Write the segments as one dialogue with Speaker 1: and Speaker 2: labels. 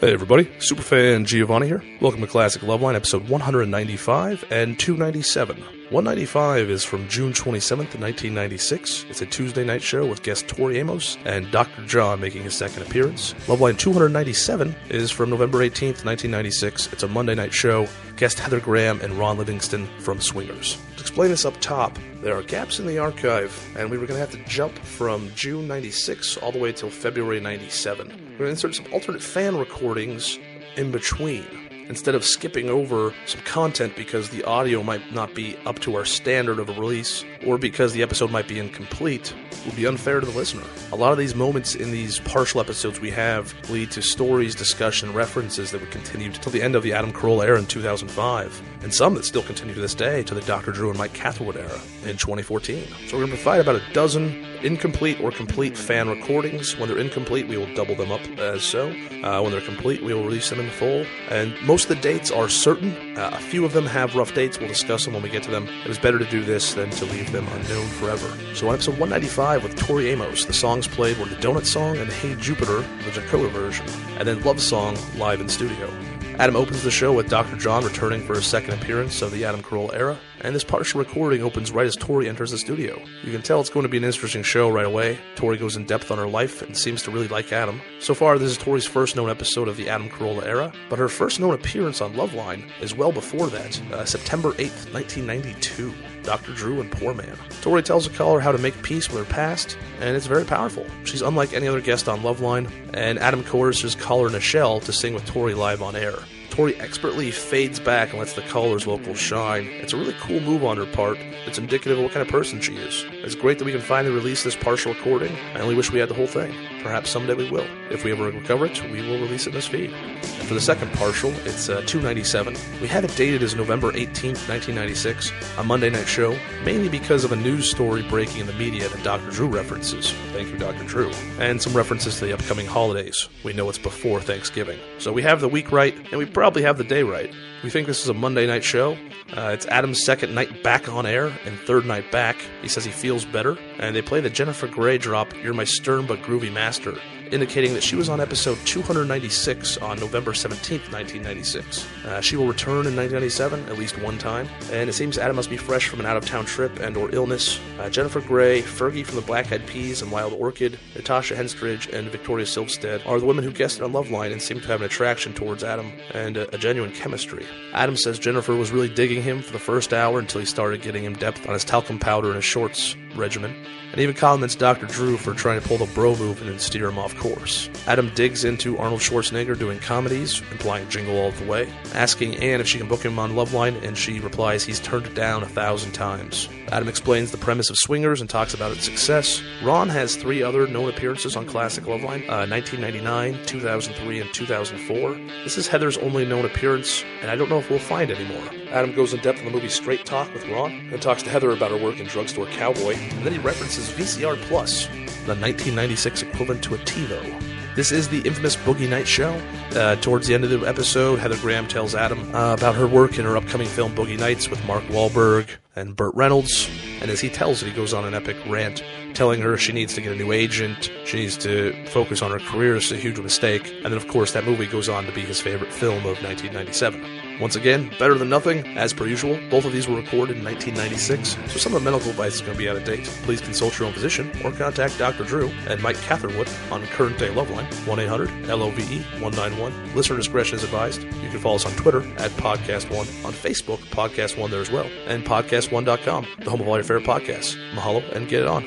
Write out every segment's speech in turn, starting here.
Speaker 1: Hey everybody, Superfan Giovanni here. Welcome to Classic Loveline, episode 195 and 297. 195 is from June 27th, 1996. It's a Tuesday night show with guest Tori Amos and Dr. John making his second appearance. Loveline 297 is from November 18th, 1996. It's a Monday night show. Guest Heather Graham and Ron Livingston from Swingers. To explain this up top, there are gaps in the archive, and we were going to have to jump from June 96 all the way till February 97. We're going to insert some alternate fan recordings in between instead of skipping over some content because the audio might not be up to our standard of a release or because the episode might be incomplete would be unfair to the listener. A lot of these moments in these partial episodes we have lead to stories, discussion, references that would continue till the end of the Adam Carolla era in 2005, and some that still continue to this day to the Dr. Drew and Mike Catherwood era in 2014. So we're going to provide about a dozen incomplete or complete fan recordings. When they're incomplete, we will double them up as so. Uh, when they're complete, we will release them in full. And most of the dates are certain. Uh, a few of them have rough dates. We'll discuss them when we get to them. It was better to do this than to leave them unknown forever. So on episode 195 with Tori Amos, the songs played were the Donut Song and Hey Jupiter, the Dakota version, and then Love Song live in studio. Adam opens the show with Dr. John returning for his second appearance of the Adam Carolla era, and this partial recording opens right as Tori enters the studio. You can tell it's going to be an interesting show right away. Tori goes in depth on her life and seems to really like Adam. So far, this is Tori's first known episode of the Adam Carolla era, but her first known appearance on Loveline is well before that, uh, September 8th, 1992. Dr. Drew and Poor Man. Tori tells the caller how to make peace with her past, and it's very powerful. She's unlike any other guest on Loveline, and Adam coerces caller Nichelle to sing with Tori live on air. Tori expertly fades back and lets the caller's vocals shine. It's a really cool move on her part. It's indicative of what kind of person she is. It's great that we can finally release this partial recording. I only wish we had the whole thing. Perhaps someday we will. If we ever recover it, we will release it in this feed. And for the second partial, it's uh, 297. We have it dated as November 18th, 1996, a Monday night show, mainly because of a news story breaking in the media that Dr. Drew references. Thank you, Dr. Drew. And some references to the upcoming holidays. We know it's before Thanksgiving. So we have the week right, and we probably have the day right. We think this is a Monday night show. Uh, it's Adam's second night back on air and third night back. He says he feels better, and they play the Jennifer Grey drop, You're My Stern But Groovy Master, indicating that she was on episode 296 on November 17th, 1996. Uh, she will return in 1997 at least one time, and it seems Adam must be fresh from an out-of-town trip and or illness. Uh, Jennifer Grey, Fergie from the Black Eyed Peas and Wild Orchid, Natasha Henstridge, and Victoria Silvstedt are the women who guested on Loveline and seem to have an attraction towards Adam and a, a genuine chemistry. Adam says Jennifer was really digging him for the first hour until he started getting him depth on his talcum powder and his shorts regimen, and even comments Dr. Drew for trying to pull the bro move and then steer him off course. Adam digs into Arnold Schwarzenegger doing comedies, implying Jingle All the Way, asking Anne if she can book him on Loveline, and she replies he's turned it down a thousand times. Adam explains the premise of Swingers and talks about its success. Ron has three other known appearances on Classic Loveline uh, 1999, 2003, and 2004. This is Heather's only known appearance, and I don't know if we'll find any more. Adam goes in depth on the movie Straight Talk with Ron and talks to Heather about her work in Drugstore Cowboy, and then he references VCR Plus, the 1996 equivalent to a TiVo. This is the infamous Boogie Night Show. Uh, towards the end of the episode, Heather Graham tells Adam uh, about her work in her upcoming film Boogie Nights with Mark Wahlberg and Burt Reynolds. And as he tells it, he goes on an epic rant, telling her she needs to get a new agent, she needs to focus on her career, it's a huge mistake. And then, of course, that movie goes on to be his favorite film of 1997. Once again, better than nothing, as per usual. Both of these were recorded in 1996, so some of the medical advice is going to be out of date. Please consult your own physician or contact Dr. Drew and Mike Catherwood on Current Day Loveline, 1 800 LOVE 191. Listener discretion is advised. You can follow us on Twitter at Podcast One, on Facebook, Podcast One there as well, and PodcastOne.com, the home of all your favorite podcasts. Mahalo and get it on.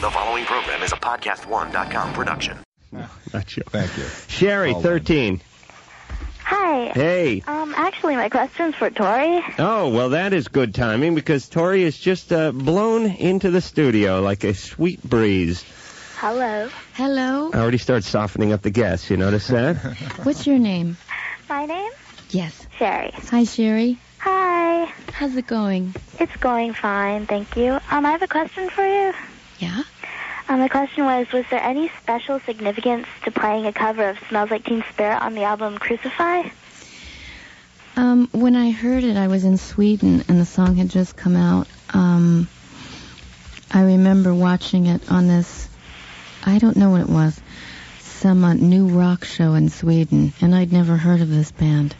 Speaker 2: The following program is a podcast1.com production.
Speaker 3: Not you.
Speaker 4: Thank you.
Speaker 3: Sherry,
Speaker 4: All in.
Speaker 3: 13.
Speaker 5: Hi.
Speaker 3: Hey.
Speaker 5: Um, actually, my question's for Tori.
Speaker 3: Oh, well, that is good timing because Tori is just uh, blown into the studio like a sweet breeze.
Speaker 5: Hello.
Speaker 6: Hello.
Speaker 3: I already start softening up the guests. You notice that?
Speaker 6: What's your name?
Speaker 5: My name?
Speaker 6: Yes.
Speaker 5: Sherry.
Speaker 6: Hi, Sherry.
Speaker 5: Hi.
Speaker 6: How's it going?
Speaker 5: It's going fine, thank you. Um, I have a question for you.
Speaker 6: Yeah.
Speaker 5: Um, my question was, was there any special significance to playing a cover of Smells Like Teen Spirit on the album Crucify?
Speaker 6: Um, when I heard it, I was in Sweden and the song had just come out. Um, I remember watching it on this. I don't know what it was. some uh, new rock show in Sweden, and I'd never heard of this band.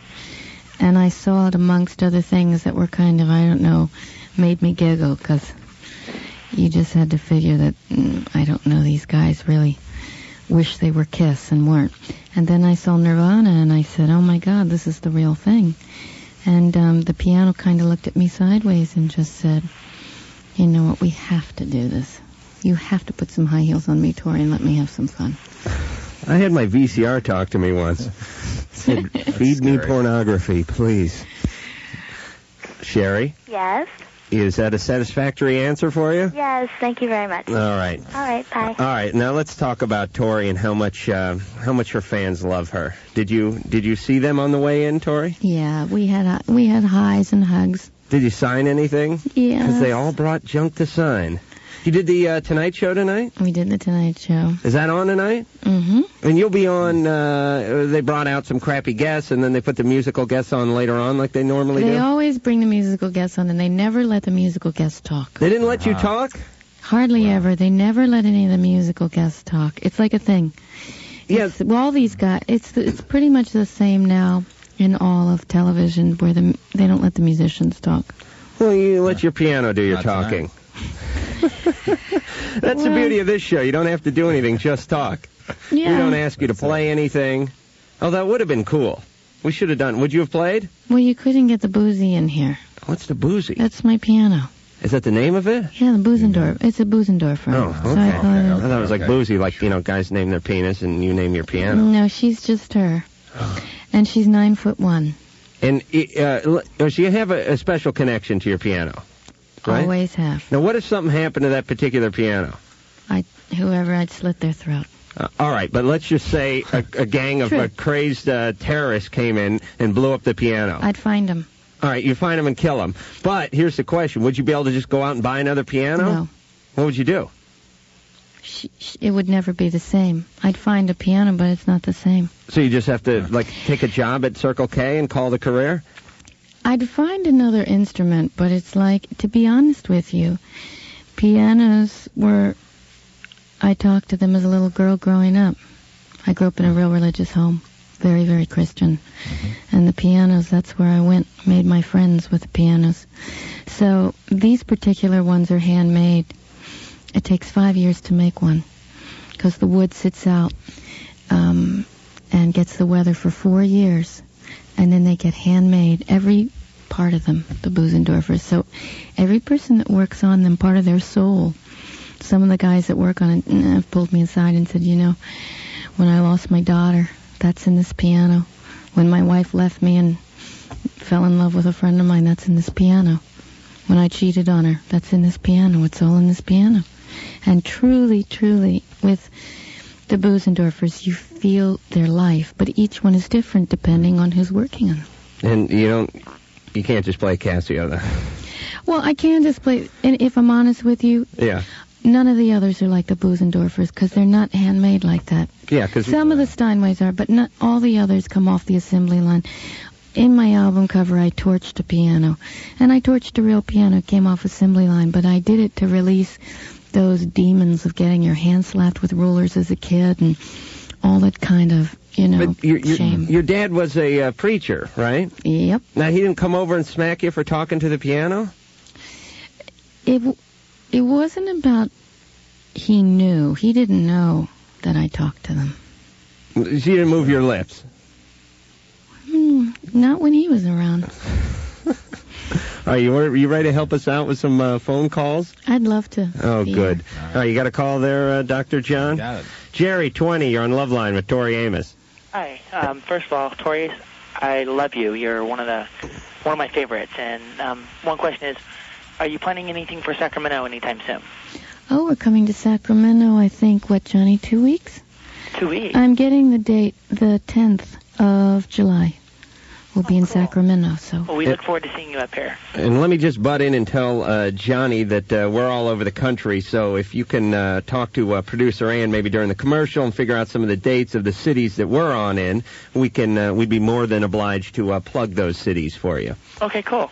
Speaker 6: And I saw it amongst other things that were kind of, I don't know, made me giggle because you just had to figure that, mm, I don't know, these guys really wish they were Kiss and weren't. And then I saw Nirvana and I said, oh my God, this is the real thing. And um, the piano kind of looked at me sideways and just said, you know what, we have to do this. You have to put some high heels on me, Tori, and let me have some fun.
Speaker 3: I had my VCR talk to me once. Said, feed me
Speaker 4: scary.
Speaker 3: pornography, please. Sherry,
Speaker 5: Yes.
Speaker 3: is that a satisfactory answer for you?
Speaker 5: Yes. Thank you very much.
Speaker 3: All right.
Speaker 5: All right. Bye.
Speaker 3: All right, now let's talk about Tori and how much uh, how much her fans love her. Did you did you see them on the way in, Tori?
Speaker 6: Yeah, we had uh, we had highs and hugs.
Speaker 3: Did you sign anything?
Speaker 6: Yeah.
Speaker 3: Because they all brought junk to sign. You did the uh, Tonight Show tonight.
Speaker 6: We did the Tonight Show.
Speaker 3: Is that on tonight?
Speaker 6: Mm-hmm.
Speaker 3: And you'll be on. Uh, they brought out some crappy guests, and then they put the musical guests on later on, like they normally
Speaker 6: They
Speaker 3: do.
Speaker 6: always bring the musical guests on, and they never let the musical guests talk.
Speaker 3: They didn't let you
Speaker 4: Uh-huh.
Speaker 3: talk.
Speaker 6: Hardly ever. They never let any of the musical guests talk. It's like a thing.
Speaker 3: Yeah.
Speaker 6: It's, well, all these guys. It's the, it's pretty much the same now in all of television, where the they don't let the musicians talk.
Speaker 3: Well, you let your piano do your
Speaker 4: Not
Speaker 3: talking.
Speaker 4: tonight.
Speaker 3: That's the
Speaker 6: Well-
Speaker 3: beauty of this show. You don't have to do anything, just talk.
Speaker 6: Yeah.
Speaker 3: We don't ask you to play anything. Oh, that would have been cool. We should have done. Would you have played?
Speaker 6: Well, you couldn't get the boozy in here.
Speaker 3: What's the boozy?
Speaker 6: That's my piano.
Speaker 3: Is that the name of it?
Speaker 6: Yeah, the Busendorf. It's a Busendorfer.
Speaker 3: Mm. Oh,
Speaker 6: So I
Speaker 3: okay.
Speaker 6: call it
Speaker 3: I thought it was like
Speaker 4: Okay.
Speaker 3: boozy, like you know, guys name their penis and you name your piano. Oh.
Speaker 6: No, she's just her. And she's nine foot one.
Speaker 3: And uh, l- does she have a, a special connection to your piano? Right?
Speaker 6: Always have.
Speaker 3: Now, what if something happened to that particular piano?
Speaker 6: I whoever I'd slit their throat.
Speaker 3: Uh, all right, but let's just say a, a gang of
Speaker 6: True.
Speaker 3: uh, crazed uh, terrorists came in and blew up the piano.
Speaker 6: I'd find them.
Speaker 3: All right, you find them and kill them. But here's the question: Would you be able to just go out and buy another piano?
Speaker 6: No.
Speaker 3: What would you do?
Speaker 6: Sh sh it would never be the same. I'd find a piano, but it's not the same.
Speaker 3: So you just have to like take a job at Circle K and call the career?
Speaker 6: I'd find another instrument, but it's like, to be honest with you, pianos were. I talked to them as a little girl growing up. I grew up in a real religious home, very, very Christian. And the pianos, that's where I went, made my friends with the pianos. So these particular ones are handmade. It takes five years to make one because the wood sits out um, and gets the weather for four years and then they get handmade every part of them the busendorfers so every person that works on them part of their soul some of the guys that work on it mm, have pulled me aside and said you know when i lost my daughter that's in this piano when my wife left me and fell in love with a friend of mine that's in this piano when i cheated on her that's in this piano it's all in this piano and truly truly with the Busendorfers, you feel their life, but each one is different depending on who's working on them.
Speaker 3: And you don't, you can't just play Casio. Though.
Speaker 6: Well, I can just play, and if I'm honest with you,
Speaker 3: Yeah,
Speaker 6: none of the others are like the Busendorfers because they're not handmade like that.
Speaker 3: yeah, because
Speaker 6: Some of the Steinways are, but not all the others come off the assembly line. In my album cover, I torched a piano, and I torched a real piano. It came off assembly line, but I did it to release those demons of getting your hand slapped with rulers as a kid and all that kind of, you know,
Speaker 3: but your, your,
Speaker 6: shame.
Speaker 3: your dad was a uh, preacher, right?
Speaker 6: Yep.
Speaker 3: Now he didn't come over and smack you for talking to the piano.
Speaker 6: It w- it wasn't about he knew. He didn't know that I talked to them.
Speaker 3: You didn't move your lips.
Speaker 6: Hmm, not when he was around.
Speaker 3: Are you are you ready to help us out with some uh, phone calls?
Speaker 6: I'd love to.
Speaker 3: Oh,
Speaker 6: be
Speaker 3: good.
Speaker 6: there.
Speaker 3: All right, you got a call there, uh, Doctor John.
Speaker 4: Got it.
Speaker 3: Jerry, twenty. You're on Love Line with Tori Amos.
Speaker 7: Hi. Um, first of all, Tori, I love you. You're one of the one of my favorites. And um, one question is, are you planning anything for Sacramento anytime soon?
Speaker 6: Oh, we're coming to Sacramento. I think what Johnny? Two weeks.
Speaker 7: Two weeks.
Speaker 6: I'm getting the date, the 10th of July. We'll be
Speaker 7: Oh,
Speaker 6: in
Speaker 7: cool.
Speaker 6: Sacramento. So
Speaker 7: well, we look forward to seeing you up here.
Speaker 3: And let me just butt in and tell uh, Johnny that uh, we're all over the country. So if you can uh, talk to uh, producer Ann maybe during the commercial and figure out some of the dates of the cities that we're on in, we can uh, we'd be more than obliged to uh, plug those cities for you.
Speaker 7: Okay, cool.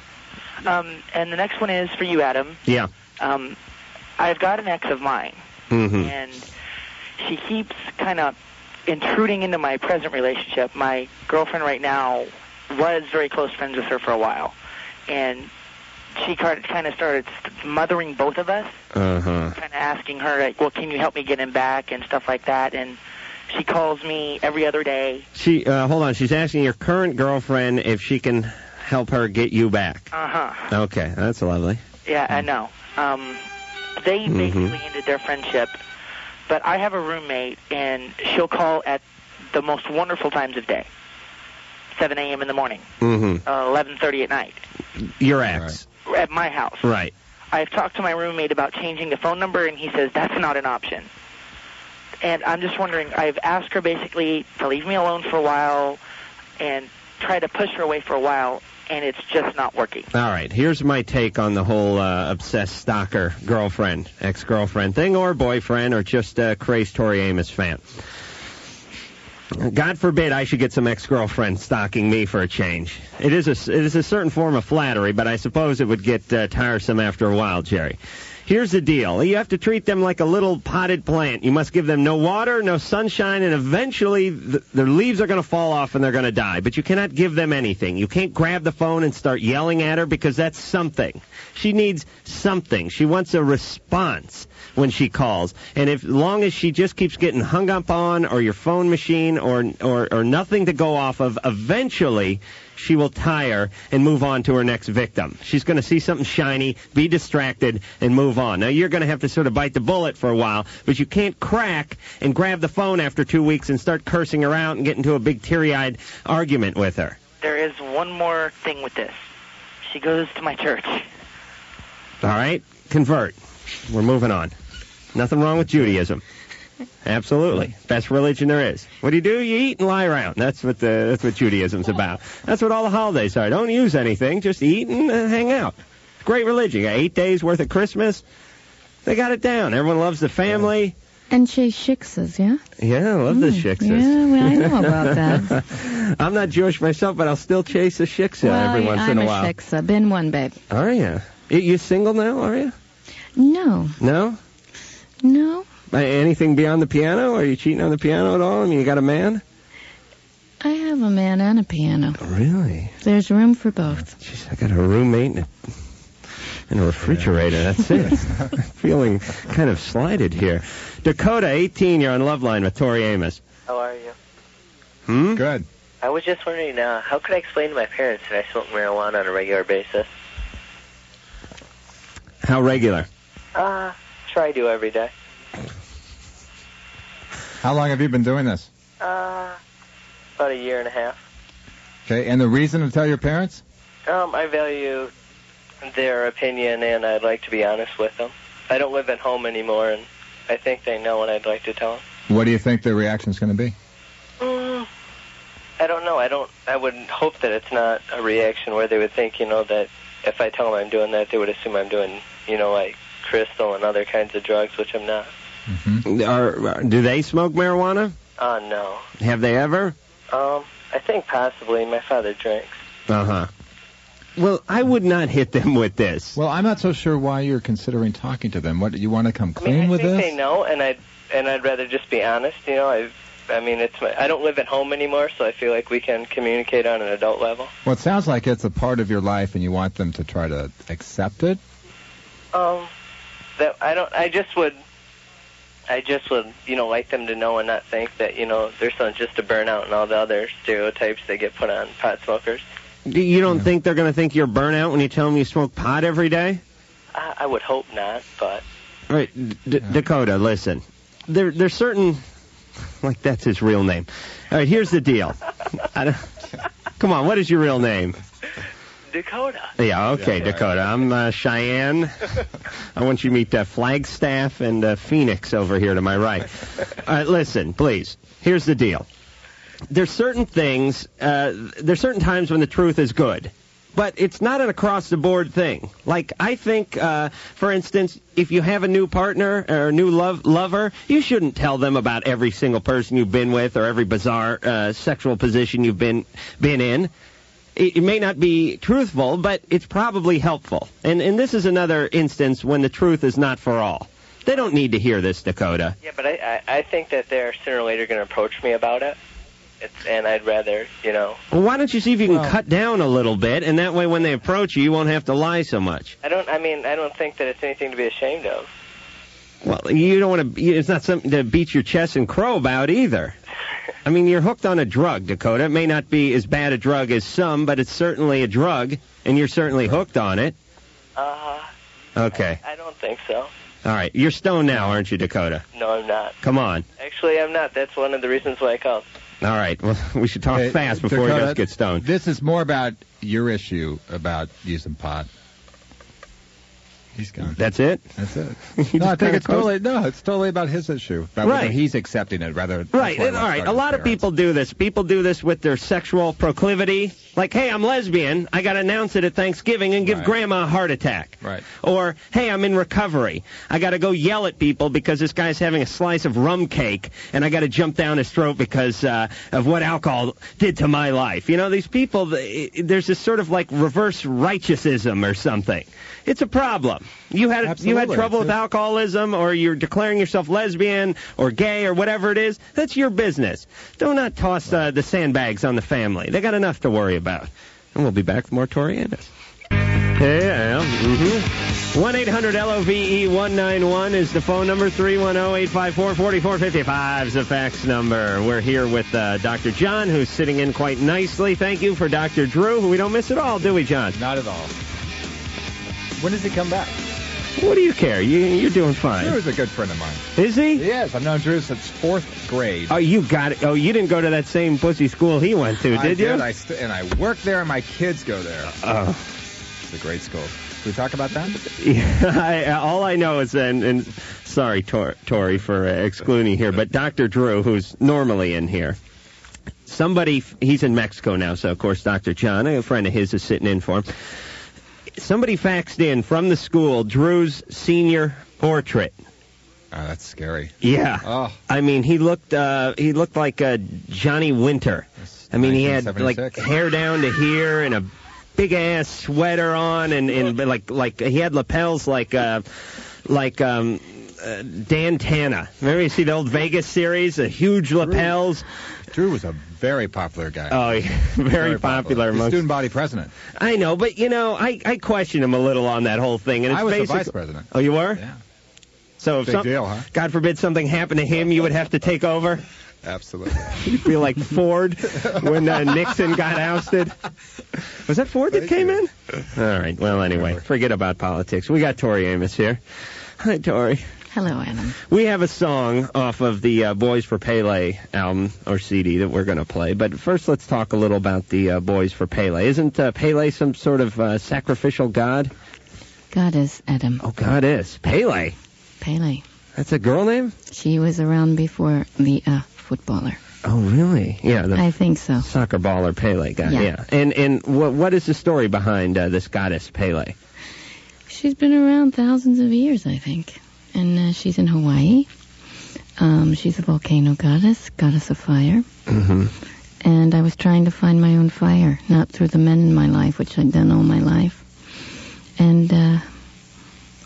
Speaker 7: Um, and the next one is for you, Adam.
Speaker 3: Yeah.
Speaker 7: Um, I've got an ex of mine,
Speaker 3: Mm-hmm.
Speaker 7: and she keeps kind of intruding into my present relationship. My girlfriend right now was very close friends with her for a while, and she kind of started mothering both of us,
Speaker 3: Uh huh.
Speaker 7: kind of asking her like, "Well, can you help me get him back?" and stuff like that. And she calls me every other day.
Speaker 3: She uh, hold on. She's asking your current girlfriend if she can help her get you back.
Speaker 7: Uh huh.
Speaker 3: Okay, that's lovely.
Speaker 7: Yeah, I know. Um, they
Speaker 3: Mhm.
Speaker 7: basically ended their friendship, but I have a roommate, and she'll call at the most wonderful times of day. 7 a.m. in the morning,
Speaker 3: Mm-hmm.
Speaker 7: uh, 11:30 at night,
Speaker 3: Your ex.
Speaker 7: at my house.
Speaker 3: Right.
Speaker 7: I've talked to my roommate about changing the phone number, and he says that's not an option. And I'm just wondering. I've asked her basically to leave me alone for a while, and try to push her away for a while, and it's just not working.
Speaker 3: All right. Here's my take on the whole uh, obsessed stalker girlfriend, ex-girlfriend thing, or boyfriend, or just a crazed Tori Amos fan. God forbid I should get some ex-girlfriend stalking me for a change. It is a it is a certain form of flattery, but I suppose it would get uh, tiresome after a while, Jerry. Here's the deal: you have to treat them like a little potted plant. You must give them no water, no sunshine, and eventually th- their leaves are going to fall off and they're going to die. But you cannot give them anything. You can't grab the phone and start yelling at her because that's something. She needs something. She wants a response when she calls. And if long as she just keeps getting hung up on or your phone machine or or, or nothing to go off of, eventually she will tire and move on to her next victim. She's going to see something shiny, be distracted, and move on. Now, you're going to have to sort of bite the bullet for a while, but you can't crack and grab the phone after two weeks and start cursing her out and get into a big teary eyed argument with her.
Speaker 7: There is one more thing with this. She goes to my church.
Speaker 3: All right? Convert. We're moving on. Nothing wrong with Judaism. Absolutely. Best religion there is. What do you do? You eat and lie around. That's what the, that's what Judaism's about. That's what all the holidays are. Don't use anything. Just eat and uh, hang out. Great religion. You got eight days worth of Christmas. They got it down. Everyone loves the family.
Speaker 6: And she shixes, yeah?
Speaker 3: Yeah, I love the
Speaker 6: Mm,
Speaker 3: shiksas.
Speaker 6: Yeah, well, I know about that.
Speaker 3: I'm not Jewish myself, but I'll still chase a shiksa
Speaker 6: well,
Speaker 3: every once
Speaker 6: I'm
Speaker 3: in a
Speaker 6: a
Speaker 3: while.
Speaker 6: shiksa. Been one, babe.
Speaker 3: Are you? You single now? Are you?
Speaker 6: No,
Speaker 3: No.
Speaker 6: no.
Speaker 3: Uh, Anything beyond the piano? Are you cheating on the piano at all? I mean, you got a man?
Speaker 6: I have a man and a piano.
Speaker 3: Really?
Speaker 6: There's room for both.
Speaker 3: Jeez, I got a roommate and a, and a refrigerator. That's it. Feeling kind of slighted here. Dakota, 18, you're on Love Line with Tori Amos.
Speaker 4: How are you?
Speaker 3: Hmm?
Speaker 8: Good.
Speaker 4: I was just wondering, uh, how could I explain to my parents that I smoke marijuana on a regular basis?
Speaker 3: How regular?
Speaker 4: Uh, try to every day.
Speaker 8: How long have you been doing this?
Speaker 4: Uh, about a year and a half.
Speaker 8: Okay, and the reason to tell your parents?
Speaker 4: Um, I value their opinion and I'd like to be honest with them. I don't live at home anymore and I think they know what I'd like to tell them.
Speaker 8: What do you think their reaction's going to be?
Speaker 4: Mm, I don't know. I don't. I would hope that it's not a reaction where they would think, you know, that if I tell them I'm doing that, they would assume I'm doing, you know, like crystal and other kinds of drugs, which I'm not.
Speaker 3: Are, are- do they smoke marijuana?
Speaker 4: Oh no.
Speaker 3: Have they ever?
Speaker 4: Um, I think possibly my father drinks.
Speaker 3: Uh huh. Well, I would not hit them with this.
Speaker 8: Well, I'm not so sure why you're considering talking to them. What you want to come
Speaker 4: I
Speaker 8: clean
Speaker 4: mean, I
Speaker 8: with
Speaker 4: think
Speaker 8: this?
Speaker 4: they know, and I'd and I'd rather just be honest. You know, I. I mean, it's my, I don't live at home anymore, so I feel like we can communicate on an adult level.
Speaker 8: Well, it sounds like it's a part of your life, and you want them to try to accept it.
Speaker 4: Um, that I don't. I just would. I just would, you know, like them to know and not think that, you know, their son's just a burnout and all the other stereotypes they get put on pot smokers.
Speaker 3: Do- You don't think they're going to think you're burnout when you tell them you smoke pot every day?
Speaker 4: I, I would hope not, but
Speaker 3: All right, D- D- Dakota, listen. There, there's certain, like that's his real name. All right, here's the deal. I don't, come on, what is your real name?
Speaker 4: Dakota.
Speaker 3: Yeah, okay, Dakota. I'm uh, Cheyenne. I want you to meet uh, Flagstaff and uh, Phoenix over here to my right. All right, listen, please. Here's the deal. There's certain things. Uh, there's certain times when the truth is good, but it's not an across-the-board thing. Like I think, uh, for instance, if you have a new partner or a new love lover, you shouldn't tell them about every single person you've been with or every bizarre uh, sexual position you've been been in it, it may not be truthful, but it's probably helpful. And and this is another instance when the truth is not for all. They don't need to hear this, Dakota.
Speaker 4: Yeah, but I, I, I think that they're sooner or later going to approach me about it. It's, and I'd rather, you know,
Speaker 3: Well, why don't you see if you can cut down a little bit, and that way when they approach you, you won't have to lie so much.
Speaker 4: I don't. I mean, I don't think that it's anything to be ashamed of.
Speaker 3: Well, you don't want to. It's not something to beat your chest and crow about either. I mean, you're hooked on a drug, Dakota. It may not be as bad a drug as some, but it's certainly a drug, and you're certainly hooked on it.
Speaker 4: Uh,
Speaker 3: Okay.
Speaker 4: I don't think so.
Speaker 3: All right. You're stoned now, aren't you, Dakota?
Speaker 4: No, I'm not.
Speaker 3: Come on.
Speaker 4: Actually, I'm not. That's one of the reasons why I called.
Speaker 3: All right. Well, we should talk
Speaker 8: Hey,
Speaker 3: fast before he
Speaker 8: Dakota,
Speaker 3: does get stoned.
Speaker 8: This is more about your issue about using pot. He's gone.
Speaker 3: That's it.
Speaker 8: That's it.
Speaker 3: He
Speaker 8: No, I
Speaker 3: just
Speaker 8: think
Speaker 3: kinda
Speaker 8: it's totally no. It's totally about his issue. About whether
Speaker 3: Right.
Speaker 8: He's accepting it rather. that's
Speaker 3: Right.
Speaker 8: why I
Speaker 3: and-
Speaker 8: want
Speaker 3: all right. A
Speaker 8: starting
Speaker 3: lot of
Speaker 8: parents.
Speaker 3: people do this. People do this with their sexual proclivity. Like, hey, I'm lesbian. I got to announce it at Thanksgiving and give
Speaker 8: Right.
Speaker 3: grandma a heart attack.
Speaker 8: Right.
Speaker 3: Or, hey, I'm in recovery. I got to go yell at people because this guy's having a slice of rum cake and I got to jump down his throat because uh, of what alcohol did to my life. You know, these people, they, there's this sort of like reverse righteousism or something. It's a problem. You had you had
Speaker 8: Absolutely.
Speaker 3: trouble with
Speaker 8: It's-
Speaker 3: alcoholism or you're declaring yourself lesbian or gay or whatever it is, that's your business. Do not toss uh, the sandbags on the family. They got enough to worry about. And we'll be back with more Tori Andis. Yeah, mm-hmm. E 1-800-LOVE-191 is the phone number. 310-854-4455 is the fax number. We're here with uh, Dr. John, who's sitting in quite nicely. Thank you for Dr. Drew, who we don't miss at all, do we, John?
Speaker 8: Not at all. When does he come back?
Speaker 3: What do you care? You, you're doing
Speaker 8: Drew
Speaker 3: fine.
Speaker 8: is a good friend of mine.
Speaker 3: Is he?
Speaker 8: Yes, I've known Drew since fourth grade.
Speaker 3: Oh, you got it. Oh, you didn't go to that same pussy school he went to,
Speaker 8: I
Speaker 3: did you?
Speaker 8: I st- and I work there, and my kids go there.
Speaker 3: Oh.
Speaker 8: It's a great school. Should we talk about that?
Speaker 3: Yeah, I, uh, all I know is, and, and sorry, Tor, Tori, for uh, excluding you here, but Dr. Drew, who's normally in here, somebody, he's in Mexico now, so of course Dr. John, a friend of his, is sitting in for him. Somebody faxed in from the school Drew's senior portrait.
Speaker 8: Oh, that's scary.
Speaker 3: Yeah.
Speaker 8: Oh.
Speaker 3: I mean, he looked uh, he looked like uh, Johnny Winter. I mean, he had like
Speaker 8: 1976.
Speaker 3: hair down to here and a big ass sweater on, and, and like like he had lapels like uh, like um, uh, Dan Tana. Remember you see the old Vegas series, the huge lapels.
Speaker 8: Drew was a very popular guy.
Speaker 3: Oh, yeah, very, popular
Speaker 8: He's
Speaker 3: amongst.
Speaker 8: student body president.
Speaker 3: I know, but you know, I I question him a little on that whole thing, and it's
Speaker 8: I was the
Speaker 3: basic-
Speaker 8: vice president.
Speaker 3: Oh, you were?
Speaker 8: Yeah,
Speaker 3: So if
Speaker 8: Big
Speaker 3: some-
Speaker 8: deal, huh?
Speaker 3: God forbid something happened to him, you would have to take over.
Speaker 8: absolutely.
Speaker 3: be like Ford when uh, Nixon got ousted. Was that Ford that
Speaker 8: Thank
Speaker 3: came
Speaker 8: you.
Speaker 3: in? All right. Well, anyway, forget about politics. We got Tori Amos here. Hi, Tori.
Speaker 6: Hello, Adam.
Speaker 3: We have a song off of the uh, Boys for Pele album or CD that we're going to play. But first, let's talk a little about the uh, Boys for Pele. Isn't uh, Pele some sort of uh, sacrificial god?
Speaker 6: Goddess Adam.
Speaker 3: Oh, God is Pele.
Speaker 6: Pele.
Speaker 3: That's a girl name.
Speaker 6: She was around before the uh, footballer.
Speaker 3: Oh, really? Yeah. The-
Speaker 6: I think so.
Speaker 3: Soccer baller Pele guy, yeah.
Speaker 6: Yeah.
Speaker 3: And and what what is the story behind uh, this goddess Pele?
Speaker 6: She's been around thousands of years, I think. And uh, she's in Hawaii. Um, she's a volcano goddess, goddess of fire.
Speaker 3: Mm-hmm.
Speaker 6: And I was trying to find my own fire, not through the men in my life, which I'd done all my life. And uh,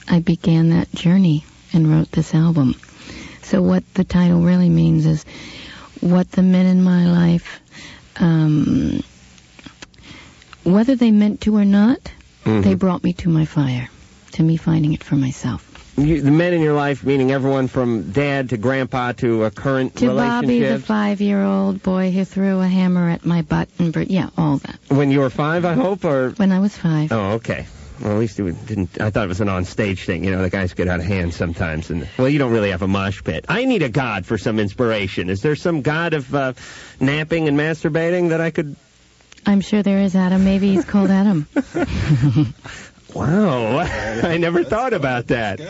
Speaker 6: I began that journey and wrote this album. So, what the title really means is what the men in my life, um, whether they meant to or not, they brought me to my fire, to me finding it for myself.
Speaker 3: You, the men in your life, meaning everyone from dad to grandpa to a current
Speaker 6: To Bobby, the
Speaker 3: relationship.
Speaker 6: five-year-old boy who threw a hammer at my butt, and br- yeah, all that.
Speaker 3: when you were five, I hope, or
Speaker 6: When I was five.
Speaker 3: oh, okay. Well, at least it was- didn't. I thought it was an on-stage thing. You know, the guys get out of hand sometimes, and well, you don't really have a mosh pit. I need a god for some inspiration. Is there some god of uh, napping and masturbating that I could?
Speaker 6: I'm sure there is Adam. Maybe he's called Adam.
Speaker 3: Wow, I never thought about that.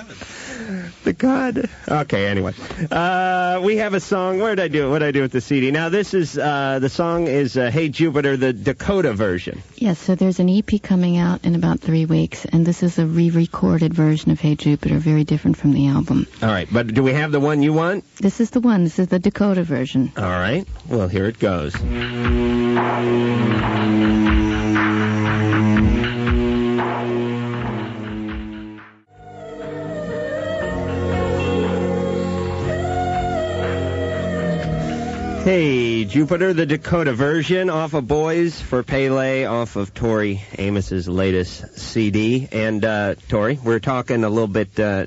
Speaker 3: The God. Okay, anyway. Uh, we have a song. Where did I do it? What did I do with the CD? Now, this is, uh, the song is uh, Hey Jupiter, the Dakota version.
Speaker 6: yes, so there's an EP coming out in about three weeks, and this is a re-recorded version of Hey Jupiter, very different from the album.
Speaker 3: All right, but do we have the one you want?
Speaker 6: This is the one. This is the Dakota version.
Speaker 3: All right. Well, here it goes.
Speaker 9: Thank
Speaker 3: Hey, Jupiter, the Dakota version off of Boys for Pele, off of Tori Amos's latest CD. And uh, Tori, we are talking a little bit uh,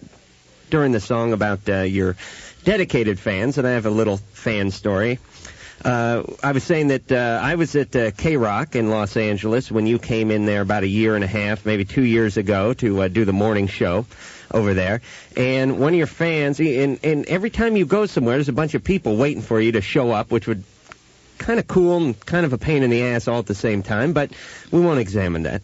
Speaker 3: during the song about uh, your dedicated fans, and I have a little fan story. Uh, I was saying that uh, I was at uh, K Rock in Los Angeles when you came in there about a year and a half, maybe two years ago, to uh, do the morning show over there. And one of your fans, and, and every time you go somewhere, there's a bunch of people waiting for you to show up, which would kind of cool and kind of a pain in the ass all at the same time, but we won't examine that.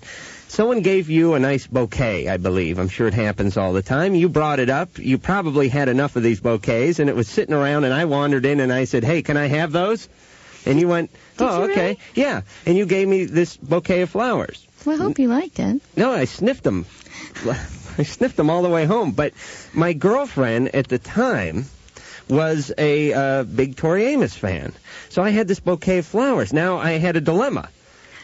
Speaker 3: Someone gave you a nice bouquet, I believe. I'm sure it happens all the time. You brought it up. You probably had enough of these bouquets, and it was sitting around, and I wandered in and I said, Hey, can I have those? And you went, Oh, okay. Yeah. And you gave me this bouquet of flowers.
Speaker 6: Well, I hope you liked it.
Speaker 3: No, I sniffed them. I sniffed them all the way home. But my girlfriend at the time was a uh, big Tori Amos fan. So I had this bouquet of flowers. Now I had a dilemma.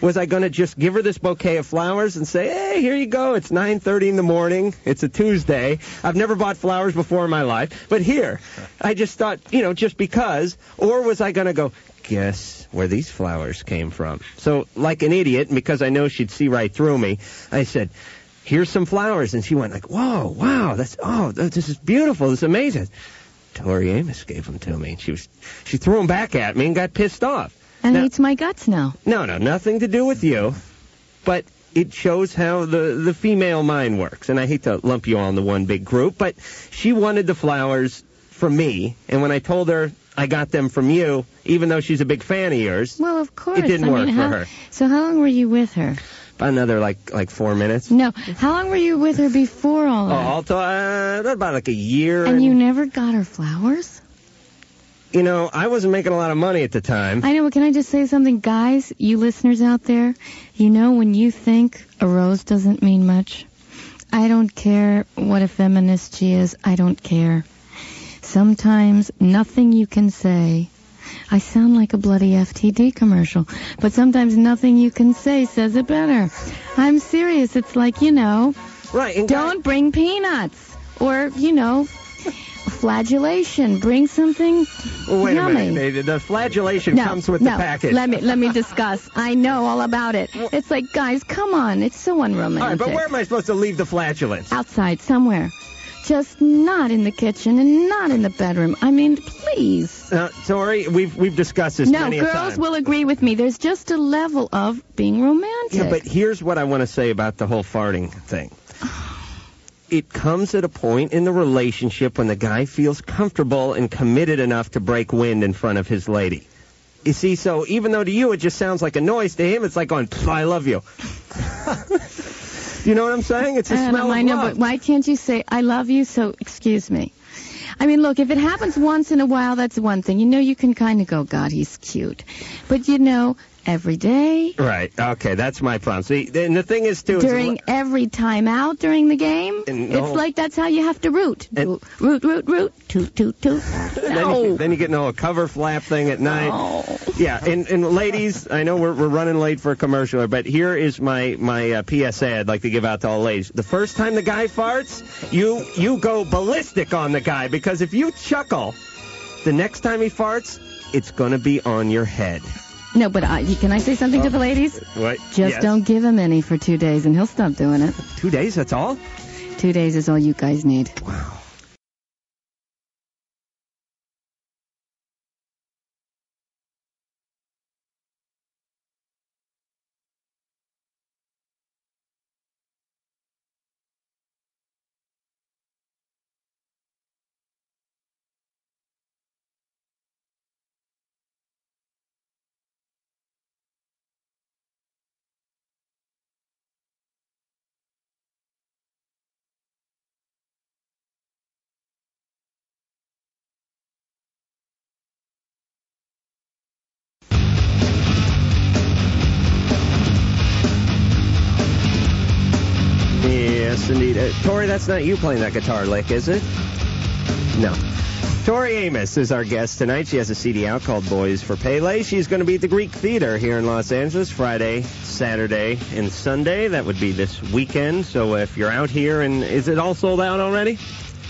Speaker 3: Was I going to just give her this bouquet of flowers and say, "Hey, here you go. It's 9:30 in the morning. It's a Tuesday. I've never bought flowers before in my life, but here." I just thought, you know, just because, or was I going to go, guess where these flowers came from. So, like an idiot, and because I know she'd see right through me, I said, "Here's some flowers," and she went like, "Whoa, wow, that's oh, th- this is beautiful, this is amazing." Tori Amos gave them to me, and she was she threw them back at me and got pissed off.
Speaker 6: And it eats my guts now.
Speaker 3: No, no, nothing to do with you, but it shows how the the female mind works. And I hate to lump you all into one big group, but she wanted the flowers from me, and when I told her I got them from you, even though she's a big fan of yours,
Speaker 6: Well, of course.
Speaker 3: it didn't
Speaker 6: I
Speaker 3: work
Speaker 6: mean,
Speaker 3: for
Speaker 6: how,
Speaker 3: her.
Speaker 6: So how long were you with her?
Speaker 3: About another like like four minutes.
Speaker 6: No, how long were you with her before all
Speaker 3: Oh,
Speaker 6: that?
Speaker 3: all to, uh, about like a year.
Speaker 6: and you never got her flowers?
Speaker 3: you know, I wasn't making a lot of money at the time.
Speaker 6: I know, but can I just say something? Guys, you listeners out there, you know when you think a rose doesn't mean much, I don't care what a feminist she is, I don't care. Sometimes nothing you can say. I sound like a bloody FTD commercial, but sometimes nothing you can say says it better. I'm serious. It's like, you know,
Speaker 3: right, and
Speaker 6: don't bring peanuts or, you know, flagellation. Bring something
Speaker 3: Oh, wait
Speaker 6: yummy.
Speaker 3: a minute. The- The flagellation
Speaker 6: No,
Speaker 3: comes with
Speaker 6: no.
Speaker 3: the package.
Speaker 6: Let me let me discuss. I know all about it. It's like, guys, come on. It's so unromantic.
Speaker 3: all right, but where am I supposed to leave the flatulence?
Speaker 6: Outside, somewhere. Just not in the kitchen and not in the bedroom. I mean, please.
Speaker 3: Uh, sorry, we've we've discussed this
Speaker 6: No,
Speaker 3: many a
Speaker 6: girls
Speaker 3: time.
Speaker 6: will agree with me. There's just a level of being romantic.
Speaker 3: Yeah, but here's what I want to say about the whole farting thing. It comes at a point in the relationship when the guy feels comfortable and committed enough to break wind in front of his lady. You see, so even though to you it just sounds like a noise, to him it's like going, "Pff, I love you. you know what I'm saying? It's a
Speaker 6: I don't
Speaker 3: smell
Speaker 6: know,
Speaker 3: of
Speaker 6: I know,
Speaker 3: love.
Speaker 6: but why can't you say I love you? So excuse me. I mean, look, if it happens once in a while, that's one thing. You know, you can kind of go, God, he's cute. But you know, every day,
Speaker 3: Right. Okay, that's my problem. See, and the thing is, too, is-
Speaker 6: during every time out during the game.
Speaker 3: And
Speaker 6: it's
Speaker 3: no-
Speaker 6: like that's how you have to root. root, root, root, toot, toot, toot.
Speaker 3: then,
Speaker 6: No.
Speaker 3: you, then you get into a cover flap thing at night.
Speaker 6: No.
Speaker 3: Yeah, and, and ladies, I know we're, we're running late for a commercial, but here is my my uh, PSA I'd like to give out to all ladies. The first time the guy farts, you you go ballistic on the guy because if you chuckle, the next time he farts, it's gonna be on your head.
Speaker 6: No, but I, can I say something to the ladies?
Speaker 3: What?
Speaker 6: Just
Speaker 3: Yes.
Speaker 6: don't give him any for two days, and he'll stop doing it.
Speaker 3: Two days. That's all.
Speaker 6: Two days is all you guys need.
Speaker 3: Yes, indeed. Uh, Tori, that's not you playing that guitar lick, is it? No. Tori Amos is our guest tonight. She has a CD out called Boys for Pele. She's going to be at the Greek Theater here in Los Angeles Friday, Saturday, and Sunday. That would be this weekend. So if you're out here, and is it all sold out already?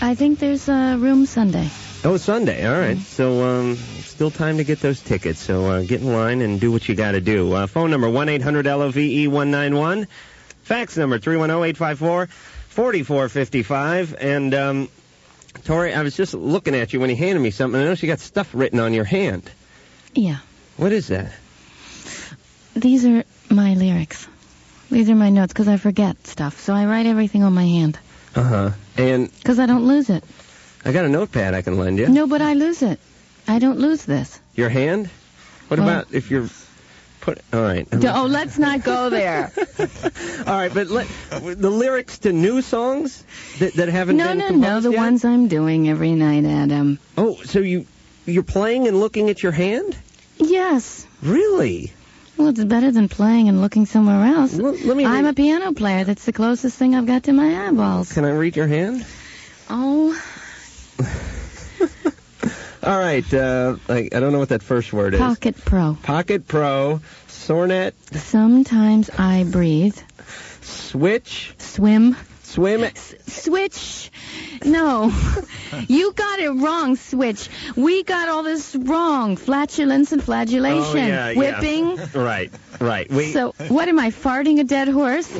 Speaker 6: I think there's a room Sunday.
Speaker 3: Oh, Sunday. All
Speaker 6: Mm-hmm.
Speaker 3: right. So, um, still time to get those tickets. So, uh, get in line and do what you got to do. Uh, phone number 1 800 LOVE 191. Fax number 310 854 4455. And, um, Tori, I was just looking at you when you handed me something. I noticed you got stuff written on your hand.
Speaker 6: Yeah.
Speaker 3: What is that?
Speaker 6: These are my lyrics. These are my notes because I forget stuff. So I write everything on my hand
Speaker 3: Uh
Speaker 6: Uh-huh.
Speaker 3: huh. And
Speaker 6: because I don't lose it.
Speaker 3: I got a notepad I can lend you.
Speaker 6: No, but I lose it. I don't lose this.
Speaker 3: Your hand? What
Speaker 6: Well-
Speaker 3: about if you're put? All right.
Speaker 6: D- Oh, let's not go there.
Speaker 3: All right, but let, the lyrics to new songs that, that haven't
Speaker 6: no,
Speaker 3: been
Speaker 6: no,
Speaker 3: composed
Speaker 6: no. The
Speaker 3: yet?
Speaker 6: ones I'm doing every night, Adam.
Speaker 3: Oh, so you you're playing and looking at your hand?
Speaker 6: Yes.
Speaker 3: Really?
Speaker 6: Well, it's better than playing and looking somewhere else.
Speaker 3: L- let me
Speaker 6: I'm
Speaker 3: read-
Speaker 6: a piano player. That's the closest thing I've got to my eyeballs.
Speaker 3: Can I read your hand?
Speaker 6: Oh,
Speaker 3: All right. Uh, I, I don't know what that first word is.
Speaker 6: Pocket Pro.
Speaker 3: Pocket Pro, Sornet,
Speaker 6: Sometimes I breathe,
Speaker 3: Switch,
Speaker 6: swim,
Speaker 3: Swim.
Speaker 6: S- switch. No, you got it wrong, switch. We got all this wrong. Flatulence and flagellation,
Speaker 3: Oh, yeah, yeah.
Speaker 6: whipping.
Speaker 3: Right, right. We
Speaker 6: So what am I farting a dead horse?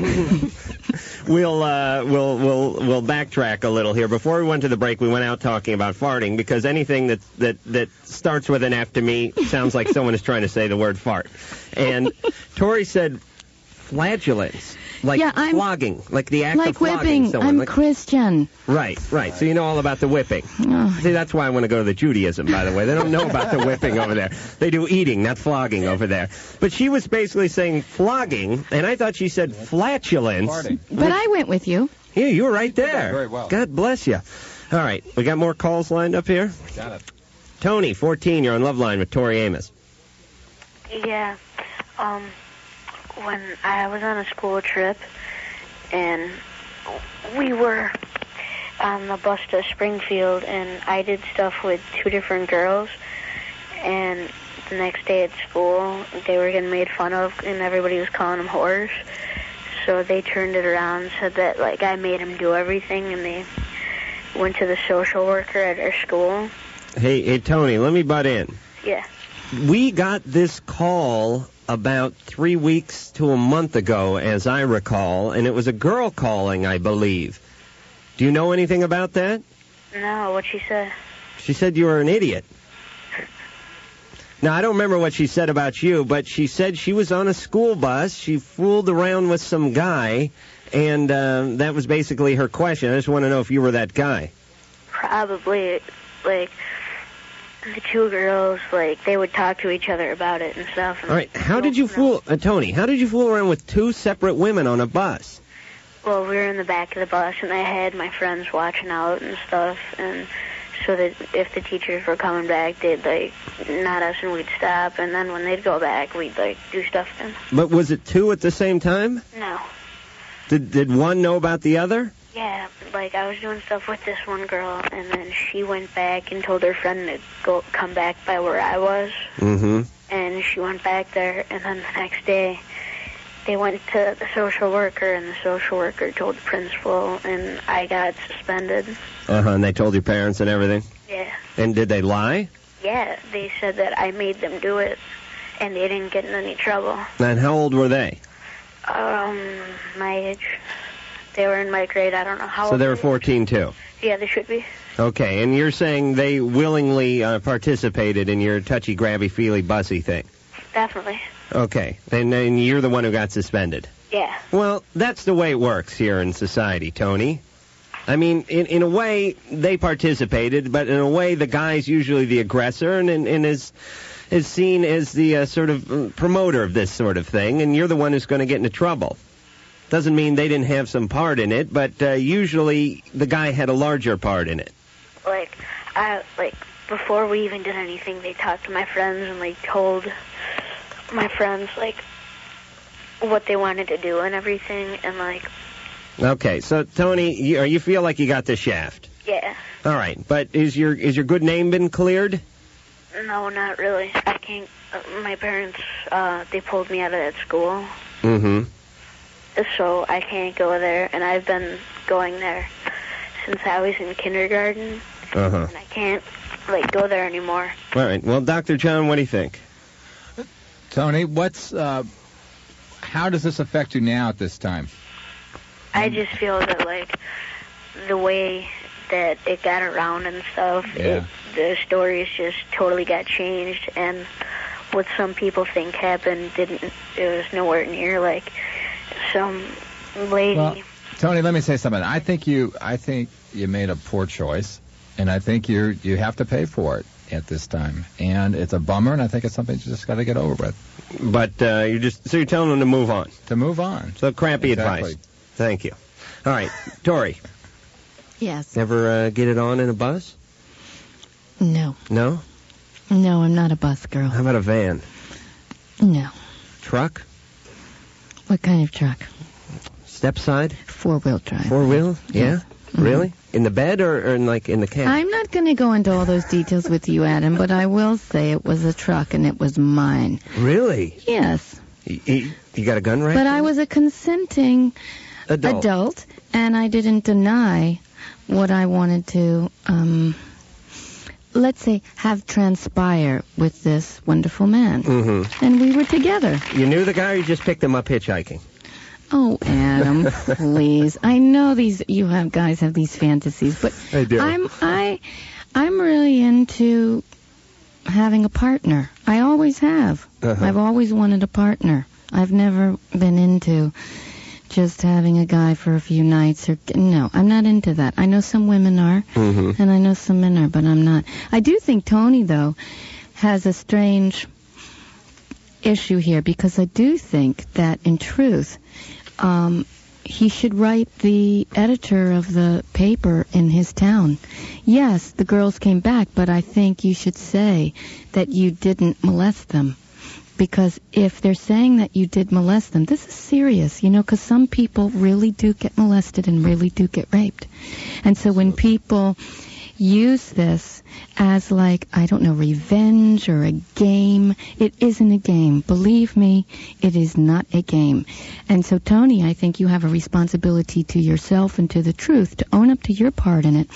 Speaker 3: we'll uh, we'll we'll we'll backtrack a little here. Before we went to the break, we went out talking about farting because anything that that that starts with an F to me sounds like someone is trying to say the word fart. And Tori said flagellants, like
Speaker 6: Yeah, I'm-
Speaker 3: flogging, like the act of
Speaker 6: like
Speaker 3: flogging
Speaker 6: whipping.
Speaker 3: someone.
Speaker 6: I'm
Speaker 3: like-
Speaker 6: Christian.
Speaker 3: Right, right. So you know all about the whipping.
Speaker 6: Oh.
Speaker 3: See, that's why I want to go to the Judaism, by the way. They don't know about the whipping over there. They do eating, not flogging over there. But she was basically saying flogging, and I thought she said flatulence.
Speaker 8: Farting.
Speaker 6: But I went with you.
Speaker 3: Yeah, you were right there.
Speaker 8: very well.
Speaker 3: God bless you. All right, we got more calls lined up here.
Speaker 8: Got it.
Speaker 3: Tony, 14, you're on Love Line with Tori Amos.
Speaker 5: Yeah. Um, when I was on a school trip, and we were on the bus to Springfield, and I did stuff with two different girls, and the next day at school, they were getting made fun of, and everybody was calling them whores. So they turned it around, and said that like I made them do everything, and they went to the social worker at our school.
Speaker 3: Hey, hey, Tony, let me butt in.
Speaker 5: Yeah.
Speaker 3: We got this call about three weeks to a month ago, as I recall, and it was a girl calling, I believe. Do you know anything about that?
Speaker 5: No, what she said.
Speaker 3: She said you were an idiot. Now, I don't remember what she said about you, but she said she was on a school bus. She fooled around with some guy, and uh, that was basically her question. I just want to know if you were that guy.
Speaker 5: probably like the two girls like they would talk to each other about it and stuff. And
Speaker 3: All right, how did you fool, uh, Tony, how did you fool around with two separate women on a bus?
Speaker 5: Well, we were in the back of the bus and I had my friends watching out and stuff, and so that if the teachers were coming back, they'd like not us and we'd stop, and then when they'd go back, we'd like do stuff. And
Speaker 3: But was it two at the same time?
Speaker 5: no,
Speaker 3: Did did one know about the other?
Speaker 5: yeah, like I was doing stuff with this one girl, and then she went back and told her friend to go come back by where I was.
Speaker 3: Mm-hmm.
Speaker 5: and she went back there and then the next day they went to the social worker and the social worker told the principal and I got suspended.
Speaker 3: Uh huh. And they told your parents and everything.
Speaker 5: Yeah.
Speaker 3: And did they lie?
Speaker 5: Yeah, they said that I made them do it and they didn't get in any trouble.
Speaker 3: And how old were they?
Speaker 5: Um my age. They were in my grade, I don't know how
Speaker 3: So they were
Speaker 5: old
Speaker 3: 14 too.
Speaker 5: Yeah, they should be.
Speaker 3: Okay. And you're saying they willingly uh, participated in your touchy grabby feely bussy thing.
Speaker 5: Definitely.
Speaker 3: Okay. And then you're the one who got suspended.
Speaker 5: Yeah.
Speaker 3: Well, that's the way it works here in society, Tony. I mean, in, in a way, they participated, but in a way, the guy's usually the aggressor and, and, and is, is seen as the uh, sort of uh, promoter of this sort of thing, and you're the one who's going to get into trouble. Doesn't mean they didn't have some part in it, but uh, usually the guy had a larger part in it.
Speaker 5: Like I like before we even did anything they talked to my friends and like told my friends like what they wanted to do and everything and like
Speaker 3: Okay, so Tony, you, you feel like you got the shaft.
Speaker 5: Yeah.
Speaker 3: All right, but is your is your good name been cleared?
Speaker 5: No, not really. I can't. Uh, my parents, uh, they pulled me out of that school,
Speaker 3: Mm-hmm.
Speaker 5: so I can't go there. And I've been going there since I was in kindergarten.
Speaker 3: Uh huh.
Speaker 5: and I can't like go there anymore.
Speaker 3: All right. Well, Dr. John, what do you think?
Speaker 8: Tony, what's uh, how does this affect you now at this time?
Speaker 5: I just feel that like the way that it got around and stuff,
Speaker 8: Yeah.
Speaker 5: it, the stories just totally got changed, and what some people think happened didn't. It was nowhere near like some lady.
Speaker 8: Well, Tony, let me say something. I think you, I think you made a poor choice, and I think you you have to pay for it at this time. And it's a bummer, and I think it's something you just got to get over with
Speaker 3: But uh, you just so you're telling them to move on.
Speaker 8: to move on.
Speaker 3: So crappy
Speaker 8: Exactly.
Speaker 3: advice. Thank you. All right, Tori,
Speaker 6: Yes.
Speaker 3: ever uh, get it on in a bus?
Speaker 6: No.
Speaker 3: No.
Speaker 6: No, I'm not a bus girl.
Speaker 3: How about a van,
Speaker 6: No.
Speaker 3: truck,
Speaker 6: What kind of truck?
Speaker 3: step side,
Speaker 6: Four wheel drive.
Speaker 3: four wheel? Yeah. Really? In the bed or, or in like in the cab?
Speaker 6: Mm-hmm. I'm not going to go into all those details with you, Adam, but I will say it was a truck and it was mine.
Speaker 3: Really?
Speaker 6: Yes.
Speaker 3: You, you- you got a gun right?
Speaker 6: But I was a consenting
Speaker 3: adult.
Speaker 6: adult, and I didn't deny what I wanted to, um, let's say, have transpire with this wonderful man. Mm-hmm. And we were together.
Speaker 3: You knew the guy, or you just picked him up hitchhiking.
Speaker 6: Oh, Adam, please. I know these you have guys have these fantasies, but
Speaker 3: I do.
Speaker 6: I'm I I'm really into having a partner. I always have.
Speaker 3: Uh-huh.
Speaker 6: I've always wanted a partner. I've never been into just having a guy for a few nights or no, I'm not into that. I know some women are
Speaker 3: Mm-hmm.
Speaker 6: and I know some men are, but I'm not. I do think Tony though has a strange issue here because I do think that in truth, um, he should write the editor of the paper in his town. Yes, the girls came back, but I think you should say that you didn't molest them. Because if they're saying that you did molest them, this is serious, you know, because some people really do get molested and really do get raped. And so when people use this as like I don't know revenge or a game. It isn't a game. Believe me, it is not a game. And so Tony, I think you have a responsibility to yourself and to the truth to own up to your part in it,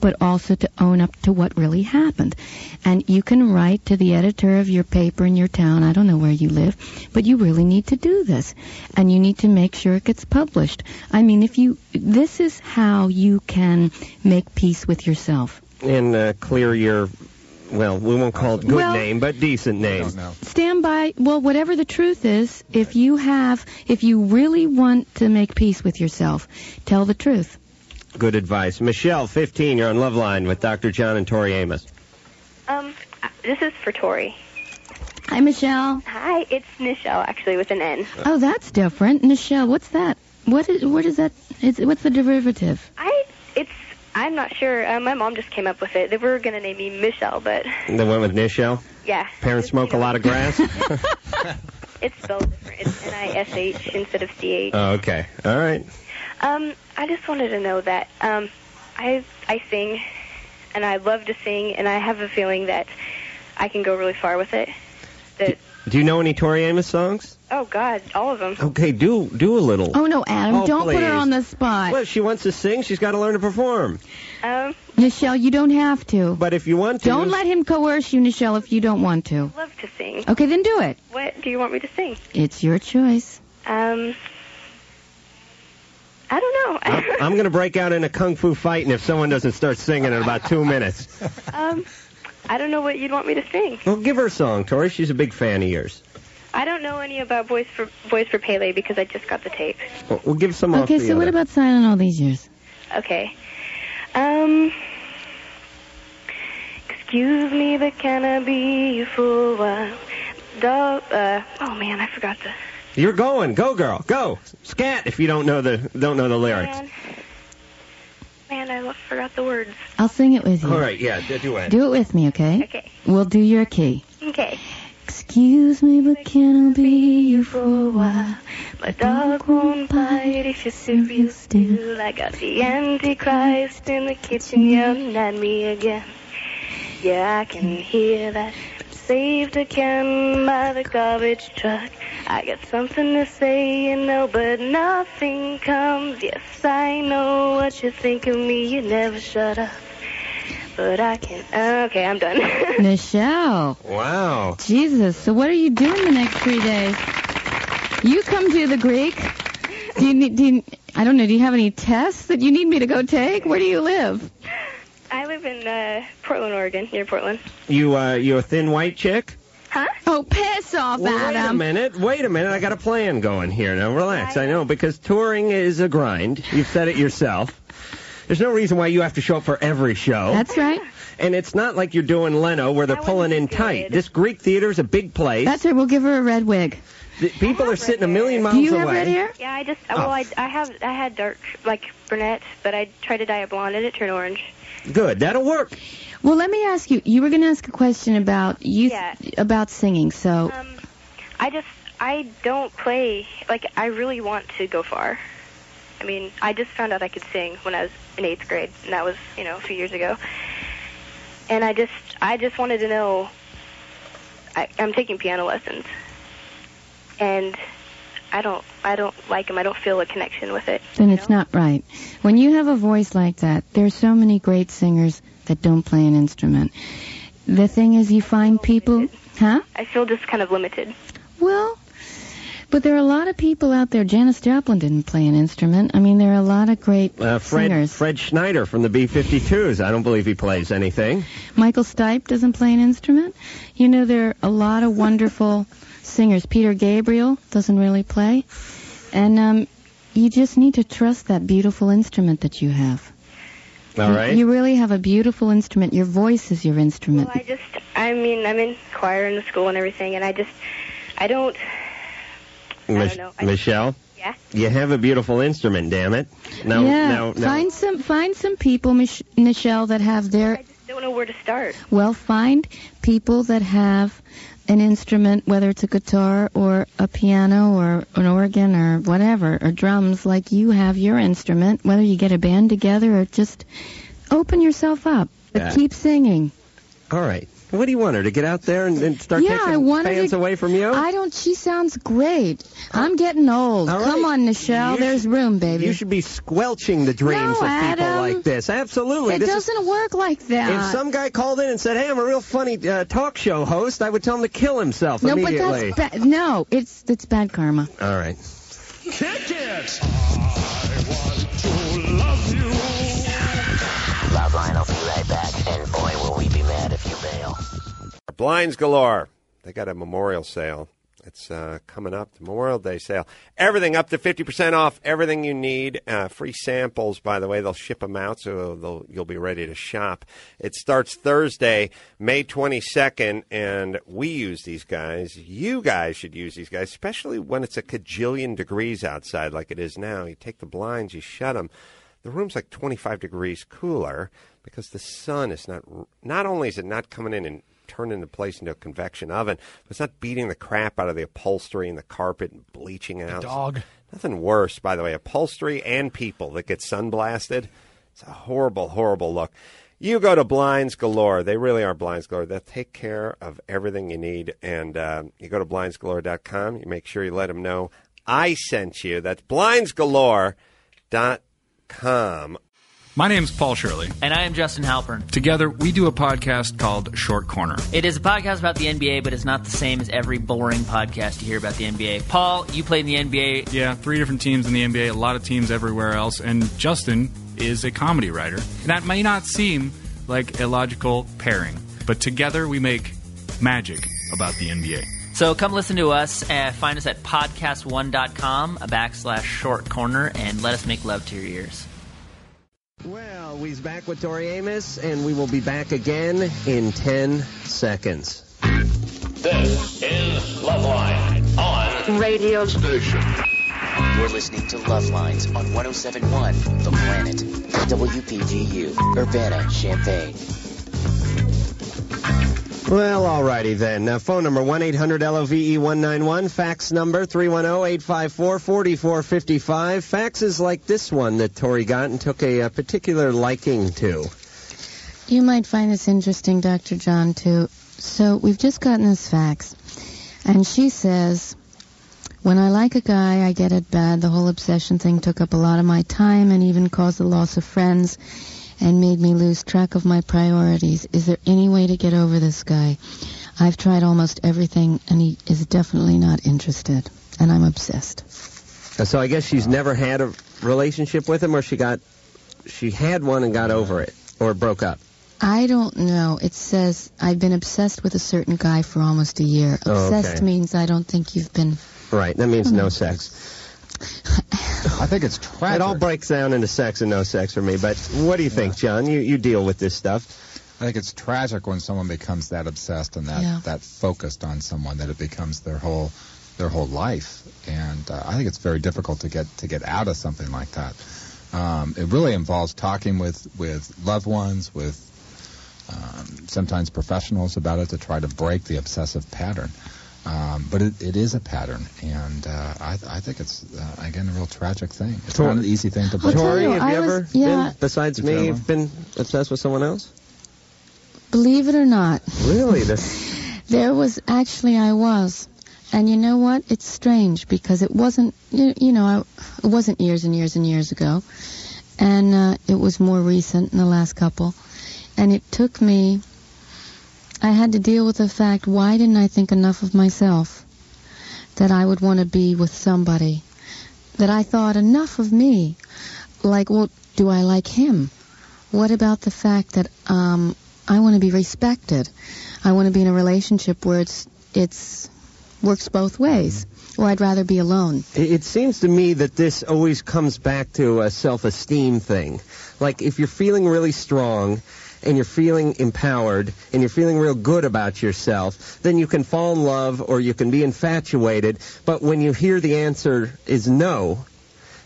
Speaker 6: but also to own up to what really happened. And you can write to the editor of your paper in your town. I don't know where you live, but you really need to do this and you need to make sure it gets published. I mean, if you this is how you can make peace with yourself.
Speaker 3: And uh, clear your, well, we won't call it good
Speaker 6: Well-
Speaker 3: name, but decent
Speaker 8: I
Speaker 3: name.
Speaker 8: don't know.
Speaker 6: stand by well whatever the truth is if you have if you really want to make peace with yourself tell the truth
Speaker 3: Good advice. Michelle, 15, you're on Love Line with Dr. John and Tori Amos.
Speaker 9: Um, this is for Tori.
Speaker 6: hi michelle
Speaker 9: Hi, it's Nichelle, actually, with an N.
Speaker 6: oh that's different michelle what's that what is what is that it's, what's the derivative
Speaker 9: I, it's, I'm not sure. Uh, my mom just came up with it. They were going to name me Michelle, but
Speaker 3: The one with Nichelle.
Speaker 9: yeah.
Speaker 3: Parents
Speaker 9: It's,
Speaker 3: smoke
Speaker 9: you
Speaker 3: a
Speaker 9: know,
Speaker 3: lot of grass.
Speaker 9: It's spelled different. It's N-I-S-H instead of C-H.
Speaker 3: oh, okay. All right.
Speaker 9: Um, I just wanted to know that um, I I sing, and I love to sing, and I have a feeling that I can go really far with it. That
Speaker 3: Do you know any Tori Amos songs?
Speaker 9: oh God, all of them.
Speaker 3: Okay, do do a little.
Speaker 6: oh no adam
Speaker 3: Oh,
Speaker 6: don't put her
Speaker 3: please.
Speaker 6: on the spot
Speaker 3: Well, if she wants to sing, she's got to learn to perform.
Speaker 9: Um,
Speaker 6: michelle you don't have to
Speaker 3: But if you want to,
Speaker 6: don't let him coerce you michelle if you don't want to
Speaker 9: love to sing.
Speaker 6: okay then do it
Speaker 9: What do you want me to sing?
Speaker 6: it's your choice
Speaker 9: Um, I don't know.
Speaker 3: I'm, I'm going to break out in a kung fu fight, and if someone doesn't start singing in about two minutes,
Speaker 9: um, I don't know what you'd want me to sing.
Speaker 3: well, give her a song, Tori. She's a big fan of yours.
Speaker 9: I don't know any about Boys for Boys for Pele because I just got the tape.
Speaker 3: Well, we'll give some off
Speaker 6: okay
Speaker 3: the
Speaker 6: so what
Speaker 3: other.
Speaker 6: about silent all these years
Speaker 9: Okay. Um. Excuse me, but can I be you for a while? Dog. Uh. Oh man, I forgot the.
Speaker 3: You're going. Go, girl. Go. Scat if you don't know the don't know the lyrics.
Speaker 9: Man. Man, I lo- forgot the words.
Speaker 6: i'll sing it with you
Speaker 3: All right. Yeah. Do it.
Speaker 6: do it with me okay
Speaker 9: Okay.
Speaker 6: we'll do your key
Speaker 9: Okay.
Speaker 6: Excuse me, but can I be you for a while?
Speaker 9: My dog won't bite if you're serious still. I got the Antichrist in the kitchen yelling at me again. Yeah, I can hear that. Saved again by the garbage truck. I got something to say, you know, but nothing comes. Yes, I know what you think of me. You never shut up. but I can. Okay, I'm done.
Speaker 6: Michelle.
Speaker 3: Wow.
Speaker 6: Jesus. So what are you doing the next three days? You come to the Greek. Do you need? Do you, I don't know. Do you have any tests that you need me to go take? Where do you live?
Speaker 9: I live in uh, Portland, Oregon, near Portland.
Speaker 3: You uh, you a thin white chick?
Speaker 9: Huh?
Speaker 6: Oh, piss off,
Speaker 3: Well, wait a
Speaker 6: Adam.
Speaker 3: minute. Wait a minute. I got a plan going here. Now relax. I know because touring is a grind. You've said it yourself. There's no reason why you have to show up for every show.
Speaker 6: That's right.
Speaker 3: and it's not like you're doing Leno where they're pulling in tight. This Greek theater is a big place.
Speaker 6: That's right. We'll give her a red wig.
Speaker 3: The people are sitting a million miles
Speaker 6: Do you
Speaker 3: away. Oh.
Speaker 6: have red hair?
Speaker 9: Yeah, I just well, I, I have I had dark like brunette, but I tried to dye it blonde and it turned orange.
Speaker 3: Good. That'll work.
Speaker 6: Well, let me ask you. You were going to ask a question about you
Speaker 9: Yeah.
Speaker 6: about singing. So
Speaker 9: Um, I just I don't play like I really want to go far. I mean, I just found out I could sing when I was in eighth grade, and that was you know a few years ago. And I just I just wanted to know. I, I'm taking piano lessons, and I don't I don't like them. I don't feel a connection with it.
Speaker 6: then it's not right. When you have a voice like that, there's so many great singers that don't play an instrument. The thing is, you find people, huh?
Speaker 9: I feel just kind of limited.
Speaker 6: Well, but there are a lot of people out there. Janis Joplin didn't play an instrument. I mean, there are a lot of great
Speaker 3: Uh, Fred
Speaker 6: singers.
Speaker 3: Fred Schneider from the B-52s. I don't believe he plays anything.
Speaker 6: Michael Stipe doesn't play an instrument. You know, there are a lot of wonderful singers. Peter Gabriel doesn't really play. And um, you just need to trust that beautiful instrument that you have.
Speaker 3: All
Speaker 6: You-
Speaker 3: right.
Speaker 6: You really have a beautiful instrument. Your voice is your instrument.
Speaker 9: Well, I just, I mean, I'm in choir in the school and everything, and I just, I don't,
Speaker 3: Mich-
Speaker 9: don't know. I-
Speaker 3: Michelle.
Speaker 9: Yeah?
Speaker 3: You have a beautiful instrument, damn it. Now,
Speaker 6: yeah.
Speaker 3: now, now.
Speaker 6: Find some find some people, Mich- Michelle, that have their
Speaker 9: I just don't know where to start.
Speaker 6: Well, find people that have an instrument, whether it's a guitar or a piano or an organ or whatever, or drums, like you have your instrument, whether you get a band together or just open yourself up. But
Speaker 3: Yeah.
Speaker 6: keep singing.
Speaker 3: All right. What do you want her to get out there and, and start
Speaker 6: yeah, I
Speaker 3: taking
Speaker 6: wanted
Speaker 3: fans
Speaker 6: to,
Speaker 3: away from you?
Speaker 6: I don't. She sounds great. I'm getting old.
Speaker 3: All
Speaker 6: Come
Speaker 3: right.
Speaker 6: on, Nichelle.
Speaker 3: You
Speaker 6: There's room, baby.
Speaker 3: you should be squelching the dreams
Speaker 6: No,
Speaker 3: of people
Speaker 6: Adam.
Speaker 3: like this. Absolutely.
Speaker 6: it
Speaker 3: this is-
Speaker 6: doesn't work like
Speaker 3: if
Speaker 6: that.
Speaker 3: some guy called in and said, "Hey, I'm a real funny uh, talk show host," I would tell him to kill himself
Speaker 6: no, but
Speaker 3: immediately.
Speaker 6: that's bad. No, it's it's bad karma.
Speaker 3: All right.
Speaker 10: Kick it! I want to love you.
Speaker 2: Loveline will be right back, and boy, will we be mad if you bail.
Speaker 11: Blinds galore. They got a memorial sale. It's uh, coming up, the Memorial Day sale. Everything up to 50% off, everything you need. Uh, free samples, by the way. They'll ship them out so they'll, you'll be ready to shop. It starts Thursday, May 22nd, and we use these guys. You guys should use these guys, especially when it's a cajillion degrees outside like it is now. You take the blinds, you shut them the room's like 25 degrees cooler because the sun is not not only is it not coming in and turning the place into a convection oven but it's not beating the crap out of the upholstery and the carpet and bleaching it out
Speaker 10: dog.
Speaker 11: nothing worse by the way upholstery and people that get sun blasted it's a horrible horrible look you go to blinds galore they really are blinds galore they'll take care of everything you need and uh, you go to blindsgalore.com you make sure you let them know i sent you that's blinds galore dot com.
Speaker 12: My name's Paul Shirley.
Speaker 13: And I am Justin Halpern.
Speaker 12: Together, we do a podcast called Short Corner.
Speaker 13: It is a podcast about the NBA, but it's not the same as every boring podcast you hear about the NBA. Paul, you played in the NBA.
Speaker 12: Yeah, three different teams in the NBA, a lot of teams everywhere else, and Justin is a comedy writer. And that may not seem like a logical pairing, but together we make magic about the NBA.
Speaker 13: So come listen to us. Uh, find us at podcast1.com, a backslash short corner, and let us make love to your ears.
Speaker 3: Well, we's back with Tori Amos, and we will be back again in 10 seconds.
Speaker 10: This is Loveline on radio station.
Speaker 14: You're listening to Love Lines on 1071 The Planet, WPGU, Urbana, Champaign.
Speaker 3: Well, alrighty then. Now, phone number E 1-800-LOVE-191, fax number 310-854-4455. Faxes like this one that Tori got and took a, uh particular liking to.
Speaker 6: You might find this interesting, Dr. John, too. So we've just gotten this fax, and she says, when I like a guy, I get it bad. The whole obsession thing took up a lot of my time and even caused the loss of friends. and made me lose track of my priorities. Is there any way to get over this guy? I've tried almost everything, and he is definitely not interested. And I'm obsessed.
Speaker 3: Uh, So I guess she's never had a relationship with him, or she got, she had one and got over it, or broke up.
Speaker 6: I don't know. It says I've been obsessed with a certain guy for almost a year.
Speaker 3: Oh, okay.
Speaker 6: Obsessed means I don't think you've been.
Speaker 3: Right. That means no sex.
Speaker 8: I think it's tragic.
Speaker 3: It all breaks down into sex and no sex for me. But what do you think, John? You you deal with this stuff.
Speaker 8: I think it's tragic when someone becomes that obsessed and that
Speaker 6: Yeah.
Speaker 8: that focused on someone that it becomes their whole their whole life. And uh, I think it's very difficult to get to get out of something like that. Um, it really involves talking with with loved ones, with um, sometimes professionals about it to try to break the obsessive pattern. Um, but it, it is a pattern, and uh, I, I think it's uh, again a real tragic thing. It's not an easy thing to break.
Speaker 3: Tori, have you
Speaker 6: I was-
Speaker 3: ever
Speaker 6: yeah.
Speaker 3: been besides me? You've been obsessed with someone else?
Speaker 6: Believe it or not,
Speaker 3: Really? This.
Speaker 6: There was actually I was, and you know what? It's strange because it wasn't you, you know I, it wasn't years and years and years ago, and uh, it was more recent in the last couple, and it took me. I had to deal with the fact why didn't I think enough of myself that I would want to be with somebody that I thought enough of me, like well do I like him? What about the fact that um, I want to be respected? I want to be in a relationship where it's it's works both ways,
Speaker 8: Mm-hmm.
Speaker 6: or I'd rather be alone.
Speaker 3: It it seems to me that this always comes back to a self-esteem thing. Like if you're feeling really strong and you're feeling empowered and you're feeling real good about yourself, then you can fall in love or you can be infatuated, but when you hear the answer is no,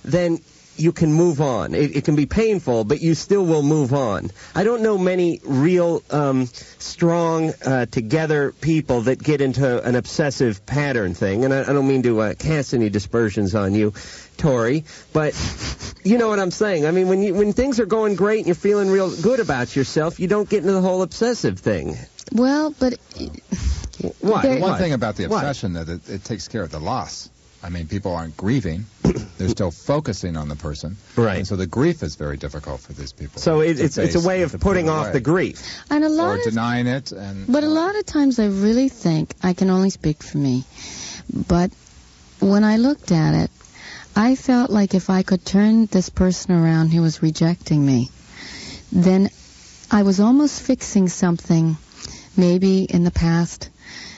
Speaker 3: then you can move on. It, it can be painful, but you still will move on. I don't know many real um, strong uh, together people that get into an obsessive pattern thing, and I, I don't mean to uh, cast any dispersions on you, Tori, but you know what I'm saying. I mean, when you, when things are going great and you're feeling real good about yourself, you don't get into the whole obsessive thing.
Speaker 6: Well, but
Speaker 3: Why?
Speaker 8: The
Speaker 3: Why?
Speaker 8: One thing about the
Speaker 3: Why?
Speaker 8: obsession that it, it takes care of the loss. I mean, people aren't grieving; they're still focusing on the person. Right. And so the grief is very difficult for these people.
Speaker 3: So it,
Speaker 8: to
Speaker 3: it's it's a
Speaker 8: face
Speaker 3: way
Speaker 8: and
Speaker 3: of
Speaker 8: to put
Speaker 3: putting
Speaker 8: away.
Speaker 3: off the grief.
Speaker 6: and a
Speaker 8: or
Speaker 6: lot of
Speaker 8: denying it and
Speaker 6: But a lot of times I really think, I can only speak for me, but when I looked at it, I felt like if I could turn this person around who was rejecting me, then I was almost fixing something, maybe in the past,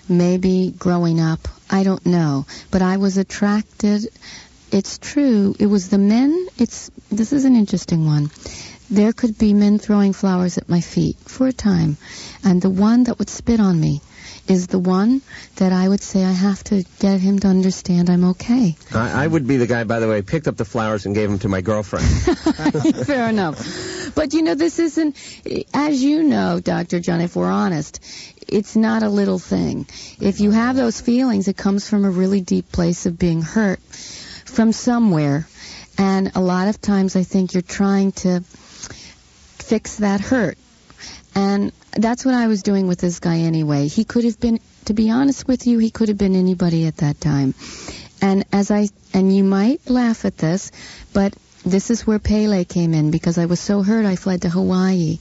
Speaker 6: maybe growing up, I don't know, but I was attracted. It's true. It was the men. It's this is an interesting one. There could be men throwing flowers at my feet for a time, and the one that would spit on me is the one that I would say I have to get him to understand I'm okay.
Speaker 3: I, I would be the guy, by the way, picked up the flowers and gave them to my girlfriend.
Speaker 6: Fair enough. But you know, this isn't, as you know, Dr. John, if we're honest, it's not a little thing. If you have those feelings, it comes from a really deep place of being hurt from somewhere. And a lot of times I think you're trying to fix that hurt. And that's what I was doing with this guy anyway. He could have been, to be honest with you, he could have been anybody at that time. And as I, and you might laugh at this, but this is where Pele came in because I was so hurt I fled to Hawaii.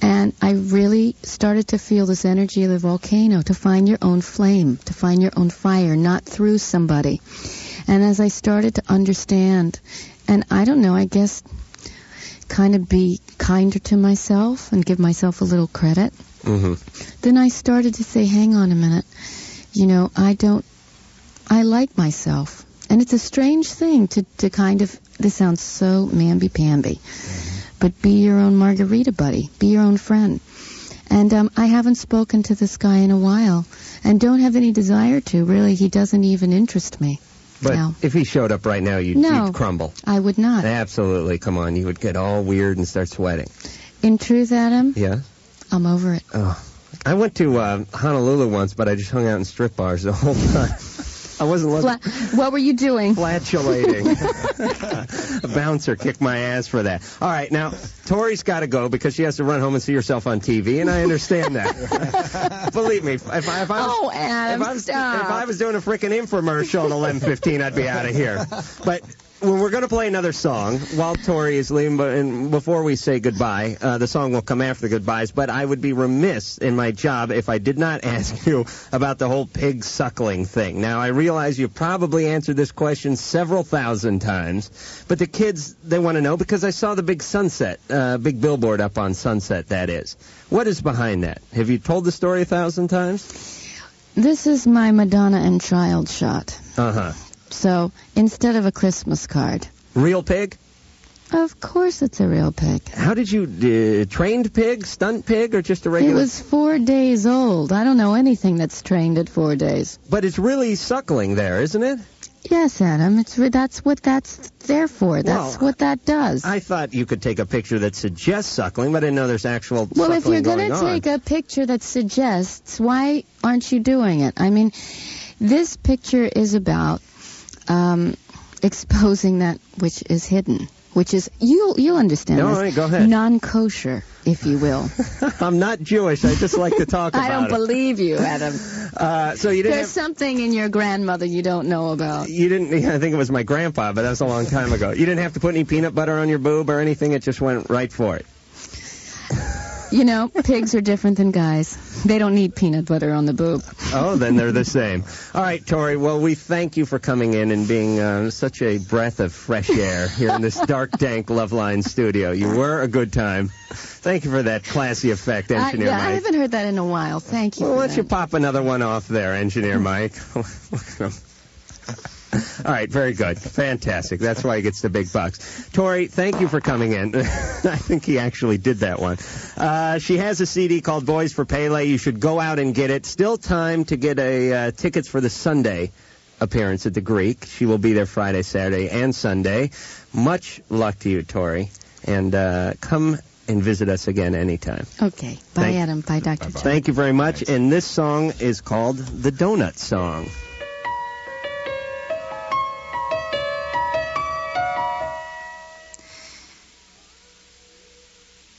Speaker 6: And I really started to feel this energy of the volcano, to find your own flame, to find your own fire, not through somebody. And as I started to understand, and I don't know, I guess kind of be kinder to myself and give myself a little credit,
Speaker 3: Mm-hmm.
Speaker 6: then I started to say, hang on a minute. You know, I don't, I like myself. And it's a strange thing to, to kind of, this sounds so mamby-pamby, but be your own margarita buddy, be your own friend. And um, I haven't spoken to this guy in a while and don't have any desire to. Really, he doesn't even interest me.
Speaker 3: But
Speaker 6: No.
Speaker 3: if he showed up right now, you'd,
Speaker 6: No.
Speaker 3: you'd crumble.
Speaker 6: I would not.
Speaker 3: Absolutely. Come on. You would get all weird and start sweating.
Speaker 6: In truth, Adam,
Speaker 3: Yeah.
Speaker 6: I'm over it.
Speaker 3: Oh. I went to uh, Honolulu once, but I just hung out in strip bars the whole time. I wasn't looking.
Speaker 6: Fla- what were you doing?
Speaker 3: Flatulating. A bouncer kicked my ass for that. All right, now Tori's got to go because she has to run home and see herself on TV, and I understand that. Believe me, if I, if I was,
Speaker 6: Oh, Adam,
Speaker 3: if I was,
Speaker 6: stop.
Speaker 3: if I was doing a freaking infomercial at 11:15, I'd be out of here. But when we're going to play another song while Tori is leaving, but and before we say goodbye, uh, the song will come after the goodbyes. But I would be remiss in my job if I did not ask you about the whole pig suckling thing. Now I realize you probably answered this question several thousand times, but the kids they want to know because I saw the big sunset, uh, big billboard up on Sunset. That is, what is behind that? Have you told the story a thousand times?
Speaker 6: This is my Madonna and Child shot.
Speaker 3: Uh huh.
Speaker 6: So instead of a Christmas card,
Speaker 3: Real pig.
Speaker 6: of course it's a real pig.
Speaker 3: How did you uh, trained pig, stunt pig, or just a regular?
Speaker 6: It was four days old. I don't know anything that's trained at four days.
Speaker 3: But it's really suckling there, isn't it?
Speaker 6: Yes, Adam. It's re- that's what that's there for. That's
Speaker 3: Well,
Speaker 6: what that does.
Speaker 3: I thought you could take a picture that suggests suckling, but I didn't know there's actual
Speaker 6: well, if
Speaker 3: suckling
Speaker 6: you're gonna
Speaker 3: going on.
Speaker 6: take a picture that suggests, why aren't you doing it? I mean, this picture is about um, exposing that which is hidden, which is you you understand
Speaker 3: No,
Speaker 6: this.
Speaker 3: all right, go ahead.
Speaker 6: Non-kosher, if you will.
Speaker 3: I'm not Jewish. I just like to talk about
Speaker 6: I don't
Speaker 3: it.
Speaker 6: believe you, Adam.
Speaker 3: Uh, so you didn't.
Speaker 6: There's something in your grandmother you don't know about.
Speaker 3: you didn't. I think it was my grandpa, but that was a long time ago. You didn't have to put any peanut butter on your boob or anything. It just went right for it.
Speaker 6: You know, pigs are different than guys. They don't need peanut butter on the boob.
Speaker 3: Oh, then they're the same. All right, Tori. Well, we thank you for coming in and being uh, such a breath of fresh air here in this dark, dank Loveline studio. You were a good time. Thank you for that classy effect,
Speaker 6: I,
Speaker 3: engineer
Speaker 6: Uh, yeah,
Speaker 3: Mike.
Speaker 6: I haven't heard that in a while. Thank you.
Speaker 3: Well,
Speaker 6: for
Speaker 3: why don't you
Speaker 6: that.
Speaker 3: pop another one off there, Engineer Mike? Look at him. All right, very good. Fantastic. That's why he gets the big bucks. Tori, thank you for coming in. I think he actually did that one. Uh, she has a CD called Boys for Pele. You should go out and get it. Still time to get a uh, tickets for the Sunday appearance at the Greek. She will be there Friday, Saturday, and Sunday. Much luck to you, Tori, and uh, come and visit us again anytime.
Speaker 6: Okay. Bye,
Speaker 3: Thank-
Speaker 6: Adam. Bye, Dr. Ch-
Speaker 3: Thank you very much. And this song is called The Donut Song.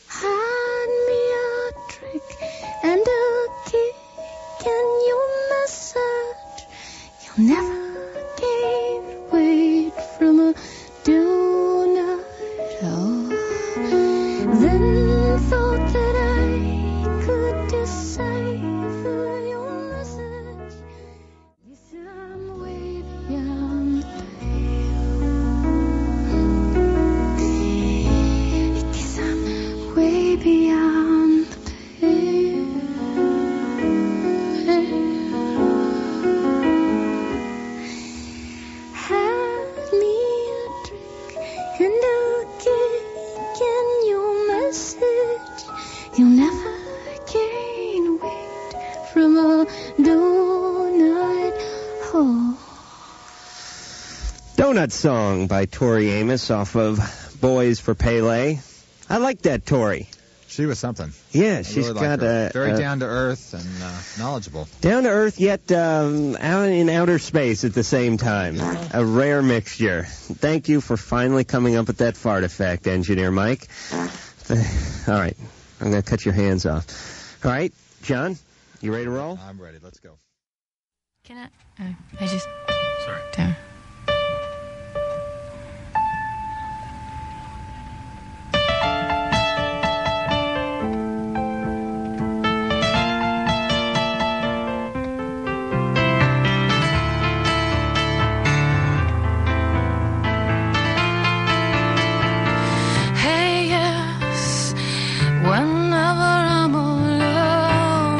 Speaker 15: Hand me a trick and a kick and you massage. You'll never get weight from a donut. Oh. Then thought that I could decipher your message. Yes, I'm way beyond the pale. Yes, I'm way beyond the pale. Had me a drink and a cake and your message. You'll never gain weight from a donut hole.
Speaker 3: Donut Song by Tori Amos off of Boys for Pele. I like that, Tori.
Speaker 8: She was something.
Speaker 3: Yeah,
Speaker 8: I
Speaker 3: she's
Speaker 8: really like
Speaker 3: got
Speaker 8: her.
Speaker 3: a.
Speaker 8: very
Speaker 3: a-
Speaker 8: down to earth and uh, knowledgeable.
Speaker 3: Down to earth, yet um, out in outer space at the same time. A rare mixture. Thank you for finally coming up with that fart effect, Engineer Mike. All right, I'm going to cut your hands off. All right, John, you ready to roll?
Speaker 8: I'm ready. Let's go.
Speaker 16: Can I? Oh, I just.
Speaker 12: Sorry.
Speaker 16: Down.
Speaker 15: Hey, yes, whenever I'm alone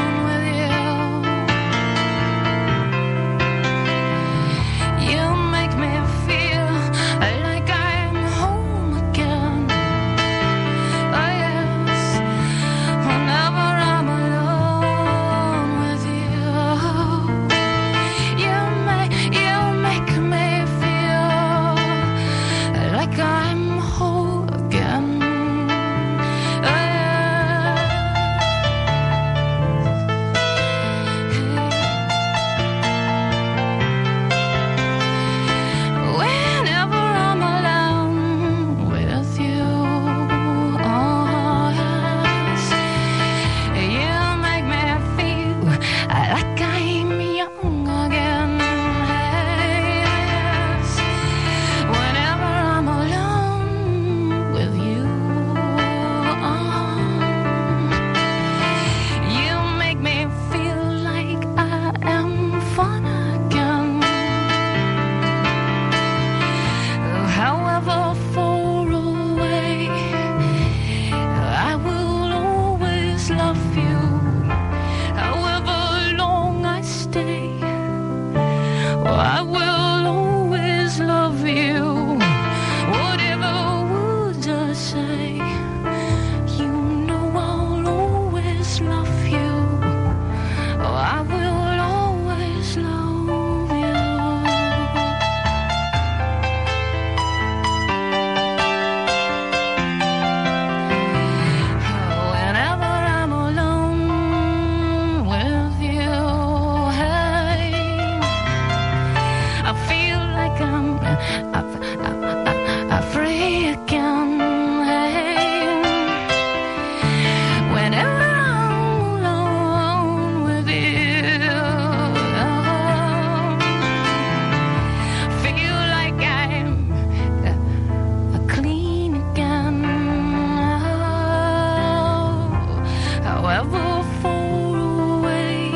Speaker 15: with you, Oh, uh, Oh, I'm free again. Hey. Whenever I'm alone with you, I feel like I'm uh, clean again. Oh, however far away,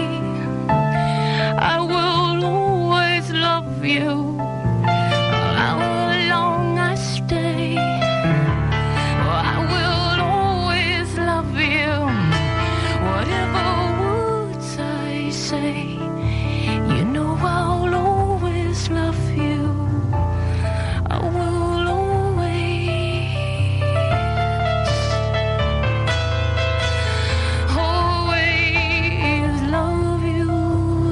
Speaker 15: I will always love you. How long I stay, I will always love you. Whatever words I say, you know I'll always love you. I will always, always love you.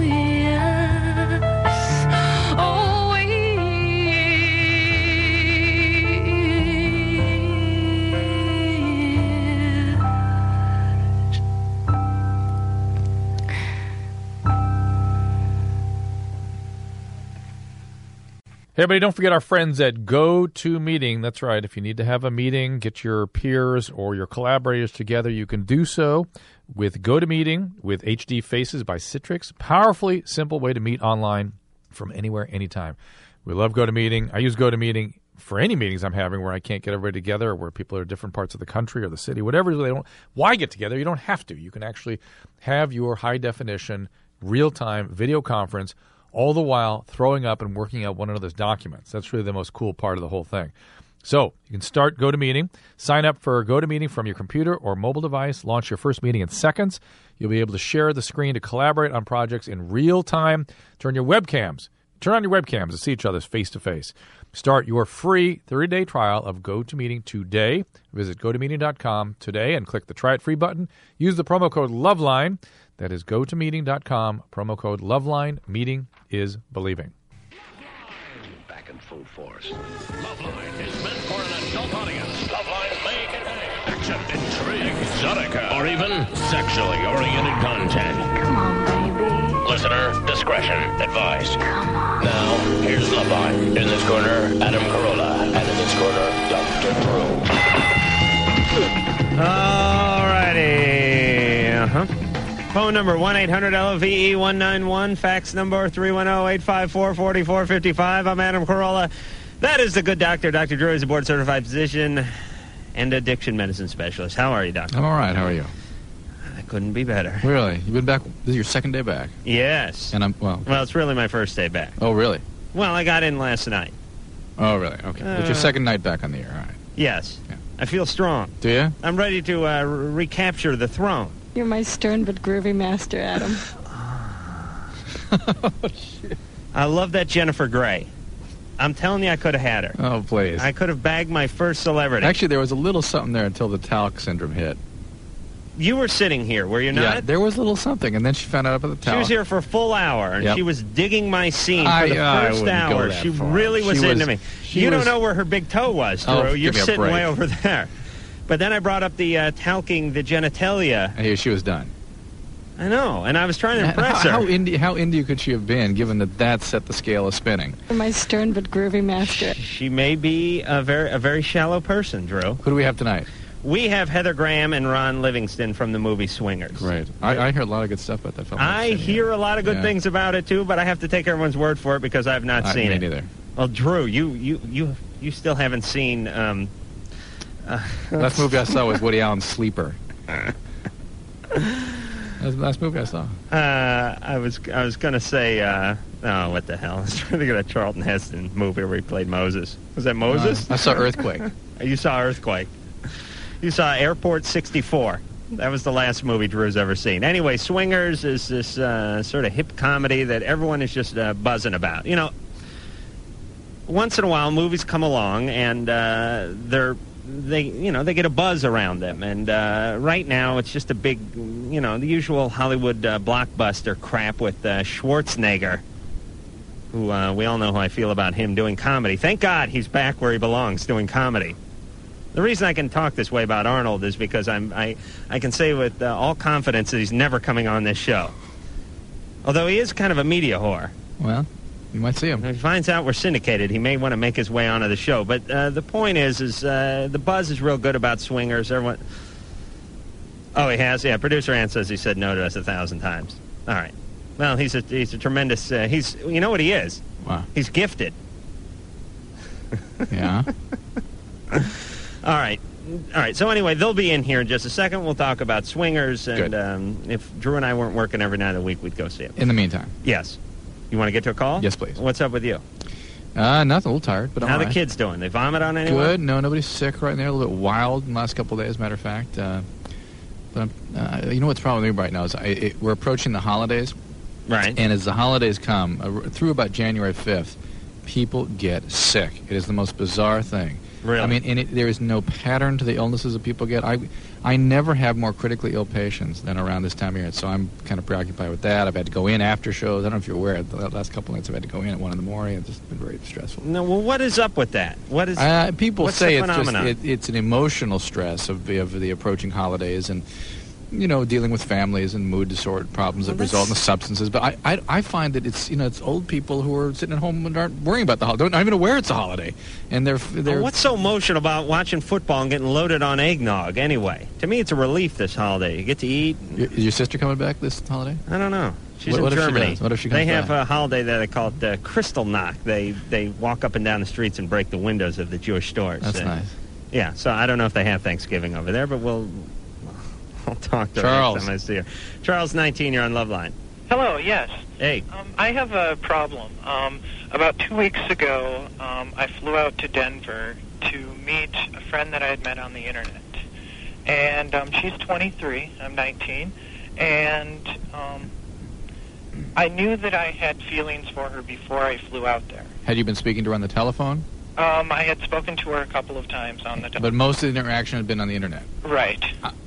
Speaker 15: Yes, always.
Speaker 17: Hey, everybody, don't forget our friends at GoToMeeting. That's right. If you need to have a meeting, get your peers or your collaborators together, you can do so with GoToMeeting with HD Faces by Citrix. Powerfully simple way to meet online from anywhere, anytime. We love GoToMeeting. I use GoToMeeting for any meetings I'm having where I can't get everybody together or where people are different parts of the country or the city, whatever they don't. Why get together? You don't have to. You can actually have your high definition, real time video conference all the while throwing up and working out one another's documents. That's really the most cool part of the whole thing. So you can start GoToMeeting, sign up for GoToMeeting from your computer or mobile device, launch your first meeting in seconds. You'll be able to share the screen to collaborate on projects in real time. Turn your webcams, turn on your webcams to see each other's face to face. Start your free 30-day trial of GoToMeeting today. Visit gotomeeting.com today and click the Try It Free button. Use the promo code LOVELINE. That is gotomeeting.com, promo code LOVELINE. Meeting is believing.
Speaker 14: Back in full force. Loveline is meant for an adult audience. Loveline may contain action, intrigue, erotica, or even sexually oriented content. Come on, baby. Listener discretion advised. Come on. Now, here's Loveline. In this corner, Adam Carolla. And in this corner, Dr. Drew.
Speaker 18: Alrighty. Uh-huh. Phone number 1 800 LOVE 191. Fax number 310 854 4455. I'm Adam Carolla. That is the good doctor. Dr. Drew is a board certified physician and addiction medicine specialist. How are you, Doctor?
Speaker 19: I'm all right. How are you?
Speaker 18: I couldn't be better.
Speaker 19: Really? You've been back. This is your second day back.
Speaker 18: Yes.
Speaker 19: And I'm well.
Speaker 18: Well, it's really my first day back.
Speaker 19: Oh, really?
Speaker 18: Well, I got in last night.
Speaker 19: Oh, really? Okay. it's
Speaker 18: Uh,
Speaker 19: your second night back on the air. All right.
Speaker 18: Yes. I feel strong.
Speaker 19: Do you?
Speaker 18: I'm ready to uh, re- recapture the throne.
Speaker 9: You're my stern but groovy master, Adam.
Speaker 18: I love that Jennifer Gray. I'm telling you, I could have had her.
Speaker 19: Oh, please.
Speaker 18: I could have bagged my first celebrity.
Speaker 19: Actually, there was a little something there until the talc syndrome hit.
Speaker 18: You were sitting here, were you
Speaker 19: Yeah,
Speaker 18: not?
Speaker 19: there was a little something, and then she found out about the talc.
Speaker 18: She was here for a full hour, and
Speaker 19: Yep.
Speaker 18: she was digging my scene
Speaker 19: I- uh,
Speaker 18: for the
Speaker 19: I
Speaker 18: first
Speaker 19: wouldn't go
Speaker 18: hour.
Speaker 19: that
Speaker 18: She
Speaker 19: far.
Speaker 18: really was
Speaker 19: She
Speaker 18: into
Speaker 19: was-
Speaker 18: me.
Speaker 19: she
Speaker 18: You
Speaker 19: was-
Speaker 18: don't know where her big toe was, Drew.
Speaker 19: Oh, give
Speaker 18: You're
Speaker 19: me a
Speaker 18: sitting
Speaker 19: break.
Speaker 18: way over there. But then I brought up the uh, talking the genitalia.
Speaker 19: Hey, she was done.
Speaker 18: I know, and I was trying to impress
Speaker 19: how,
Speaker 18: her.
Speaker 19: how indie? How indie could she have been, given that that set the scale of spinning?
Speaker 9: You're my stern but groovy master.
Speaker 18: She may be a very a very shallow person, Drew. Who
Speaker 19: do we have tonight?
Speaker 18: We have Heather Graham and Ron Livingston from the movie Swingers.
Speaker 19: Right. I, I hear a lot of good stuff about that film.
Speaker 18: I hear a lot of good
Speaker 19: Yeah.
Speaker 18: things about it too, but I have to take everyone's word for it because I've not
Speaker 19: I-
Speaker 18: seen
Speaker 19: me
Speaker 18: it.
Speaker 19: neither.
Speaker 18: Well, Drew, you you you you still haven't seen. Um, uh,
Speaker 19: Last movie I saw was Woody Allen's Sleeper. That's the last movie I saw.
Speaker 18: Uh, I was I was gonna say. Uh, oh, what the hell! I was trying to get a Charlton Heston movie where he played Moses. Was that Moses?
Speaker 19: Uh, I saw Earthquake.
Speaker 18: you saw Earthquake. You saw Airport 64. That was the last movie Drew's ever seen. Anyway, Swingers is this uh, sort of hip comedy that everyone is just uh, buzzing about. You know, once in a while movies come along and uh, they're they you know they get a buzz around them and uh, right now it's just a big you know the usual Hollywood uh, blockbuster crap with uh, Schwarzenegger who uh, we all know how I feel about him doing comedy thank god he's back where he belongs doing comedy the reason I can talk this way about Arnold is because I'm I I can say with uh, all confidence that he's never coming on this show although he is kind of a media whore
Speaker 19: Well, You might see him.
Speaker 18: If he finds out we're syndicated, he may want to make his way onto the show. But uh, the point is, is uh, the buzz is real good about swingers. Everyone. Oh, he has. Yeah, producer Ann says he said no to us a thousand times. All right. Well, he's a he's a tremendous. Uh, he's you know what he is.
Speaker 19: Wow.
Speaker 18: He's gifted.
Speaker 19: Yeah.
Speaker 18: All right. All right. So anyway, they'll be in here in just a second. We'll talk about swingers, and
Speaker 19: Good.
Speaker 18: um, if Drew and I weren't working every night of the week, we'd go see him.
Speaker 19: In the meantime.
Speaker 18: Yes. You want to get to a call?
Speaker 19: Yes, please.
Speaker 18: What's up with you?
Speaker 19: Uh, nothing. A little tired, but I'm
Speaker 18: How
Speaker 19: all
Speaker 18: the
Speaker 19: right.
Speaker 18: kids doing? They vomit on anyone?
Speaker 19: Good. No, nobody's sick right there. A little bit wild in the last couple of days, as a matter of fact. Uh, but I'm, uh, you know what's problem with me right now is I, it, we're approaching the holidays.
Speaker 18: Right.
Speaker 19: And as the holidays come, uh, through about January 5th, people get sick. It is the most bizarre thing.
Speaker 18: Really?
Speaker 19: I mean, and it, there is no pattern to the illnesses that people get. I, I never have more critically ill patients than around this time of year, so I'm kind of preoccupied with that. I've had to go in after shows. I don't know if you're aware. The last couple of nights I've had to go in at one in the morning. It's just been very stressful.
Speaker 18: No. Well, what is up with that? What is?
Speaker 19: Uh, people
Speaker 18: what's
Speaker 19: say
Speaker 18: the
Speaker 19: it's just
Speaker 18: phenomenon?
Speaker 19: it, it's an emotional stress of, the- of the approaching holidays and you know dealing with families and mood disorder problems that result in the substances. But I, I I find that it's you know it's old people who are sitting at home and aren't worrying about the holiday, aren't even aware it's a holiday, and they're they're
Speaker 18: Oh, what's so emotional about watching football and getting loaded on eggnog anyway? To me, it's a relief this holiday. You get to eat.
Speaker 19: Your, is your sister coming back this holiday?
Speaker 18: I don't know. She's
Speaker 19: What-
Speaker 18: in
Speaker 19: what if she
Speaker 18: Germany.
Speaker 19: does? What if she
Speaker 18: They
Speaker 19: comes
Speaker 18: have
Speaker 19: back?
Speaker 18: a holiday that they call it uh, Kristallnacht. They they walk up and down the streets and break the windows of the Jewish stores.
Speaker 19: That's
Speaker 18: And-
Speaker 19: nice.
Speaker 18: Yeah. So I don't know if they have Thanksgiving over there, but we'll I'll talk to her
Speaker 19: Charles.
Speaker 18: next time I see her. Charles, 19, you're on Love Line.
Speaker 20: Hello, yes.
Speaker 18: Hey.
Speaker 20: Um, I have a problem. Um, about two weeks ago, um, I flew out to Denver to meet a friend that I had met on the internet. And um, she's 23, I'm 19. And um, I knew that I had feelings for her before I flew out there.
Speaker 19: Had you been speaking to her on the telephone?
Speaker 20: Um, I had spoken to her a couple of times on the
Speaker 19: But most of the interaction had been on the internet.
Speaker 20: Right.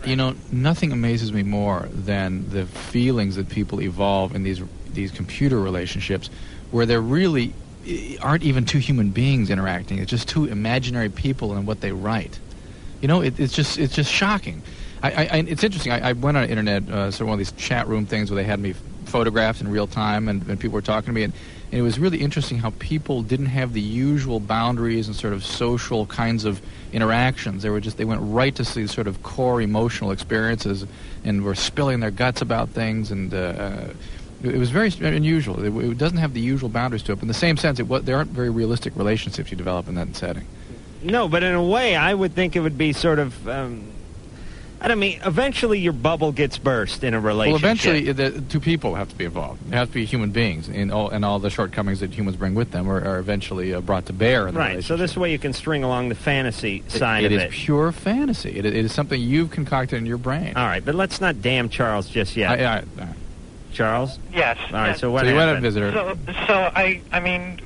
Speaker 19: You know, nothing amazes me more than the feelings that people evolve in these these computer relationships, where there really eh, aren't even two human beings interacting. It's just two imaginary people and what they write. You know, it, it's just it's just shocking. I, I, I it's interesting. I, I went on internet, uh, sort of one of these chat room things where they had me photographed in real time, and, and people were talking to me, and, and it was really interesting how people didn't have the usual boundaries and sort of social kinds of interactions. They were just they went right to these sort of core emotional experiences, and were spilling their guts about things, and. Uh, uh, it it was very s- unusual. It, it doesn't have the usual boundaries to it. But in the same sense, it, wa- there aren't very realistic relationships you develop in that setting.
Speaker 18: No, but in a way, I would think it would be sort of. Um, I don't mean. Eventually, your bubble gets burst in a
Speaker 19: Well,
Speaker 18: relationship.
Speaker 19: eventually, the two people have to be involved. They have to be human beings, and all and all the shortcomings that humans bring with them are, are eventually uh, brought to bear. In the
Speaker 18: Right. So this way, you can string along the fantasy
Speaker 19: relationship.
Speaker 18: side of
Speaker 19: it
Speaker 18: it.
Speaker 19: is pure fantasy. It, it is something you've concocted in your brain.
Speaker 18: All right, but let's not damn Charles just yet.
Speaker 19: I- I-
Speaker 18: Charles.
Speaker 20: Yes.
Speaker 18: All right.
Speaker 20: yes.
Speaker 18: So what
Speaker 19: So you went
Speaker 18: happened?
Speaker 19: on visitor.
Speaker 20: So, so I, I mean,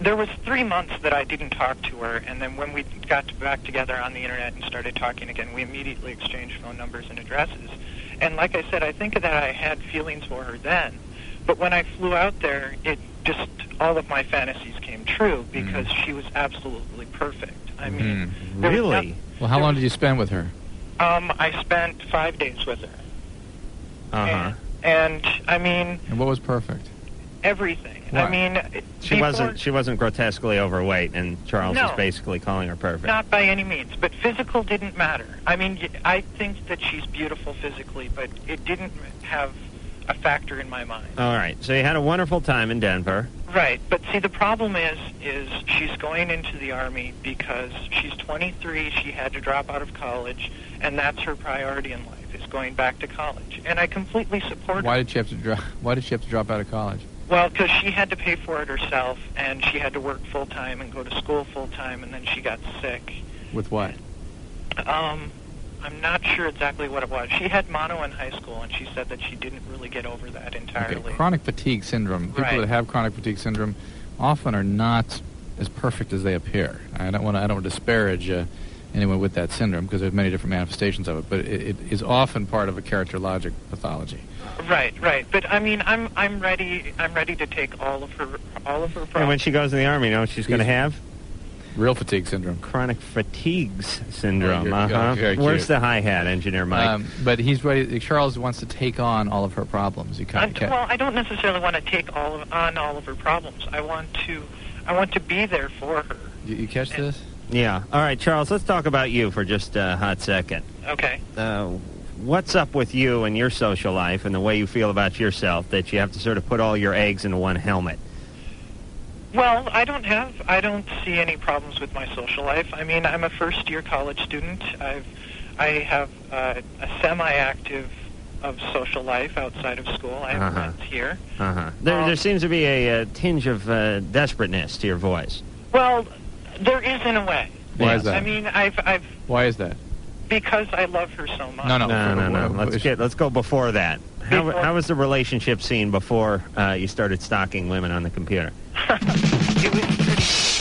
Speaker 20: there was three months that I didn't talk to her, and then when we got to- back together on the internet and started talking again, we immediately exchanged phone numbers and addresses. And like I said, I think that I had feelings for her then, but when I flew out there, it just all of my fantasies came
Speaker 18: Mm.
Speaker 20: true because she was absolutely perfect. I mean, there was
Speaker 18: Hmm. Really?
Speaker 19: Well, how long did you spend with her?
Speaker 20: no- um, I spent five days with her,
Speaker 19: Uh huh.
Speaker 18: Uh-huh.
Speaker 20: and I mean
Speaker 19: And what was perfect?
Speaker 20: everything. I
Speaker 18: What?
Speaker 20: mean,
Speaker 18: She
Speaker 20: before-
Speaker 18: wasn't. She wasn't grotesquely overweight, and Charles
Speaker 20: No.
Speaker 18: is basically calling her perfect.
Speaker 20: Not by any means, but physical didn't matter. I mean, y- I think that she's beautiful physically, but it didn't have a factor in my mind.
Speaker 18: All right. So you had a wonderful time in Denver.
Speaker 20: Right, but see, the problem is, is she's going into the army because she's 23. She had to drop out of college, and that's her priority in life is going back to college. And I completely support
Speaker 19: Why
Speaker 20: her.
Speaker 19: did she have to drop? Why did she have to drop out of college?
Speaker 20: Well, because she had to pay for it herself, and she had to work full time and go to school full time, and then she got sick.
Speaker 19: With what?
Speaker 20: Um, I'm not sure exactly what it was. She had mono in high school, and she said that she didn't really get over that entirely.
Speaker 19: Okay, chronic fatigue syndrome. People
Speaker 20: Right.
Speaker 19: that have chronic fatigue syndrome often are not as perfect as they appear. I don't want to. I don't disparage uh, anyone with that syndrome because there's many different manifestations of it, but it, it is often part of a characterologic pathology.
Speaker 20: Right, right. But I mean, I'm I'm ready. I'm ready to take all of her all of her
Speaker 18: And when
Speaker 20: problems.
Speaker 18: she goes in the army, you know what she's going to have?
Speaker 19: Real fatigue syndrome.
Speaker 18: Chronic fatigues
Speaker 19: Oh,
Speaker 18: syndrome.
Speaker 19: you're-
Speaker 18: uh huh.
Speaker 19: you're- you're
Speaker 18: Where's
Speaker 19: cute.
Speaker 18: the hi hat, engineer Mike?
Speaker 19: Um, but he's ready. Charles wants to take on all of her problems. You kind
Speaker 20: I,
Speaker 19: of ca-
Speaker 20: well, I don't necessarily want to take all of, on all of her problems. I want to, I want to be there for her.
Speaker 19: you, you catch this?
Speaker 18: yeah. All right, Charles. Let's talk about you for just a hot second.
Speaker 20: Okay.
Speaker 18: Uh, what's up with you and your social life and the way you feel about yourself that you have to sort of put all your eggs into one helmet?
Speaker 20: Well, I don't have, I don't see any problems with my social life. I mean, I'm a first-year college student. I've, I have uh, a semi-active of social life outside of school. I have
Speaker 18: Uh-huh.
Speaker 20: friends here.
Speaker 18: Uh-huh. There, there seems to be a, uh tinge of uh, desperateness to your voice.
Speaker 20: Well, there is in a way.
Speaker 19: Why is that?
Speaker 20: I mean, I've, I've,
Speaker 19: Why is that?
Speaker 20: because I love her so much.
Speaker 19: No, no.
Speaker 18: no, no, no. Let's get let's go before that. How, how was the relationship scene before uh, you started stalking women on the computer?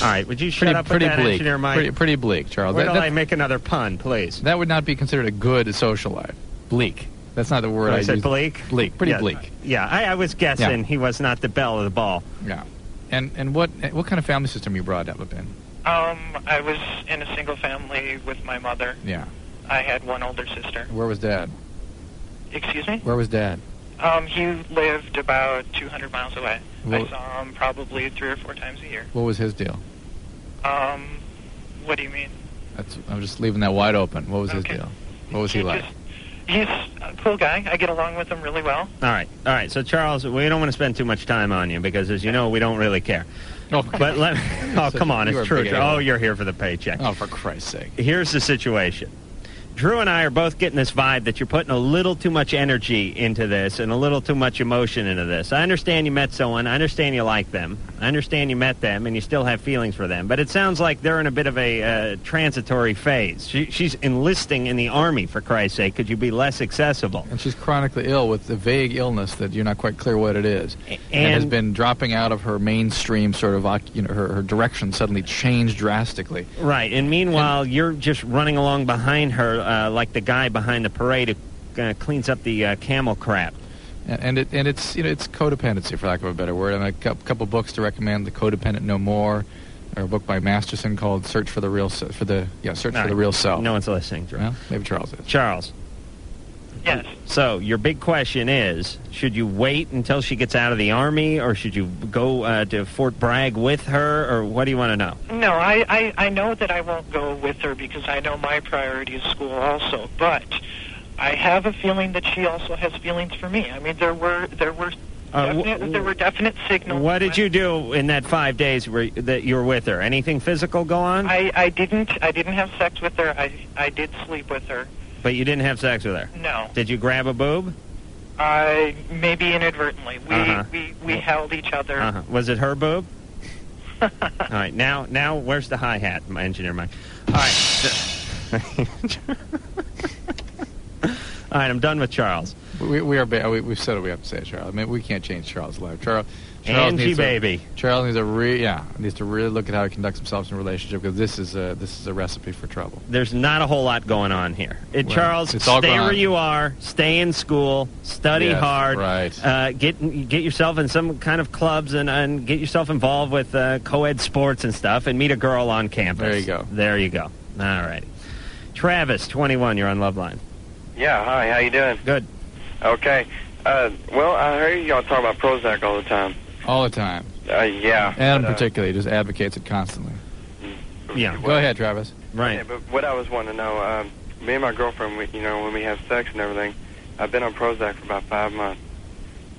Speaker 18: All right, would you shut
Speaker 19: pretty,
Speaker 18: up
Speaker 19: pretty
Speaker 18: with that
Speaker 19: bleak.
Speaker 18: engineer, Mike?
Speaker 19: Pretty, pretty bleak, Charles.
Speaker 18: Where
Speaker 19: That-
Speaker 18: do I
Speaker 19: that's-
Speaker 18: make another pun, please?
Speaker 19: That would not be considered a good social life. Bleak. That's not the word
Speaker 18: Oh,
Speaker 19: I
Speaker 18: I said
Speaker 19: used.
Speaker 18: bleak?
Speaker 19: Bleak. Pretty
Speaker 18: Yeah,
Speaker 19: bleak.
Speaker 18: Yeah, I, I was guessing he was not the belle of the ball.
Speaker 19: Yeah. And and what what kind of family system you brought up in?
Speaker 20: Um, I was in a single family with my mother.
Speaker 19: Yeah.
Speaker 20: I had one older sister.
Speaker 19: Where was dad?
Speaker 20: Excuse me?
Speaker 19: Where was dad?
Speaker 20: Um, he lived about 200 miles away. I
Speaker 19: Well-
Speaker 20: saw him probably three or four times a year.
Speaker 19: What was his deal?
Speaker 20: Um, what do you mean?
Speaker 19: That's I'm just leaving that wide open. What was his deal? What was he like?
Speaker 20: He's a cool guy. I get along with him really well.
Speaker 18: All right, all right. So Charles, we don't want to spend too much time on you because, as you know, we don't really care.
Speaker 19: Oh,
Speaker 18: but let oh
Speaker 19: So
Speaker 18: come on,
Speaker 19: you are a
Speaker 18: it's true.
Speaker 19: big
Speaker 18: Drew.
Speaker 19: a-hole.
Speaker 18: Oh, you're here for the paycheck.
Speaker 19: Oh, for Christ's sake!
Speaker 18: Here's the situation. Drew and I are both getting this vibe that you're putting a little too much energy into this and a little too much emotion into this. I understand you met someone. I understand you like them. I understand you met them and you still have feelings for them. But it sounds like they're in a bit of a uh, transitory phase. She, she's enlisting in the army, for Christ's sake. Could you be less accessible?
Speaker 19: And she's chronically ill with the vague illness that you're not quite clear what it is, and, has
Speaker 18: and-
Speaker 19: been dropping out of her mainstream sort of oc- you know her, her direction suddenly changed drastically.
Speaker 18: Right, and meanwhile, you're just running along behind her uh, like the guy behind the parade who uh, cleans up the uh, camel crap.
Speaker 19: And- and it and it's you know it's codependency for lack of a better word. I mean, a cou- couple books to recommend: The Codependent No More, or a book by Masterson called Search for the Real Se- for the yeah Search
Speaker 18: All
Speaker 19: for the
Speaker 18: right.
Speaker 19: Real Self.
Speaker 18: No one's listening, Drew.
Speaker 19: Well, maybe Charles is.
Speaker 18: Charles.
Speaker 20: Yes.
Speaker 18: So your big question is: Should you wait until she gets out of the army, or should you go uh, to Fort Bragg with her, or what do you want to know?
Speaker 20: No, I, I, I know that I won't go with her because I know my priority is school also, but I have a feeling that she also has feelings for me. I mean, there were there were
Speaker 18: Uh, wh-
Speaker 20: definite, there were definite signals.
Speaker 18: What did you do in that five days where, that you were with her? Anything physical go on?
Speaker 20: I, I didn't I didn't have sex with her. I I did sleep with her.
Speaker 18: but you didn't have sex with her.
Speaker 20: No.
Speaker 18: Did you grab a boob?
Speaker 20: I maybe inadvertently. We
Speaker 18: Uh-huh.
Speaker 20: we, we held each other.
Speaker 18: Uh-huh. Was it her boob? All right, now now where's the hi hat, my engineer Mike? All right. All right, I'm done with Charles.
Speaker 19: We, we are ba- we, we've said what we have to say, Charles. I mean, we can't change Charles' life. Charles, Charles
Speaker 18: Angie
Speaker 19: needs
Speaker 18: baby.
Speaker 19: A, Charles needs a re- yeah needs to really look at how he conducts himself in a relationship because this is a this is a recipe for trouble.
Speaker 18: There's not a whole lot going on here. It,
Speaker 19: Well,
Speaker 18: Charles,
Speaker 19: it's
Speaker 18: stay
Speaker 19: all gone.
Speaker 18: where you are. Stay in school. Study
Speaker 19: Yes,
Speaker 18: hard.
Speaker 19: right.
Speaker 18: Uh, get get yourself in some kind of clubs and, and get yourself involved with uh, co-ed sports and stuff, and meet a girl on campus.
Speaker 19: There you go.
Speaker 18: There you go. All right. Travis, 21. You're on Love Line.
Speaker 1: Yeah, hi, how you doing?
Speaker 18: Good.
Speaker 1: Okay. Uh, well, I hear y'all talk about Prozac all the time.
Speaker 19: All the time.
Speaker 1: Uh, yeah.
Speaker 19: Adam
Speaker 1: but, uh,
Speaker 19: particularly just advocates it constantly.
Speaker 18: Yeah.
Speaker 19: Go ahead, Travis.
Speaker 18: Right.
Speaker 1: Yeah, but what I was wanting to know, um, me and my girlfriend, we, you know, when we have sex and everything, I've been on Prozac for about five months.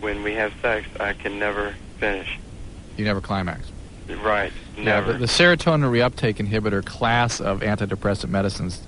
Speaker 1: When we have sex, I can never finish.
Speaker 19: You never climax.
Speaker 1: Right.
Speaker 19: Yeah,
Speaker 1: Never.
Speaker 19: the, the serotonin reuptake inhibitor class of antidepressant medicines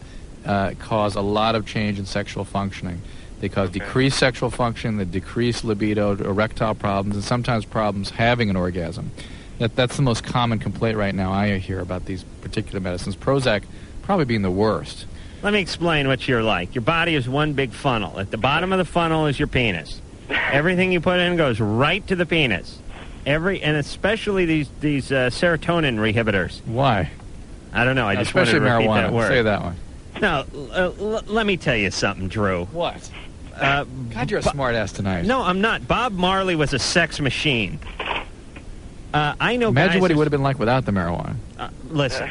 Speaker 19: uh, cause a lot of change in sexual functioning. They cause decreased sexual function, they decrease libido, erectile problems, and sometimes problems having an orgasm. That, that's the most common complaint right now I hear about these particular medicines. Prozac probably being the worst.
Speaker 18: Let me explain what you're like. Your body is one big funnel. At the bottom of the funnel is your penis. Everything you put in goes right to the penis. Every and especially these these uh, serotonin inhibitors.
Speaker 19: Why?
Speaker 18: I don't know. I just wanted
Speaker 19: Especially
Speaker 18: to repeat
Speaker 19: marijuana.
Speaker 18: that word.
Speaker 19: Say that one.
Speaker 18: No, uh, l- let me tell you something, Drew.
Speaker 19: What?
Speaker 18: Uh,
Speaker 19: God, you're a smart ass tonight.
Speaker 18: No, I'm not. Bob Marley was a sex machine. Uh, I know.
Speaker 19: Imagine
Speaker 18: guys
Speaker 19: what he
Speaker 18: who-
Speaker 19: would have been like without the marijuana.
Speaker 18: Uh, listen,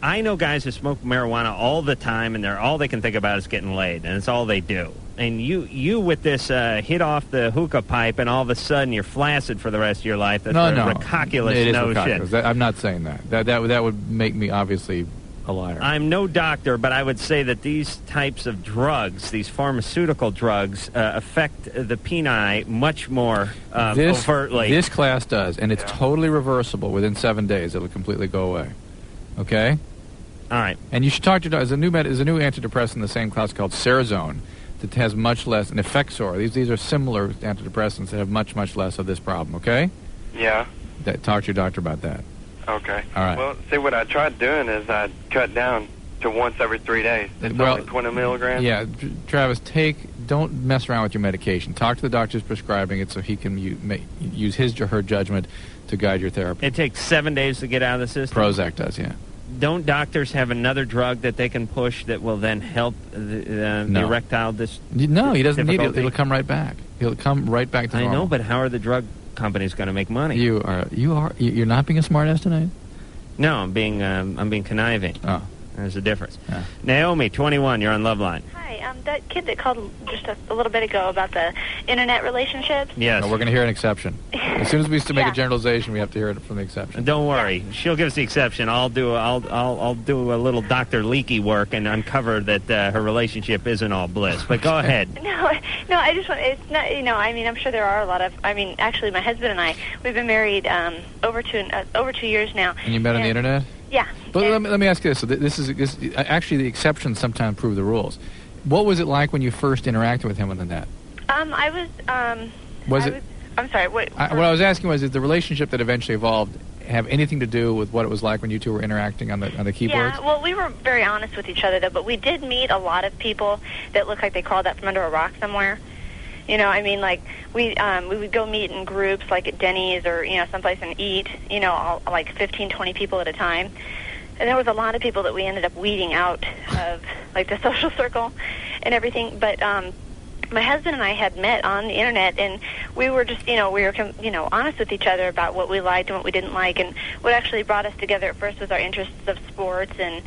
Speaker 18: I know guys who smoke marijuana all the time, and they're all they can think about is getting laid, and it's all they do. And you, you with this uh, hit off the hookah pipe, and all of a sudden you're flaccid for the rest of your life. That's
Speaker 19: no,
Speaker 18: re-
Speaker 19: no,
Speaker 18: ridiculous,
Speaker 19: It is
Speaker 18: no
Speaker 19: ridiculous.
Speaker 18: shit.
Speaker 19: That- I'm not saying that. That that would- that would make me obviously a liar.
Speaker 18: I'm no doctor, but I would say that these types of drugs, these pharmaceutical drugs, uh, affect the peni much more um,
Speaker 19: this,
Speaker 18: overtly.
Speaker 19: This class does, and it's totally reversible. Within seven days, it'll completely go away. Okay.
Speaker 18: All right.
Speaker 19: And you should talk to there's a new med, there's a new antidepressant in the same class called Serazone that has much less and Effexor. These these are similar antidepressants that have much much less of this problem. Okay.
Speaker 1: Yeah.
Speaker 19: That, talk to your doctor about that.
Speaker 1: Okay.
Speaker 19: All right.
Speaker 1: Well, see, what I tried doing is I cut down to once every three days. It's
Speaker 19: Well,
Speaker 1: only 20 milligrams.
Speaker 19: Yeah, Tr- Travis, take don't mess around with your medication. Talk to the doctor who's prescribing it so he can u- ma- use his or her judgment to guide your therapy.
Speaker 18: It takes seven days to get out of the system.
Speaker 19: Prozac does, yeah.
Speaker 18: Don't doctors have another drug that they can push that will then help the, uh, the
Speaker 19: No.
Speaker 18: erectile dis-
Speaker 19: Y- No, he doesn't need it.
Speaker 18: difficulty?
Speaker 19: It'll come right back. He'll come right back to
Speaker 18: I
Speaker 19: normal.
Speaker 18: know, but how are the drug companies going to make money?
Speaker 19: You are you are you- you're not being a smartass tonight.
Speaker 18: No, I'm being um, I'm being conniving.
Speaker 19: Oh.
Speaker 18: There's a difference. Naomi, 21, you're on Loveline.
Speaker 7: Hi, um, that kid that called just a, a little bit ago about the internet relationships.
Speaker 18: Yes.
Speaker 19: No, we're going to hear an exception. As soon as we used to make
Speaker 7: Yeah.
Speaker 19: a generalization, we have to hear it from the exception.
Speaker 18: Don't worry, she'll give us the exception. I'll do I'll I'll, I'll do a little Doctor Leaky work and uncover that uh, her relationship isn't all bliss. But go ahead.
Speaker 7: No, no, I just want, it's not, you know, I mean, I'm sure there are a lot of, I mean, actually, my husband and I, we've been married um, over two uh, over two years now.
Speaker 19: And you met on the internet.
Speaker 7: Yeah.
Speaker 19: But let me, let me ask you this: so th- this is this actually the exceptions sometimes prove the rules. What was it like when you first interacted with him on the net?
Speaker 7: Um, I was, um,
Speaker 19: Was
Speaker 7: I
Speaker 19: it?
Speaker 7: was- I'm sorry, what?
Speaker 19: I, what I was asking was, did the relationship that eventually evolved have anything to do with what it was like when you two were interacting on the on the keyboards?
Speaker 7: Yeah, well, we were very honest with each other, though, but we did meet a lot of people that looked like they crawled out from under a rock somewhere. You know, I mean, like we um, we would go meet in groups, like at Denny's or you know someplace and eat, you know, all, like fifteen, twenty people at a time. And there was a lot of people that we ended up weeding out of like the social circle and everything. But um, my husband and I had met on the internet, and we were just, you know, we were, com- you know, honest with each other about what we liked and what we didn't like, and what actually brought us together at first was our interests of sports and,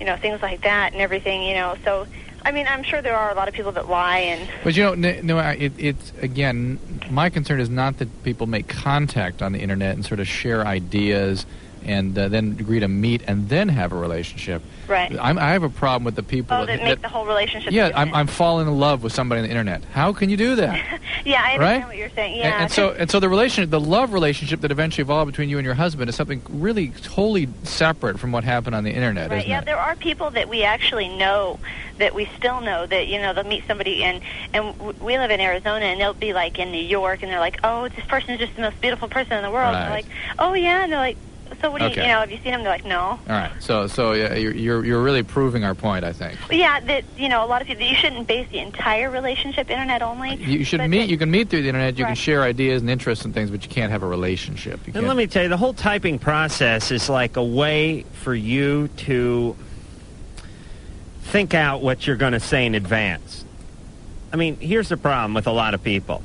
Speaker 7: you know, things like that and everything, you know. So, I mean, I'm sure there are a lot of people that lie, and
Speaker 19: But you know, n- no, I- it, it's again, my concern is not that people make contact on the internet and sort of share ideas and uh, then agree to meet and then have a relationship.
Speaker 7: right.
Speaker 19: I'm, I have a problem with the people
Speaker 7: oh, that make the whole relationship.
Speaker 19: yeah, I'm, I'm falling in love with somebody on the internet. How can you do that?
Speaker 7: yeah, I understand
Speaker 19: right?
Speaker 7: what you're saying.
Speaker 19: And-
Speaker 7: Yeah.
Speaker 19: and, so, and so the relationship, the love relationship that eventually evolved between you and your husband is something really totally separate from what happened on the internet,
Speaker 7: Right.
Speaker 19: isn't
Speaker 7: Yeah,
Speaker 19: it?
Speaker 7: there are people that we actually know that we still know that you know they'll meet somebody and and w- we live in Arizona and they'll be like in New York and they're like, oh, this person is just the most beautiful person in the world. And they're
Speaker 19: Right.
Speaker 7: like, oh yeah, and they're like, so what do
Speaker 19: Okay.
Speaker 7: you you know? Have you seen him? They're like, no.
Speaker 19: All right. So, so yeah, you're, you're you're really proving our point, I think.
Speaker 7: Well, yeah, that you know a lot of people. You shouldn't base the entire relationship internet only.
Speaker 19: You should
Speaker 7: but
Speaker 19: meet. You can meet through the internet. You can
Speaker 7: Right.
Speaker 19: share ideas and interests and things, but you can't have a relationship. You
Speaker 18: And
Speaker 19: can't-
Speaker 18: let me tell you, the whole typing process is like a way for you to think out what you're going to say in advance. I mean, here's the problem with a lot of people.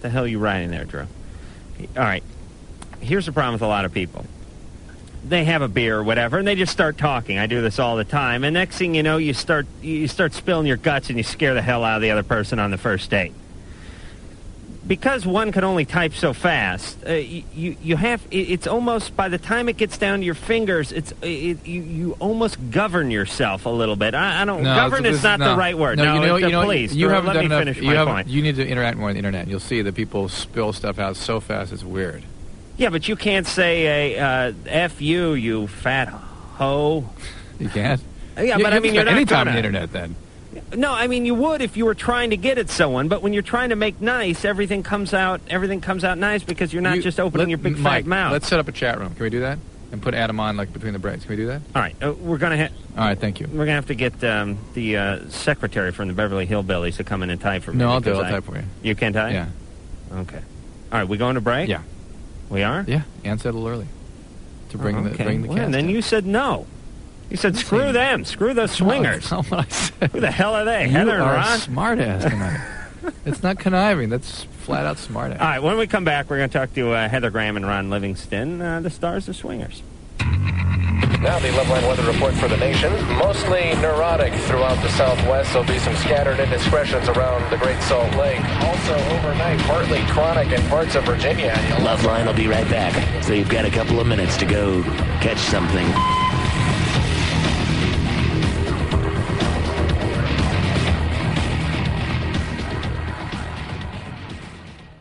Speaker 18: The hell you writing there, Drew? All right. Here's the problem with a lot of people. They have a beer or whatever, and they just start talking. I do this all the time. And next thing you know, you start you start spilling your guts, and you scare the hell out of the other person on the first date because one can only type so fast, uh, you, you you have it, it's almost by the time it gets down to your fingers, it's it, you you almost govern yourself a little bit. I, I don't
Speaker 19: No,
Speaker 18: govern
Speaker 19: this-
Speaker 18: is
Speaker 19: this-
Speaker 18: not
Speaker 19: no.
Speaker 18: the right word.
Speaker 19: No, you know,
Speaker 18: it's-
Speaker 19: you know,
Speaker 18: please
Speaker 19: you
Speaker 18: Drew,
Speaker 19: haven't
Speaker 18: let
Speaker 19: done
Speaker 18: me
Speaker 19: enough.
Speaker 18: finish
Speaker 19: you
Speaker 18: my
Speaker 19: haven't-
Speaker 18: point.
Speaker 19: You need to interact more on the internet. You'll see that people spill stuff out so fast. It's weird.
Speaker 18: Yeah, but you can't say a uh, f you, you fat hoe. Uh,
Speaker 19: You can't.
Speaker 18: Yeah,
Speaker 19: You-
Speaker 18: but
Speaker 19: you
Speaker 18: I mean,
Speaker 19: can
Speaker 18: you're
Speaker 19: spend
Speaker 18: not
Speaker 19: any time
Speaker 18: gonna.
Speaker 19: on the internet then.
Speaker 18: No, I mean you would if you were trying to get at someone, but when you're trying to make nice, everything comes out everything comes out nice because you're not just opening
Speaker 19: Let-
Speaker 18: your big
Speaker 19: Mike,
Speaker 18: fat mouth.
Speaker 19: Let's set up a chat room. Can we do that? And put Adam on like between the breaks. Can we do that?
Speaker 18: All right, uh, we're gonna ha-
Speaker 19: All right, thank you.
Speaker 18: We're gonna have to get um, the uh, secretary from the Beverly Hillbillies to come in and type for me.
Speaker 19: No, I'll do it.
Speaker 18: because
Speaker 19: I'll
Speaker 18: I-
Speaker 19: type for you.
Speaker 18: You can type.
Speaker 19: Yeah.
Speaker 18: Okay. All right, we going to break?
Speaker 19: Yeah.
Speaker 18: We are.
Speaker 19: Yeah. And settle early. To bring
Speaker 18: Oh,
Speaker 19: the
Speaker 18: okay.
Speaker 19: bring the
Speaker 18: Well,
Speaker 19: cast
Speaker 18: and then
Speaker 19: in.
Speaker 18: you said no. You said screw them, screw those swingers.
Speaker 19: No, that's not what I said.
Speaker 18: Who the hell are they?
Speaker 19: You
Speaker 18: Heather and
Speaker 19: are
Speaker 18: Ron.
Speaker 19: smartass tonight. it's not conniving. That's flat out smartass.
Speaker 18: All right, when we come back, we're going to talk to uh, Heather Graham and Ron Livingston, uh, the stars of Swingers.
Speaker 4: Now the Loveline weather report for the nation. Mostly neurotic throughout the southwest. There'll be some scattered indiscretions around the Great Salt Lake. Also overnight, partly chronic in parts of Virginia.
Speaker 2: Loveline will be right back, so you've got a couple of minutes to go catch something.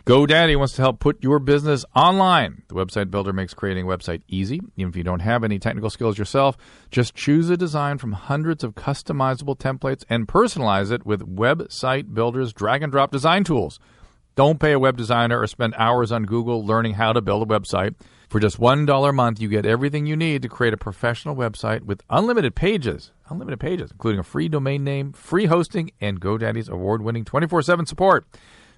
Speaker 17: GoDaddy wants to help put your business online. The website builder makes creating a website easy. Even if you don't have any technical skills yourself, just choose a design from hundreds of customizable templates and personalize it with Website Builder's drag and drop design tools. Don't pay a web designer or spend hours on Google learning how to build a website. For just $1 a month, you get everything you need to create a professional website with unlimited pages, unlimited pages, including a free domain name, free hosting, and GoDaddy's award winning 24 7 support.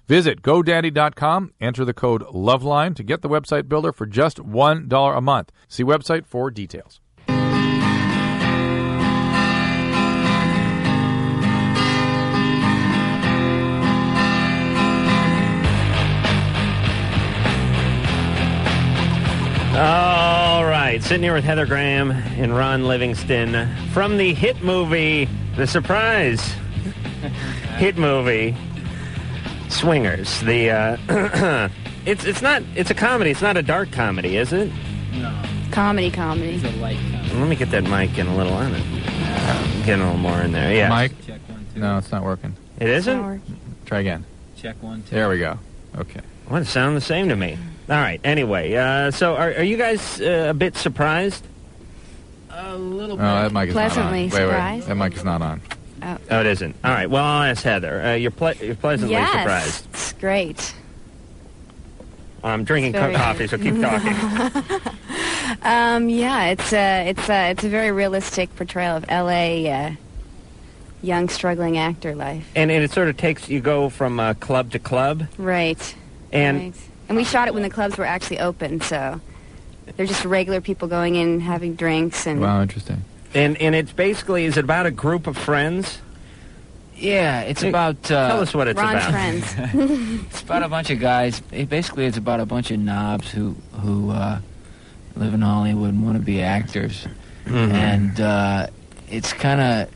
Speaker 17: Visit GoDaddy.com, enter the code LOVELINE to get the website builder for just $1 a month. See website for details.
Speaker 18: All right, sitting here with Heather Graham and Ron Livingston from the hit movie, the surprise hit movie, Swingers. The uh, it's it's not it's a comedy. It's not a dark comedy, is it?
Speaker 21: Comedy, comedy.
Speaker 18: Let me get that mic in a little on it. Getting a little more in there. Yeah,
Speaker 17: Mike? No, it's not working.
Speaker 18: It isn't.
Speaker 17: Try again.
Speaker 18: Check one.
Speaker 17: There we go. Okay.
Speaker 18: Well, it sound the same to me. All right. Anyway, uh, so are, are you guys uh, a bit surprised?
Speaker 21: A
Speaker 17: Oh,
Speaker 21: little
Speaker 17: that mic is
Speaker 21: Pleasantly
Speaker 17: not on. Wait,
Speaker 21: surprised.
Speaker 17: Wait, that mic is not on.
Speaker 21: Oh.
Speaker 18: Oh, it isn't. All right. Well, I'll ask Heather. Uh, you're, ple- you're pleasantly
Speaker 21: yes,
Speaker 18: surprised.
Speaker 21: It's great.
Speaker 18: I'm drinking co-
Speaker 21: Very
Speaker 18: coffee,
Speaker 21: good.
Speaker 18: so keep talking.
Speaker 21: Um, yeah, it's a it's a it's a very realistic portrayal of L.A. Uh, young struggling actor life.
Speaker 18: and, and it sort of takes you go from uh, club to club.
Speaker 21: Right.
Speaker 18: And
Speaker 21: right. and we shot it when the clubs were actually open, so they're just regular people going in having drinks and
Speaker 17: Wow, interesting.
Speaker 18: and and it's basically is it about a group of friends?
Speaker 22: Yeah, it's
Speaker 18: Hey,
Speaker 22: about. Uh,
Speaker 18: tell us what it's Ron's about.
Speaker 21: friends.
Speaker 22: it's about a bunch of guys. It basically, it's about a bunch of knobs who who uh, live in Hollywood and want to be actors.
Speaker 18: Mm-hmm.
Speaker 22: And uh, it's kind of.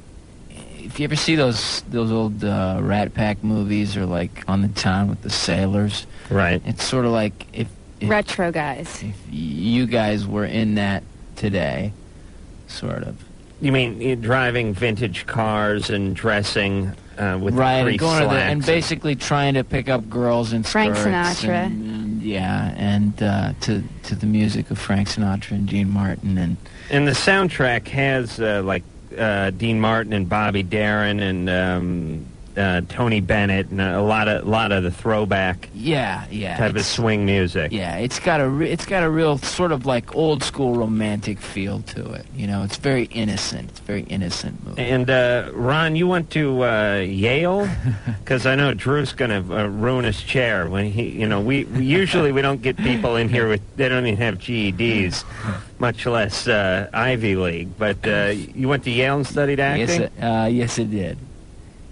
Speaker 22: If you ever see those those old uh, Rat Pack movies or like On the Town with the Sailors,
Speaker 18: right?
Speaker 22: It's sort of like if
Speaker 21: retro guys.
Speaker 22: you guys were in that today, sort of.
Speaker 18: You mean you driving vintage cars and dressing uh, with
Speaker 22: right,
Speaker 18: three
Speaker 22: and going to the, and
Speaker 18: slacks?
Speaker 22: basically trying to pick up girls in
Speaker 21: Frank
Speaker 22: skirts
Speaker 21: Sinatra.
Speaker 22: and- and, yeah, and uh, to to the music of Frank Sinatra and Gene Martin and
Speaker 18: And the soundtrack has uh, like uh, Dean Martin and Bobby Darin and um, uh, Tony Bennett and a lot of lot of the throwback
Speaker 22: yeah, yeah.
Speaker 18: type of
Speaker 22: it's-
Speaker 18: swing music.
Speaker 22: Yeah, it's got a re- it's got a real sort of like old school romantic feel to it. You know, it's very innocent. It's a very innocent movie.
Speaker 18: And uh, Ron, you went to uh, Yale because I know Drew's going to uh, ruin his chair when he, you know, we, we usually we don't get people in here with they don't even have GEDs, much less uh, Ivy League. But uh, you went to Yale and studied acting.
Speaker 22: Yes, it, uh, yes, it did.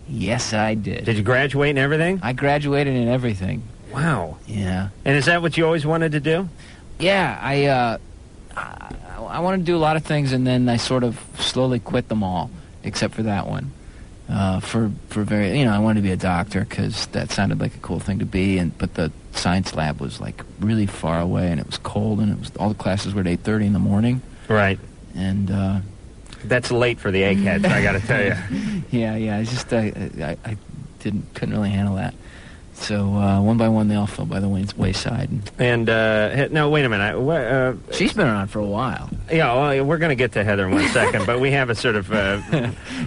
Speaker 22: Yes, I did. Did
Speaker 18: you graduate and everything?
Speaker 22: I graduated and everything.
Speaker 18: Wow.
Speaker 22: Yeah.
Speaker 18: And is that what you always wanted to do?
Speaker 22: Yeah, I uh, I, I wanted to do a lot of things, and then I sort of slowly quit them all, except for that one. Uh, for for very, you know, I wanted to be a doctor because that sounded like a cool thing to be, and but the science lab was like really far away, and it was cold, and it was all the classes were at eight thirty in the morning,
Speaker 18: Right.
Speaker 22: and uh,
Speaker 18: That's late for the eggheads, I got to tell you.
Speaker 22: yeah, yeah, I just I, I I didn't couldn't really handle that. So uh, one by one, they all fell by the ways- wayside. And
Speaker 18: And uh, he- no, wait a minute. I- wha- uh,
Speaker 22: She's been around for a while.
Speaker 18: Yeah, well, we're going to get to Heather in one second, but we have a sort of uh,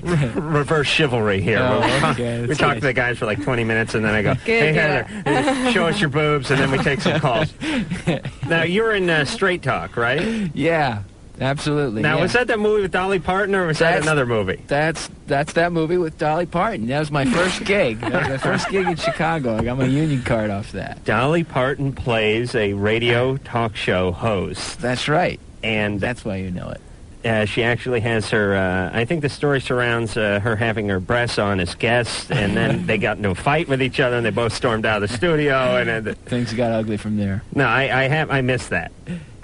Speaker 18: re- reverse chivalry here.
Speaker 22: Oh,
Speaker 18: We'll talk-
Speaker 22: okay,
Speaker 18: we
Speaker 22: that's
Speaker 18: talk
Speaker 22: good.
Speaker 18: to the guys for like 20 minutes, and then I go, "Hey,
Speaker 22: Good, good.
Speaker 18: Heather, uh, show us your boobs," and then we take some calls. now you're in uh, Straight Talk, right?
Speaker 22: Yeah, absolutely.
Speaker 18: Now
Speaker 22: yeah.
Speaker 18: was that that movie with Dolly Parton, or was that
Speaker 22: uh, That's-
Speaker 18: another movie?
Speaker 22: That's that's that movie with Dolly Parton. That was my first gig. That was my first gig in Chicago. I got my union card off that.
Speaker 18: Dolly Parton plays a radio talk show host.
Speaker 22: That's right.
Speaker 18: And
Speaker 22: that's why you know it.
Speaker 18: uh, she actually has her. Uh, I think the story surrounds uh, her having her breasts on as guests, and then they got into a fight with each other, and they both stormed out of the studio. And then the-
Speaker 22: Things got ugly from there.
Speaker 18: no, I, I have I missed that.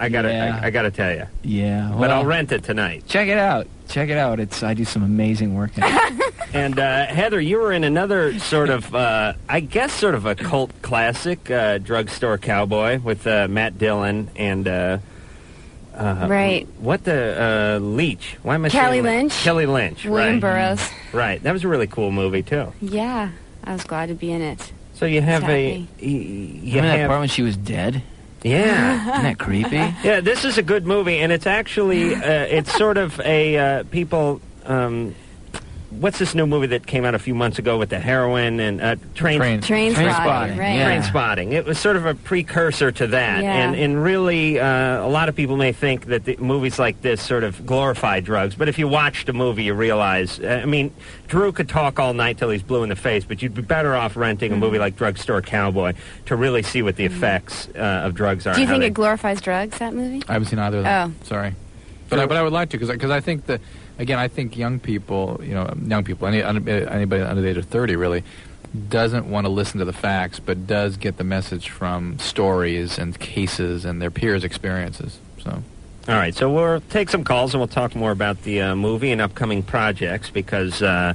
Speaker 18: I gotta
Speaker 22: Yeah.
Speaker 18: I, I gotta tell you,
Speaker 22: Yeah.
Speaker 18: but
Speaker 22: well,
Speaker 18: I'll rent it tonight.
Speaker 22: Check it out. Check it out. It's I do some amazing work. in it.
Speaker 18: And uh, Heather, you were in another sort of, uh, I guess, sort of a cult classic, uh, drugstore cowboy with uh, Matt Dillon and. Uh, uh,
Speaker 21: Right.
Speaker 18: What the uh, Leach? Why am I
Speaker 21: Kelly
Speaker 18: saying that?
Speaker 21: Lynch.
Speaker 18: Kelly Lynch.
Speaker 21: William
Speaker 18: right.
Speaker 21: Burroughs.
Speaker 18: Right. That was a really cool movie too.
Speaker 21: Yeah, I was glad to be in it.
Speaker 18: So you have a.
Speaker 21: Exactly.
Speaker 18: y- You
Speaker 22: Remember that
Speaker 18: have-
Speaker 22: part when she was dead?
Speaker 18: Yeah.
Speaker 22: Isn't that creepy?
Speaker 18: Yeah, this is a good movie, and it's actually uh, it's sort of a uh, people. Um, what's this new movie that came out a few months ago with the heroin and uh, train
Speaker 21: Train- Train Train Spotting, Spotting, right. yeah.
Speaker 18: Train spotting? It was sort of a precursor to that,
Speaker 21: Yeah.
Speaker 18: and and really, uh, a lot of people may think that the movies like this sort of glorify drugs, but if you watch the movie, you realize. Uh, I mean, Drew could talk all night till he's blue in the face, but you'd be better off renting
Speaker 21: Mm-hmm.
Speaker 18: a movie like Drugstore Cowboy to really see what the effects uh, of drugs are.
Speaker 21: Do you
Speaker 18: and how
Speaker 21: think
Speaker 18: they-
Speaker 21: it glorifies drugs? That movie?
Speaker 19: I haven't seen either of them.
Speaker 21: Oh.
Speaker 19: Sorry. But I, but I would like to because I think that again I think young people you know young people any un- anybody under the age of thirty really doesn't want to listen to the facts but does get the message from stories and cases and their peers' experiences. So
Speaker 18: All right, so we'll take some calls and we'll talk more about the uh, movie and upcoming projects because, uh,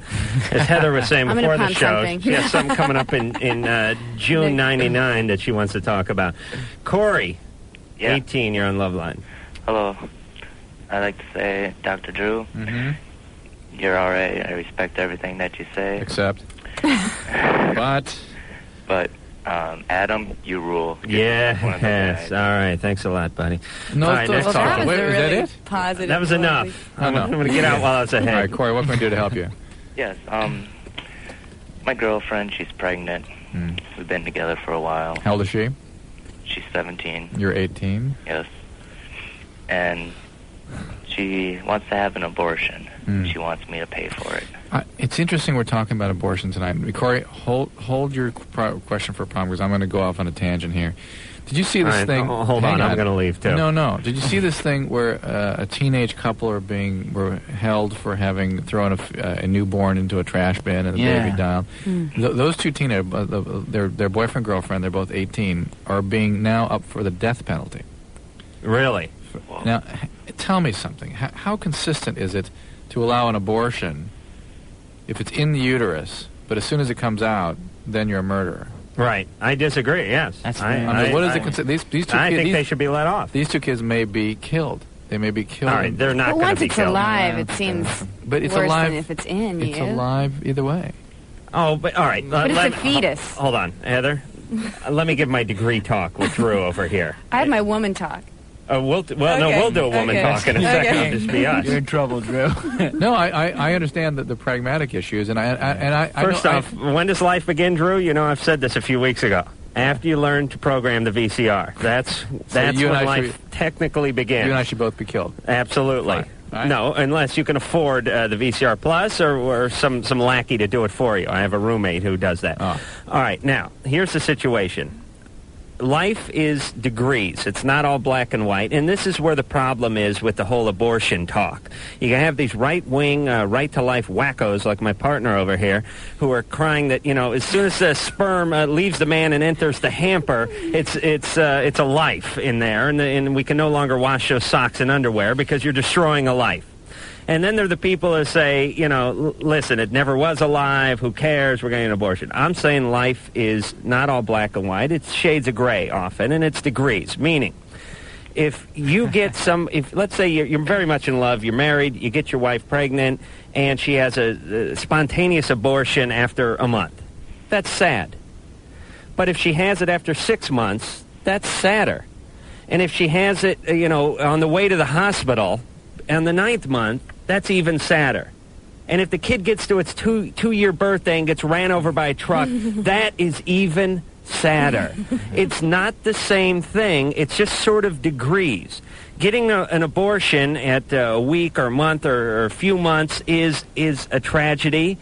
Speaker 18: as Heather was saying
Speaker 11: I'm
Speaker 18: before
Speaker 11: gonna
Speaker 18: the
Speaker 11: pump
Speaker 18: show,
Speaker 11: something.
Speaker 18: she has something coming up in, in uh, June 99 that she wants to talk about. Corey, 18, you're on Love Line.
Speaker 5: Hello. I'd like to say, Dr. Drew,
Speaker 18: Mm-hmm.
Speaker 5: you're all right. I respect everything that you say.
Speaker 19: Except.
Speaker 5: but. But, um, Adam, you rule. You're one of the
Speaker 18: Yes, all right, thanks a lot, buddy.
Speaker 5: No,
Speaker 18: all right,
Speaker 5: it's-
Speaker 18: next
Speaker 5: well,
Speaker 18: call.
Speaker 5: that was a Wait, is that really it?
Speaker 21: Positive.
Speaker 18: That was enough. I'm, I'm going to get out while it's ahead.
Speaker 19: All right, Corey, what can we do to help you?
Speaker 5: Yes. Um, my girlfriend, she's pregnant. We've been together for a while.
Speaker 19: Hmm. How old is she?
Speaker 5: She's 17.
Speaker 19: You're 18.
Speaker 5: Yes. And she wants to have an abortion.
Speaker 19: Hmm.
Speaker 5: She wants me to pay for it.
Speaker 19: I, it's interesting we're talking about abortion tonight. Corey, hold hold your pro- question for a problem because I'm going to go off on a tangent here. Did you see
Speaker 18: All
Speaker 19: this
Speaker 18: right,
Speaker 19: thing?
Speaker 18: ho- hold
Speaker 19: hang
Speaker 18: on, I'm gonna leave, too.
Speaker 19: No, no. Did you see this thing where uh, a teenage couple are being were held for having thrown a, f- uh, a newborn into a trash bin and the
Speaker 22: Yeah.
Speaker 19: baby down?
Speaker 22: Hmm.
Speaker 19: Th- those two teenage, uh, the, their their boyfriend girlfriend, they're both 18, are being now up for the death penalty.
Speaker 18: Really?
Speaker 19: Now, h- tell me something. How, how consistent is it to allow an abortion if it's in the uterus, but as soon as it comes out, then you're a murderer?
Speaker 18: Right, I disagree, yes. That's I,
Speaker 19: I mean, what is
Speaker 18: I-
Speaker 19: it? Consi- these, these two
Speaker 18: I
Speaker 19: kids,
Speaker 18: think
Speaker 19: these-
Speaker 18: they should be let off.
Speaker 19: These two kids may be killed. They may be killed.
Speaker 18: All right, they're not
Speaker 21: But
Speaker 18: gonna
Speaker 21: once
Speaker 18: be
Speaker 21: it's
Speaker 18: killed.
Speaker 21: alive, it seems
Speaker 19: But it's
Speaker 21: worse
Speaker 19: alive-
Speaker 21: than if it's in
Speaker 19: It's
Speaker 21: you.
Speaker 19: alive either way.
Speaker 18: Oh, but all right.
Speaker 21: But it's
Speaker 18: let-
Speaker 21: a fetus.
Speaker 18: Hold on, Heather. Uh, let me give my degree talk with Drew over here.
Speaker 21: I had my woman talk.
Speaker 18: Uh, we'll t- well,
Speaker 21: Okay.
Speaker 18: no, we'll do a woman
Speaker 21: Okay.
Speaker 18: talk in a second.
Speaker 21: Okay.
Speaker 18: It'll just be us.
Speaker 19: You're in trouble, Drew. no, I, I, I understand the, the pragmatic issues, and I, I and I I
Speaker 18: First
Speaker 19: know- I-
Speaker 18: off, when does life begin, Drew? You know, I've said this a few weeks ago. After you learn to program the VCR, that's that's
Speaker 19: you and
Speaker 18: when
Speaker 19: I
Speaker 18: life
Speaker 19: should
Speaker 18: technically begins.
Speaker 19: you and I should both be killed.
Speaker 18: Absolutely. No, unless you can afford uh, the VCR Plus or, or some, some lackey to do it for you. I have a roommate who does that.
Speaker 19: Ah.
Speaker 18: All right, now, here's the situation. Life is degrees. It's not all black and white. And this is where the problem is with the whole abortion talk. You can have these right wing, uh, right to life wackos like my partner over here who are crying that, you know, as soon as the sperm uh, leaves the man and enters the hamper, it's, it's, uh, it's a life in there. And, and we can no longer wash those socks and underwear because you're destroying a life. And then there are the people that say, you know, l- listen, it never was alive. Who cares? We're getting an abortion. I'm saying life is not all black and white. It's shades of gray often, and it's degrees. Meaning, if you get some, if let's say you're, you're very much in love, you're married, you get your wife pregnant, and she has a, a spontaneous abortion after a month, that's sad. But if she has it after six months, that's sadder. And if she has it, uh, you know, on the way to the hospital on the ninth month, that's even sadder. And if the kid gets to its two two year birthday and gets ran over by a truck, that is even sadder. it's not the same thing. It's just sort of degrees. Getting a, an abortion at uh, a week or month or, or a few months is is a tragedy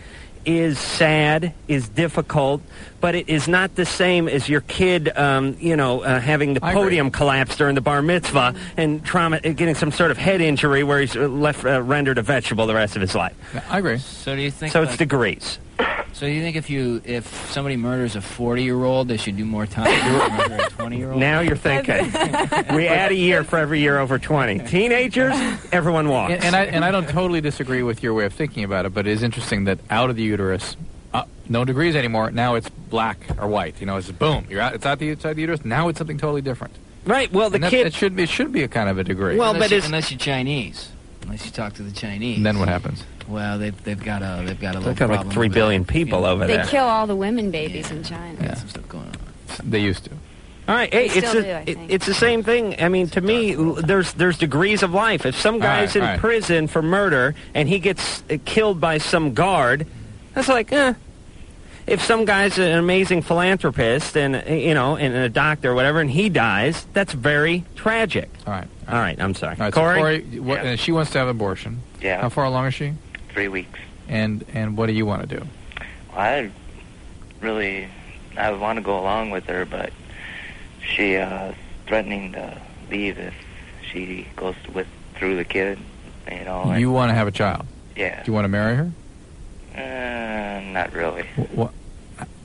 Speaker 18: is sad, is difficult, but it is not the same as your kid, um, you know, uh, having the podium collapse during the bar mitzvah and trauma, uh, getting some sort of head injury where he's uh, left uh, rendered a vegetable the rest of his life.
Speaker 19: I agree.
Speaker 22: So do you think?
Speaker 18: So it's
Speaker 22: like-
Speaker 18: degrees.
Speaker 22: So you think if you if somebody murders a forty year old, they should do more time than murder a twenty year old?
Speaker 18: Now you're thinking. we add a year for every year over 20. Teenagers, everyone walks.
Speaker 19: And, and I and I don't totally disagree with your way of thinking about it, but it is interesting that out of the uterus, uh, no degrees anymore. Now it's black or white. You know, it's boom. You're out. It's out the outside the uterus. Now it's something totally different.
Speaker 18: Right. Well,
Speaker 19: the kid it should be it should be a kind of a degree.
Speaker 22: unless, you, unless you're Chinese, unless you talk to the Chinese,
Speaker 19: then what happens?
Speaker 22: Well, they've they've got a they've got a little
Speaker 19: got like
Speaker 22: problem.
Speaker 19: three
Speaker 22: with-
Speaker 19: billion
Speaker 18: people over
Speaker 21: They kill all the women babies in China.
Speaker 19: They used to.
Speaker 18: All right, hey,
Speaker 21: They
Speaker 18: it's
Speaker 21: still
Speaker 18: a-
Speaker 21: do, I
Speaker 18: it- it's the same thing. I mean, to me, l- there's there's degrees of life. If some guy's
Speaker 19: right, all
Speaker 18: in
Speaker 19: right.
Speaker 18: prison for murder and he gets uh, killed by some guard, that's like, eh. If some guy's an amazing philanthropist and uh, you know and a doctor or whatever, and he dies, that's very tragic.
Speaker 19: All right,
Speaker 18: all right. I'm sorry,
Speaker 19: All right, so
Speaker 18: Corey.
Speaker 19: Corey, what, uh, she wants to have abortion.
Speaker 5: Yeah.
Speaker 19: How far along is she?
Speaker 5: Three weeks.
Speaker 19: And and what do you want to do?
Speaker 5: I really, I want to go along with her, but she uh, is threatening to leave if she goes with through the kid. You know.
Speaker 19: you want to have a child?
Speaker 5: Yeah.
Speaker 19: Do you want to marry her?
Speaker 5: Uh, not really.
Speaker 19: What?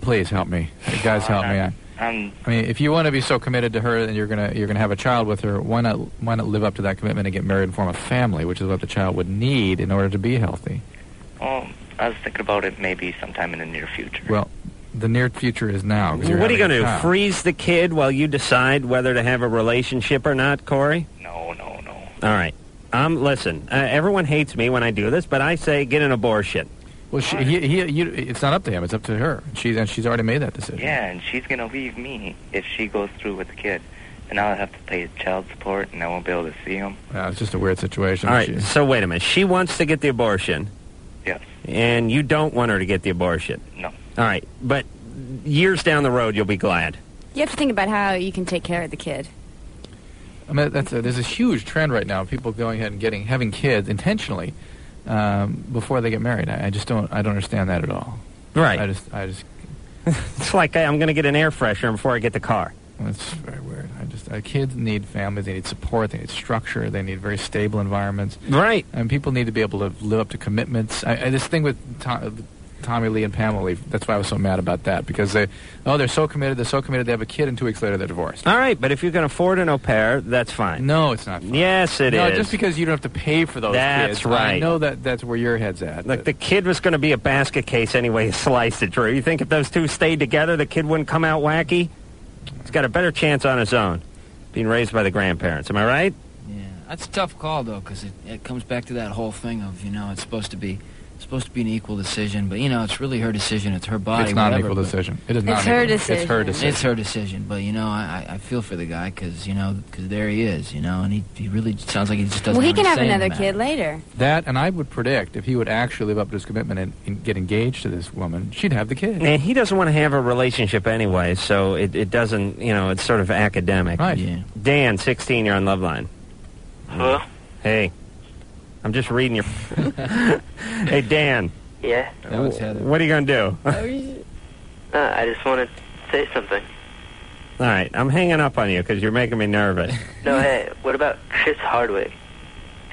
Speaker 19: Please help me, guys. Help me. I,
Speaker 5: I'm.
Speaker 19: I mean, if you want to be so committed to her and you're gonna you're gonna have a child with her, why not why not live up to that commitment and get married and form a family, which is what the child would need in order to be healthy.
Speaker 5: Well, I was thinking about it maybe sometime in the near future.
Speaker 19: Well, the near future is now. 'cause you're
Speaker 18: What are you
Speaker 19: having a
Speaker 18: going to do?
Speaker 19: child.
Speaker 18: Freeze the kid while you decide whether to have a relationship or not, Corey?
Speaker 5: No, no, no.
Speaker 18: All right. Um, listen, uh, everyone hates me when I do this, but I say get an abortion.
Speaker 19: Well, she, he, he, you, it's not up to him. It's up to her. She's and she's already made that decision.
Speaker 5: Yeah, and she's gonna leave me if she goes through with the kid, and I'll have to pay child support, and I won't be able to see him.
Speaker 19: Uh, it's just a weird situation.
Speaker 18: All right.
Speaker 19: She-
Speaker 18: So wait a minute. She wants to get the abortion.
Speaker 5: Yes.
Speaker 18: And you don't want her to get the abortion.
Speaker 5: No.
Speaker 18: All right. But years down the road, you'll be glad.
Speaker 21: You have to think about how you can take care of the kid.
Speaker 19: I mean, that's a, there's a huge trend right now. of People going ahead and getting having kids intentionally um, before they get married. I, I just don't. I don't understand that at all.
Speaker 18: Right.
Speaker 19: I just. I just.
Speaker 18: It's like hey, I'm going to get an air freshener before I get the car.
Speaker 19: That's very weird. I just. Uh, kids need families. They need support. They need structure. They need very stable environments.
Speaker 18: Right.
Speaker 19: And people need to be able to live up to commitments. I, I, this thing with Tom, Tommy Lee and Pamela Lee. That's why I was so mad about that because they. Oh, they're so committed. They're so committed. They have a kid, and two weeks later they're divorced.
Speaker 18: All right. But if you can afford an au pair, Oh, that's fine.
Speaker 19: No, it's not.
Speaker 18: Yes, it is.
Speaker 19: no, just because you don't have to pay for those
Speaker 18: That's
Speaker 19: kids. I
Speaker 18: right.
Speaker 19: know that that's where your head's at.
Speaker 18: Look, the kid was going to be a basket case anyway. You sliced it, Drew. You think if those two stayed together, the kid wouldn't come out wacky? He's got a better chance on his own, being raised by the grandparents. Am I right?
Speaker 22: That's a tough call though, because it, it comes back to that whole thing of you know it's supposed to be it's supposed to be an equal decision, but you know it's really her decision. It's her body.
Speaker 19: It's not an
Speaker 22: whatever,
Speaker 19: equal
Speaker 22: but-
Speaker 19: decision. It is It's not an her equal- it's her decision. decision.
Speaker 22: It's her decision. But you know, I, I I feel for the guy because you know because there he is, you know, and he, he really sounds like he just doesn't.
Speaker 21: well, he can
Speaker 22: a
Speaker 21: have
Speaker 22: say in the
Speaker 21: another
Speaker 22: matter.
Speaker 21: kid later.
Speaker 19: That, and I would predict if he would actually live up to his commitment and, and get engaged to this woman, she'd have the kid.
Speaker 18: And he doesn't want to have a relationship anyway, so it, it doesn't, you know, it's sort of academic.
Speaker 19: Right.
Speaker 18: Dan, 16, you're on Love Line.
Speaker 2: Hello?
Speaker 18: Hey. I'm just reading your. hey, Dan.
Speaker 2: Yeah. Oh,
Speaker 18: What are you going to do?
Speaker 2: Uh, I just want to say something.
Speaker 18: All right, I'm hanging up on you because you're making me nervous.
Speaker 2: No, hey, what about Chris Hardwick?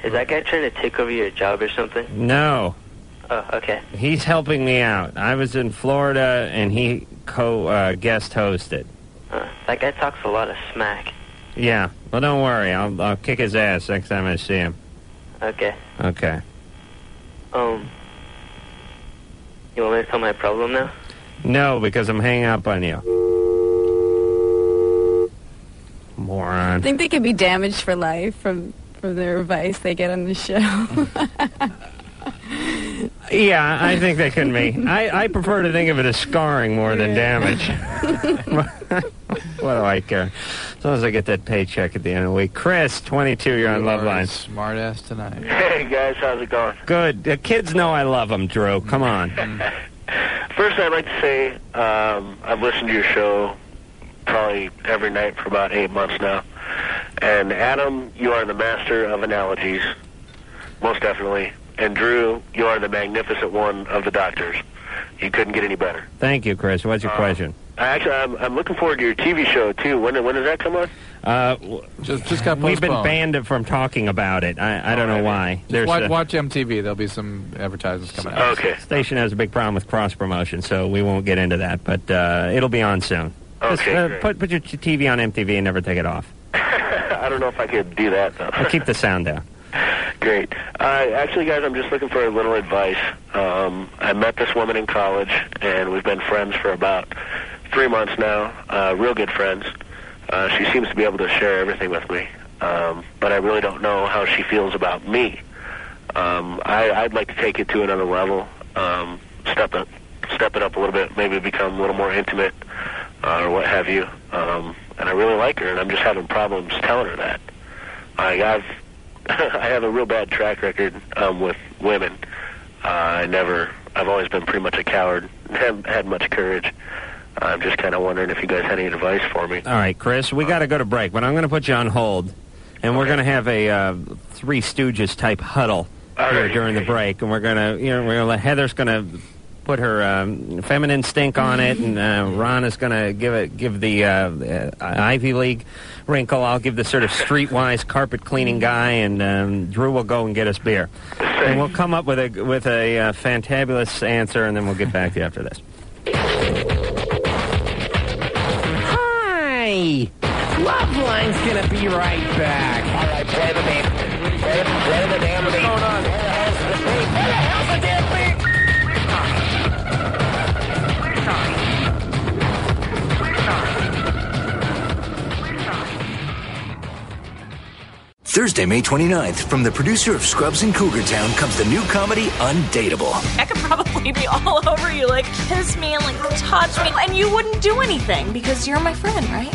Speaker 2: Is that guy trying to take over your job or something?
Speaker 18: No.
Speaker 2: Oh, okay.
Speaker 18: He's helping me out. I was in Florida and he co uh, guest hosted.
Speaker 2: Uh, that guy talks a lot of smack.
Speaker 18: Yeah. Well, don't worry. I'll, I'll kick his ass next time I see him.
Speaker 2: Okay.
Speaker 18: Okay.
Speaker 2: Um. You want me to tell my problem now?
Speaker 18: No, because I'm hanging up on you. Moron.
Speaker 21: I think they could be damaged for life from from their advice they get on the show.
Speaker 18: Yeah, I think that can be. I, I prefer to think of it as scarring more than damage. what do I care? As long as I get that paycheck at the end of the week. Chris, 22, you're on Love Line.
Speaker 19: Smart ass tonight.
Speaker 2: Hey guys, how's it going?
Speaker 18: Good. The kids know I love them, Drew. Come on.
Speaker 9: First, I'd like to say um, I've listened to your show probably every night for about eight months now. And Adam, you are the master of analogies, most definitely. And Drew, you are the magnificent one of the doctors.
Speaker 23: You couldn't get any better.
Speaker 18: Thank you, Chris. What's
Speaker 19: Uh,
Speaker 18: your question?
Speaker 23: I actually, I'm, I'm looking forward to your TV show too. When when does that come on?
Speaker 18: Uh,
Speaker 19: just, just got
Speaker 18: We've been
Speaker 19: postponed.
Speaker 18: banned from talking about it. I, I don't know why.
Speaker 19: Just watch,
Speaker 18: a-
Speaker 19: watch MTV. There'll be some advertisements coming out.
Speaker 23: Okay.
Speaker 18: Station has a big problem with cross promotion, so we won't get into that. But uh, it'll be on soon. Just,
Speaker 23: Okay,
Speaker 18: uh,
Speaker 23: great.
Speaker 18: put put your t- TV on MTV and never take it off.
Speaker 23: I don't know if I could do that though.
Speaker 18: But keep the sound down.
Speaker 23: Great. Uh, actually, guys, I'm just looking for a little advice. Um, I met this woman in college, and we've been friends for about three months now. Uh, real good friends. Uh, she seems to be able to share everything with me, um, but I really don't know how she feels about me. Um, I, I'd like to take it to another level, um, step up, step it up a little bit, maybe become a little more intimate, uh, or what have you. Um, and I really like her, and I'm just having problems telling her that. I, I've I have a real bad track record um, with women. Uh, I never, I've always been pretty much a coward. Haven't had much courage. I'm just kind of wondering if you guys had any advice for me.
Speaker 18: All right, Chris, we got to go to break, but I'm going to put you on hold, and we're going to have a uh, Three Stooges type huddle here during the break, and we're going to, you know, we're gonna let Heather's going to put her um, feminine stink on it, and uh, Ron is going to give it give the uh, uh, Ivy League wrinkle. I'll give the sort of streetwise carpet cleaning guy, and um, Drew will go and get us beer, and we'll come up with a with a uh, fantabulous answer, and then we'll get back to you after this.
Speaker 24: Hi! Loveline's gonna be right back. All right, play the damn play, play the damn What's going on? Where the hell's the beat? Where the hell's the damn beat?
Speaker 14: Thursday, May 29th, from the producer of Scrubs and Cougar Town comes the new comedy Undateable.
Speaker 25: I could probably be all over you, like kiss me and like touch me, and you wouldn't do anything because you're my friend, right?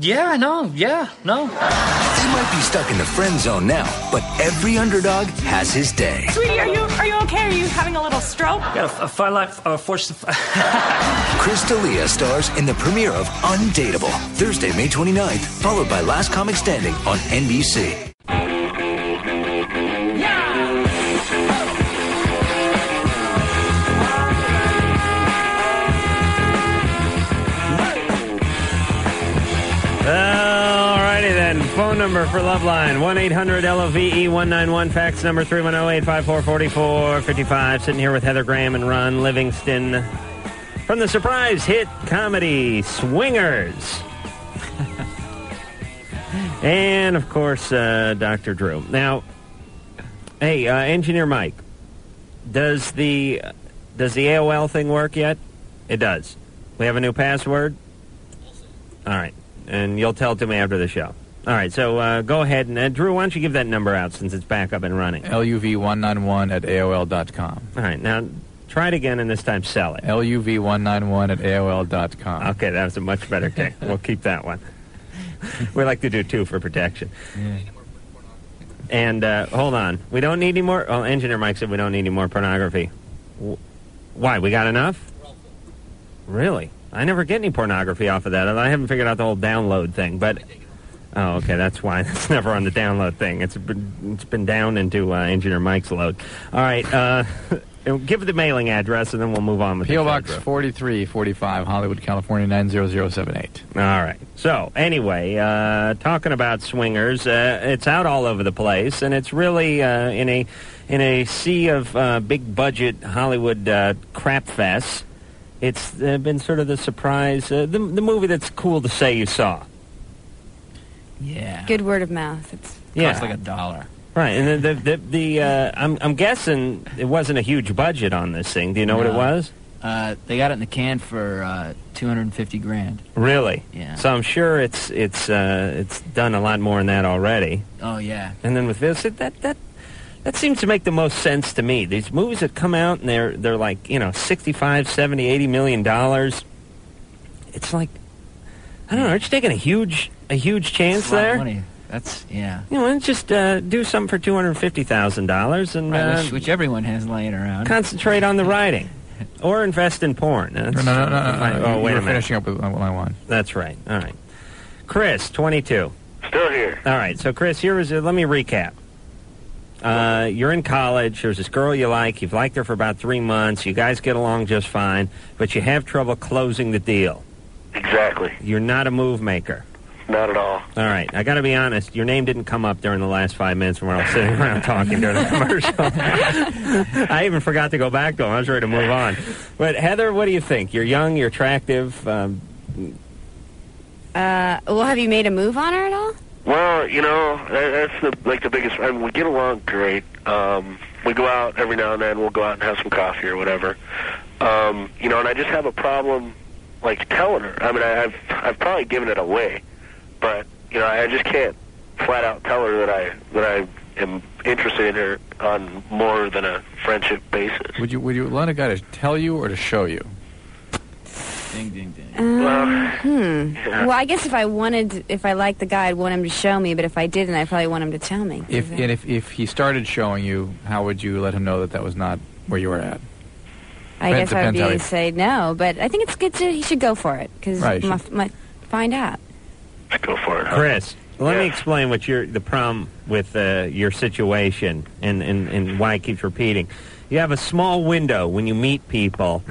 Speaker 14: Yeah, no, yeah, no. You might be stuck in the friend zone now, but every underdog has his day.
Speaker 25: Sweetie, are you are you okay? Are you having a little stroke?
Speaker 14: Got a, fine life, uh, force Chris D'Elia stars in the premiere of Undateable, Thursday, May 29th, followed by Last Comic Standing on NBC.
Speaker 18: Alrighty then. Phone number for Loveline 1 800 LOVE 191. Fax number 310 854 4455. Sitting here with Heather Graham and Ron Livingston from the surprise hit comedy Swingers. and of course, uh, Dr. Drew. Now, hey, uh, Engineer Mike, does the, uh, does the AOL thing work yet? It does. We have a new password. All right. And you'll tell it to me after the show. All right. So uh, go ahead and, uh, Drew, why don't you give that number out since it's back up and running?
Speaker 19: LUV191 at AOL.com.
Speaker 18: All right. Now try it again and this time sell it.
Speaker 19: LUV191 at AOL.com.
Speaker 18: Okay. That was a much better kick. we'll keep that one. we like to do two for protection. And uh, hold on. We don't need any more. Oh, Engineer Mike said we don't need any more pornography. Wh- Why? We got enough? Really? I never get any pornography off of that. and I haven't figured out the whole download thing, but. Oh, okay. That's why it's never on the download thing. It's been it's been down into uh, Engineer Mike's load. All right, uh, give the mailing address and then we'll move on with the
Speaker 19: P.O.
Speaker 18: show,
Speaker 19: Box
Speaker 18: Drew.
Speaker 19: 4345, Hollywood, California 90078.
Speaker 18: All right. So anyway, uh, talking about swingers, uh, it's out all over the place, and it's really uh, in a in a sea of uh, big budget Hollywood uh, crap fests. It's uh, been sort of the surprise, uh, the, the movie that's cool to say you saw.
Speaker 21: Yeah. Good word of mouth. It's
Speaker 18: Yeah.
Speaker 21: costs
Speaker 18: like a
Speaker 21: dollar.
Speaker 18: Right, and the the, the, the uh, I'm I'm guessing it wasn't a huge budget on this thing. Do you know what it
Speaker 22: No.
Speaker 18: was?
Speaker 22: Uh, they got it in the can for uh, 250 grand.
Speaker 18: Really?
Speaker 22: Yeah.
Speaker 18: So I'm sure it's it's uh, it's done a lot more than that already.
Speaker 22: Oh yeah.
Speaker 18: And then with this, it, that that that seems to make the most sense to me. These movies that come out and they're they're like you know 65, 70, 80 million dollars. It's like I don't know. Aren't you taking a huge a huge chance
Speaker 22: It's a lot of
Speaker 18: there?
Speaker 22: money. That's yeah.
Speaker 18: You know, why don't you just uh, do something for two hundred fifty thousand dollars and
Speaker 22: Right,
Speaker 18: uh,
Speaker 22: which, which everyone has laying around.
Speaker 18: concentrate on the writing or invest in porn.
Speaker 19: No,
Speaker 18: That's-
Speaker 19: no, no, no. no,
Speaker 18: Fine.
Speaker 19: no.
Speaker 18: Oh, wait
Speaker 19: We're
Speaker 18: a minute.
Speaker 19: finishing up with what I want.
Speaker 18: That's right. All right. Chris, 22.
Speaker 23: Still here.
Speaker 18: uh, All right. So, Chris, here is. A, let me recap. Uh, you're in college. There's this girl you like. You've liked her for about three months. You guys get along just fine, but you have trouble closing the deal.
Speaker 9: Exactly.
Speaker 18: You're not a move maker.
Speaker 9: Not at all.
Speaker 18: All right, I got to be honest. Your name didn't come up during the last five minutes when I was sitting around talking during the commercial. I even forgot to go back to him. I was ready to move on. But Heather, what do you think? You're young. You're attractive. Um,
Speaker 21: Uh, well, have you made a move on her at all?
Speaker 9: Well, you know, that, that's the like the biggest. I mean, we get along great. Um, we go out every now and then. We'll go out and have some coffee or whatever. Um, you know, and I just have a problem like telling her. I mean, I, I've I've probably given it away, but you know, I just can't flat out tell her that I that I am interested in her on more than a friendship basis.
Speaker 19: Would you would you want a guy to tell you or to show you?
Speaker 22: Ding ding ding.
Speaker 21: Um, hmm.
Speaker 19: Yeah.
Speaker 21: Well, I guess if I wanted, if I liked the guy, I'd want him to show me. But if I didn't, I'd probably want him to tell me.
Speaker 19: If and if, if he started showing you, how would you let him know that that was not where you were at?
Speaker 21: I
Speaker 19: Depends-
Speaker 21: guess I would
Speaker 19: depends how
Speaker 21: be
Speaker 19: he-
Speaker 21: say no. But I think it's good to. He should go for it because
Speaker 18: Right, you
Speaker 21: my, my, find out.
Speaker 18: Chris, let me explain what your the problem with uh, your situation and, and, and why it keeps repeating. You have a small window when you meet people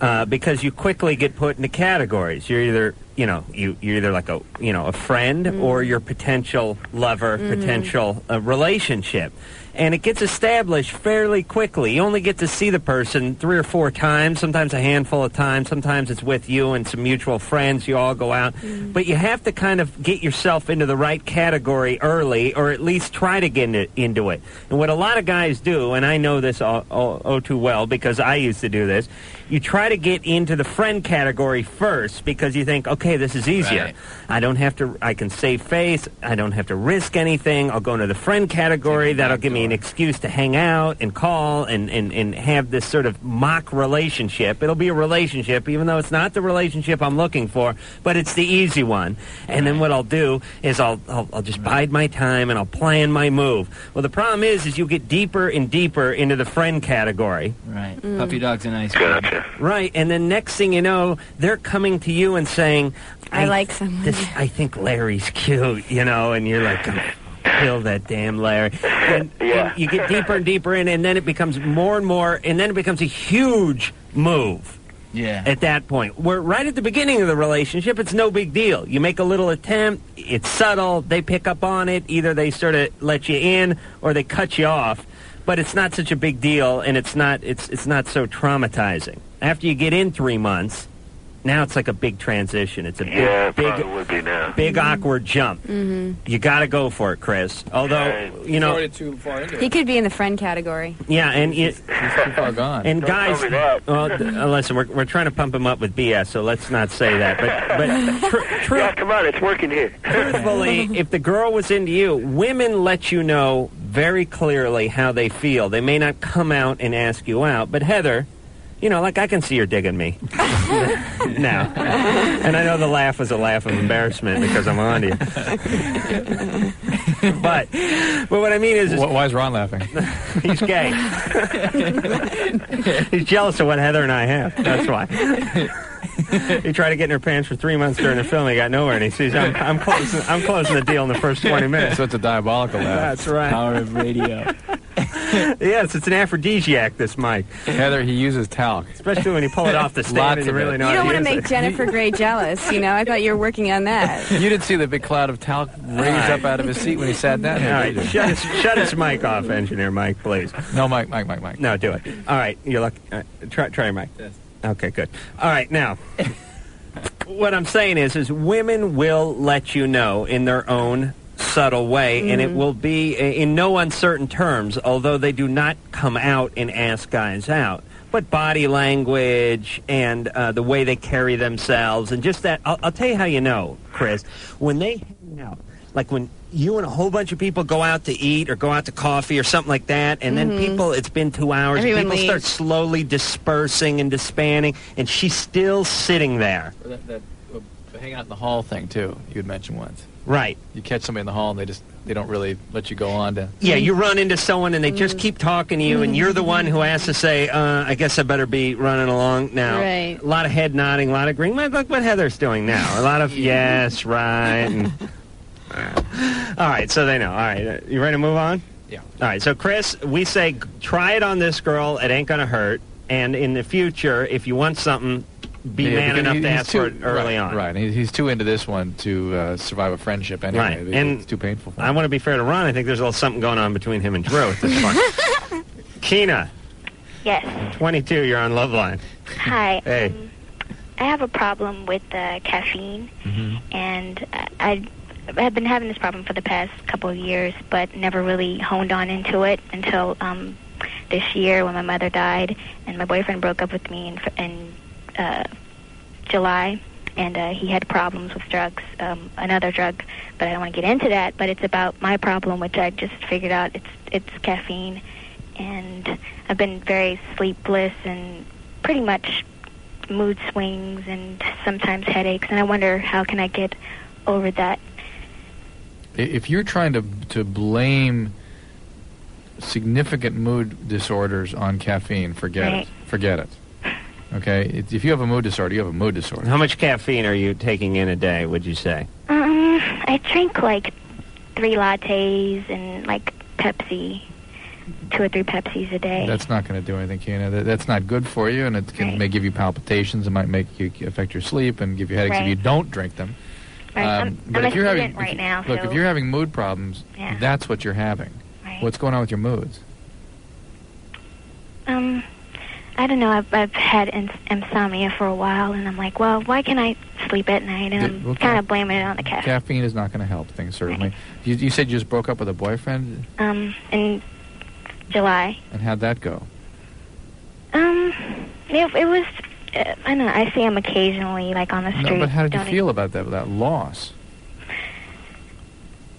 Speaker 18: uh, because you quickly get put into categories. You're either you know you you're either like a you know a friend or your potential lover,
Speaker 10: Mhm.
Speaker 18: potential uh, relationship. And it gets established fairly quickly. You only get to see the person three or four times, sometimes a handful of times. Sometimes it's with you and some mutual friends. You all go out. But you have to kind of get yourself into the right category early, or at least try to get into, into it. And what a lot of guys do, and I know this all, all, all too well because I used to do this, you try to get into the friend category first because you think, okay, this is easier.
Speaker 10: Right.
Speaker 18: I don't have to, I can save face. I don't have to risk anything. I'll go into the friend category. That'll give me an excuse to hang out and call and, and, and have this sort of mock relationship. It'll be a relationship, even though it's not the relationship I'm looking for, but it's the easy one. And then what I'll do is I'll, I'll, I'll just bide my time and I'll plan my move. Well, the problem is, is you get deeper and deeper into the friend category.
Speaker 22: Right.
Speaker 19: Mm.
Speaker 22: Puppy dogs and ice
Speaker 9: Gotcha.
Speaker 18: Mm. Right, and then next thing you know, they're coming to you and saying,
Speaker 21: I like someone.
Speaker 18: This, I think Larry's cute," you know, and you're like, "Oh, "Kill that damn Larry." And, and you get deeper and deeper in, and then it becomes more and more, and then it becomes a huge move.
Speaker 22: Yeah.
Speaker 18: At that point, we're right at the beginning of the relationship. It's no big deal. You make a little attempt. It's subtle. They pick up on it. Either they sort of let you in, or they cut you off. But it's not such a big deal, and it's not it's it's not so traumatizing. After you get in three months, now it's like a big transition. It's a big
Speaker 9: Yeah, it
Speaker 18: big
Speaker 9: probably would be now.
Speaker 18: big awkward jump.
Speaker 21: Mm-hmm.
Speaker 18: You got to go for it, Chris. Although you know,
Speaker 21: He could be in the friend category.
Speaker 18: yeah, and you,
Speaker 19: too far gone.
Speaker 18: And
Speaker 21: Don't
Speaker 18: guys,
Speaker 21: tell me that.
Speaker 18: well, d- uh, listen, we're, we're trying to pump him up with BS, so let's not say that. But but tr-
Speaker 9: yeah, come on, it's working here.
Speaker 18: truthfully, if the girl was into you, women let you know very clearly how they feel. They may not come out and ask you out, but Heather, you know, like I can see you're digging me now, and I know the laugh was a laugh of embarrassment because I'm on to you. but but what I mean is, is
Speaker 19: why is Ron laughing?
Speaker 18: He's gay. He's jealous of what Heather and I have. That's why. he tried to get in her pants for three months during the film. He got nowhere, and he sees I'm, I'm closing. I'm closing the deal in the first 20 minutes.
Speaker 19: So it's a diabolical laugh.
Speaker 18: That's right. Power
Speaker 19: of radio.
Speaker 18: yes, it's an aphrodisiac. This mic,
Speaker 19: Heather, he uses talc,
Speaker 18: especially when you pull it off the stand.
Speaker 19: Lots
Speaker 18: and you
Speaker 19: of
Speaker 18: really
Speaker 19: it.
Speaker 18: know
Speaker 19: You
Speaker 18: how
Speaker 21: I
Speaker 19: don't
Speaker 21: want to
Speaker 18: use
Speaker 21: make
Speaker 18: it.
Speaker 21: Jennifer Grey jealous. You know, I thought you were working on that.
Speaker 19: You didn't see the big cloud of talc raise up out of his seat when he sat down.
Speaker 18: All
Speaker 19: here,
Speaker 18: right,
Speaker 19: did you?
Speaker 18: shut his, shut his mic off, engineer Mike, please.
Speaker 19: No, Mike, Mike, Mike, Mike.
Speaker 18: No, do it. All right, you're lucky. Uh, try, try your mic. Okay, good. All right, now, what I'm saying is, is women will let you know in their own subtle way, and it will be i- in no uncertain terms. Although they do not come out and ask guys out, but body language and uh, the way they carry themselves, and just that. I'll, I'll tell you how you know, Chris, when they hang out, like when you and a whole bunch of people go out to eat or go out to coffee or something like that, and then people, it's been two hours, and
Speaker 10: Everyone
Speaker 18: people start
Speaker 10: leaves.
Speaker 18: slowly dispersing and disbanding, and she's still sitting there.
Speaker 19: That, that uh, hang out in the hall thing too. You had mentioned once.
Speaker 18: Right.
Speaker 19: You catch somebody in the hall and they just they don't really let you go on to.
Speaker 18: Yeah, you run into someone and they just keep talking to you, and you're the one who has to say, uh, I guess I better be running along now.
Speaker 10: Right.
Speaker 18: A lot of head nodding, a lot of green. Look what Heather's doing now. A lot of yes, right. and- All right, so they know. All right, uh, you ready to move on?
Speaker 19: Yeah.
Speaker 18: All right, so Chris, we say g- try it on this girl. It ain't gonna hurt. And in the future, if you want something, be
Speaker 19: Yeah,
Speaker 18: man
Speaker 19: because
Speaker 18: enough
Speaker 19: he-
Speaker 18: to
Speaker 19: he's
Speaker 18: ask
Speaker 19: too-
Speaker 18: for it early
Speaker 19: right,
Speaker 18: on.
Speaker 19: Right. He- He's too into this one to uh, survive a friendship anyway.
Speaker 18: Right,
Speaker 19: It-
Speaker 18: and-
Speaker 19: it's too painful.
Speaker 18: I want to be fair to Ron. I think there's a little something going on between him and Drew at this point. Keena,
Speaker 26: Yes.
Speaker 18: 22, you're on Love Line.
Speaker 26: Hi. Um,
Speaker 18: Hey.
Speaker 26: I have a problem with uh, caffeine, and I, I have been having this problem for the past couple of years, but never really honed on into it until um, this year when my mother died and my boyfriend broke up with me in, f- in uh, July, and uh, he had problems with drugs, um, another drug, but I don't want to get into that. But it's about my problem, which I just figured out. It's it's caffeine, and I've been very sleepless and pretty much mood swings and sometimes headaches. And I wonder how can I get over that.
Speaker 19: I- If you're trying to to blame significant mood disorders on caffeine, forget
Speaker 26: Right.
Speaker 19: it. Forget it. Okay. It, if you have a mood disorder, you have a mood disorder.
Speaker 18: How much caffeine are you taking in a day, would you say?
Speaker 26: Um, I drink like three lattes and like Pepsi, two or three Pepsis a day.
Speaker 19: That's not going to do anything, Keena. That, that's not good for you, and it can, may give you palpitations. It might make you affect your sleep and give you headaches if
Speaker 26: Right.
Speaker 19: you don't drink them. Um,
Speaker 26: Right, I'm-
Speaker 19: but
Speaker 26: I'm a
Speaker 19: if you're having
Speaker 26: student right
Speaker 19: if-
Speaker 26: now,
Speaker 19: look,
Speaker 26: so-
Speaker 19: if you're having mood problems,
Speaker 26: Yeah.
Speaker 19: that's what you're having. What's going on with your moods?
Speaker 26: Um, I don't know. I've, I've had ins- insomnia for a while, and I'm like, well, why can't I sleep at night? And
Speaker 19: Yeah,
Speaker 26: I'm
Speaker 19: well,
Speaker 26: kind of blaming it on the cat.
Speaker 19: Caffeine is not going to help things certainly. You, you said you just broke up with a boyfriend,
Speaker 26: Um, in July.
Speaker 19: and how'd that go?
Speaker 26: Um, it, it was. Uh, I don't know. I see him occasionally, like on the street.
Speaker 19: No, but how did you
Speaker 26: don't
Speaker 19: feel about that that loss?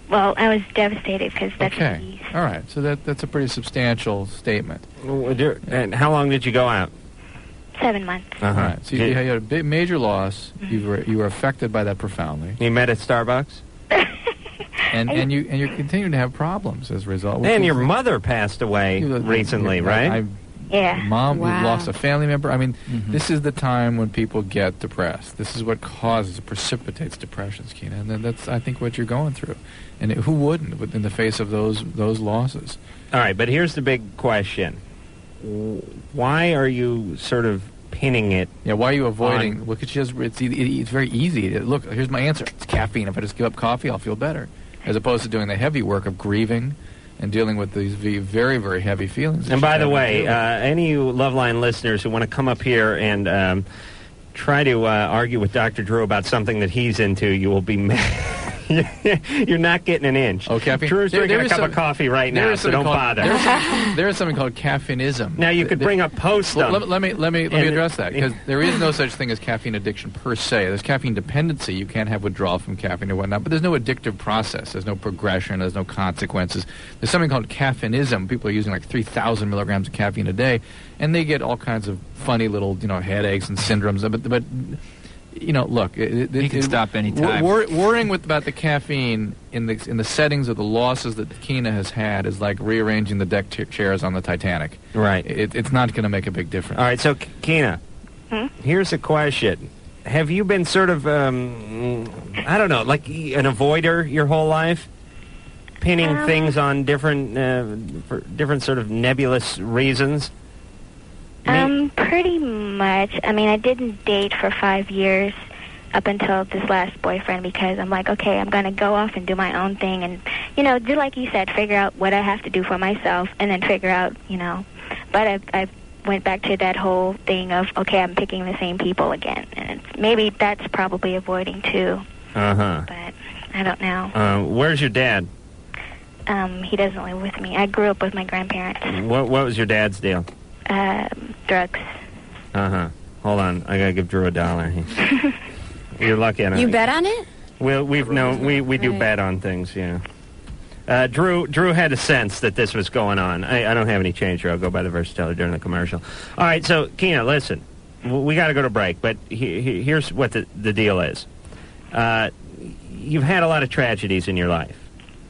Speaker 26: Well, I was devastated because that's
Speaker 19: Okay, all right. So that that's a pretty substantial statement.
Speaker 18: And how long did you go out?
Speaker 26: seven months.
Speaker 18: Uh-huh.
Speaker 19: All right. So you, you had a big, major loss. You were you were affected by that profoundly.
Speaker 18: You met at Starbucks.
Speaker 19: and and you and you're continuing to have problems as a result. which
Speaker 18: And
Speaker 19: is-
Speaker 18: your mother passed away
Speaker 19: You look-
Speaker 18: recently,
Speaker 19: you-
Speaker 18: right?
Speaker 19: I-
Speaker 26: Yeah.
Speaker 19: Mom,
Speaker 26: Wow.
Speaker 19: we lost a family member. I mean,
Speaker 18: Mm-hmm.
Speaker 19: this is the time when people get depressed. This is what causes, precipitates depressions, Keena. And then that's, I think, what you're going through. And it- who wouldn't with- in the face of those those losses?
Speaker 18: All right, but here's the big question: W- Why are you sort of pinning it?
Speaker 19: Yeah, why are you avoiding? look, it's just it's, e- e- it's very easy. to- Look, here's my answer. It's caffeine. If I just give up coffee, I'll feel better. As opposed to doing the heavy work of grieving and dealing with these ve- very, very heavy feelings. that
Speaker 18: And
Speaker 19: you
Speaker 18: by the
Speaker 19: have to
Speaker 18: way,
Speaker 19: deal
Speaker 18: uh,
Speaker 19: with.
Speaker 18: any you Loveline listeners who want to come up here and um, try to uh, argue with Dr. Drew about something that he's into, you will be mad. You're not getting an inch. Oh,
Speaker 19: caffeine.
Speaker 18: Drew's
Speaker 19: There-
Speaker 18: drinking
Speaker 19: there
Speaker 18: a
Speaker 19: is
Speaker 18: cup
Speaker 19: some-
Speaker 18: of coffee right
Speaker 19: there
Speaker 18: now,
Speaker 19: is
Speaker 18: so
Speaker 19: something
Speaker 18: don't
Speaker 19: called-
Speaker 18: bother.
Speaker 19: There is, some- there is something called caffeineism.
Speaker 18: Now you could
Speaker 19: Th-
Speaker 18: bring up post.
Speaker 19: Well, let, let me let me let me address that because there is no such thing as caffeine addiction per se. There's caffeine dependency. You can't have withdrawal from caffeine or whatnot, but there's no addictive process. There's no progression. There's no consequences. There's something called caffeineism. People are using like 3,000 milligrams of caffeine a day, and they get all kinds of funny little you know headaches and syndromes. But but you know, look, it, it,
Speaker 17: You can
Speaker 19: it-
Speaker 17: stop any
Speaker 19: wor-
Speaker 17: time.
Speaker 19: wor- worrying with about the caffeine in the in the settings of the losses that Keena has had is like rearranging the deck cha- chairs on the Titanic.
Speaker 18: Right.
Speaker 19: It, it's not going to make a big difference.
Speaker 18: All right, so K- Kina, here's a question. Have you been sort of, um, I don't know, like e- an avoider your whole life? Pinning
Speaker 26: Um,
Speaker 18: things on different, uh, for different sort of nebulous reasons?
Speaker 26: Um, pretty much. I mean, I didn't date for five years up until this last boyfriend because I'm like, okay, I'm gonna go off and do my own thing, and you know, do like you said, figure out what I have to do for myself, and then figure out, you know. But I, I went back to that whole thing of, okay, I'm picking the same people again, and it's, maybe that's probably avoiding too.
Speaker 18: Uh-huh.
Speaker 26: I don't know.
Speaker 18: Uh, where's your dad?
Speaker 26: Um, he doesn't live with me. I grew up with my grandparents.
Speaker 18: What, what was your dad's deal?
Speaker 26: Um, drugs.
Speaker 18: Uh-huh. Hold on, I gotta give Drew a dollar. He- You're lucky. I don't-
Speaker 21: You bet on it?
Speaker 18: Well, we've no, we we do
Speaker 21: Right.
Speaker 18: bet on things, yeah. Uh, Drew Drew had a sense that this was going on. I, I don't have any change here. I'll go by the verse teller during the commercial. All right, so Kina, listen, W- we got to go to break, but he, he, here's what the the deal is. Uh, you've had a lot of tragedies in your life,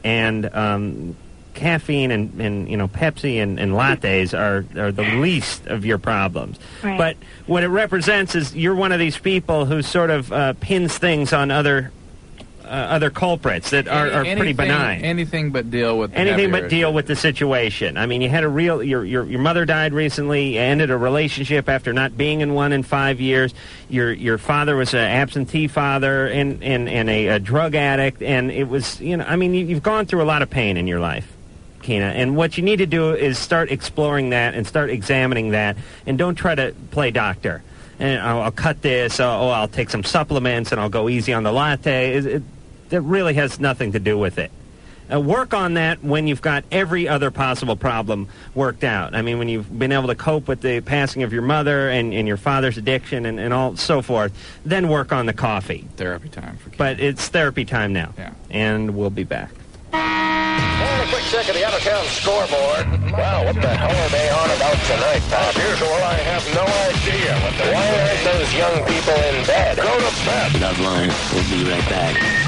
Speaker 18: and um, caffeine and, and you know Pepsi and, and lattes are are the least of your problems.
Speaker 27: Right.
Speaker 18: But what it represents is you're one of these people who sort of uh, pins things on other uh, other culprits that are, are pretty
Speaker 19: Anything-
Speaker 18: benign.
Speaker 19: Anything but deal with
Speaker 18: anything
Speaker 19: heavier-
Speaker 18: but deal with the situation. I mean, you had a real your your your mother died recently. You ended a relationship after not being in one in five years. Your your father was an absentee father and and and a, a drug addict, and it was you know I mean you, you've gone through a lot of pain in your life. Kina, and what you need to do is start exploring that and start examining that, and don't try to play doctor. And I'll, I'll cut this. Oh, oh, I'll take some supplements, and I'll go easy on the latte. It, it, that really has nothing to do with it. Uh, work on that when you've got every other possible problem worked out. I mean, when you've been able to cope with the passing of your mother and, and your father's addiction and, and all so forth, then work on the coffee.
Speaker 19: Therapy time. For
Speaker 18: but it's therapy time now. Yeah. And we'll be back.
Speaker 14: And a quick check of the out-of-town scoreboard. Wow, what the hell are they on about tonight, Pop? Here's what I have no idea. Why aren't those young people in bed? Go to bed.
Speaker 28: Loveline. We'll be right back.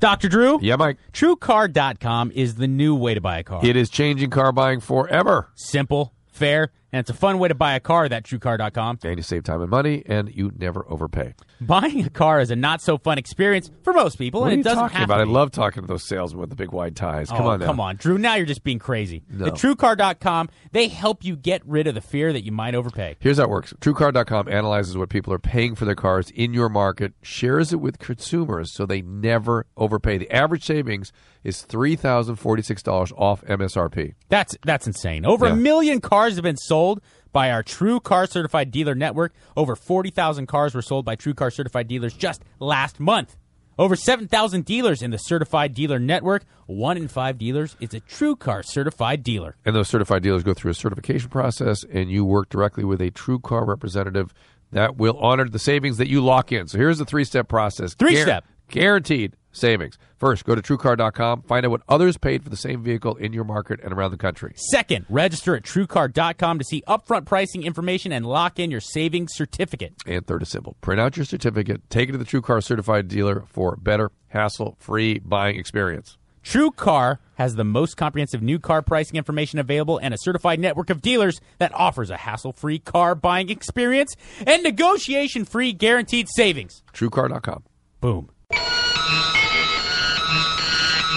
Speaker 29: Dr. Drew? Yeah, Mike. TrueCar.com is the new way to buy a car.
Speaker 12: It is changing car buying forever.
Speaker 29: Simple, fair, and it's a fun way to buy a car, that TrueCar.com.
Speaker 12: And you save time and money, and you never overpay.
Speaker 29: Buying a car is a not so fun experience for most people,
Speaker 12: what are
Speaker 29: and
Speaker 12: you
Speaker 29: it doesn't
Speaker 12: talking
Speaker 29: have
Speaker 12: about?
Speaker 29: to
Speaker 12: I
Speaker 29: be.
Speaker 12: love talking to those salesmen with the big wide ties. Come
Speaker 29: Oh,
Speaker 12: on now.
Speaker 29: Come on, Drew. Now you're just being crazy.
Speaker 12: No.
Speaker 29: The TrueCar.com, they help you get rid of the fear that you might overpay.
Speaker 12: Here's how it works. TrueCar.com analyzes what people are paying for their cars in your market, shares it with consumers so they never overpay. The average savings is $3,046 off MSRP.
Speaker 29: That's that's insane. Over
Speaker 12: Yeah.
Speaker 29: a million cars have been sold by our True Car Certified Dealer Network. Over 40,000 cars were sold by True Car Certified Dealers just last month. Over 7,000 dealers in the Certified Dealer Network. One in five dealers is a True Car Certified Dealer.
Speaker 12: And those certified dealers go through a certification process, and you work directly with a TrueCar representative that will honor the savings that you lock in. So here's the three step process.
Speaker 29: Three step.
Speaker 12: Guaranteed savings. First, go to TrueCar.com, find out what others paid for the same vehicle in your market and around the country.
Speaker 29: Second, register at TrueCar.com to see upfront pricing information and lock in your savings certificate.
Speaker 12: And third is simple. Print out your certificate, take it to the True Car certified dealer for better, hassle free buying experience.
Speaker 29: True Car has the most comprehensive new car pricing information available and a certified network of dealers that offers a hassle-free car buying experience and negotiation-free guaranteed savings.
Speaker 12: TrueCar.com.
Speaker 29: Boom.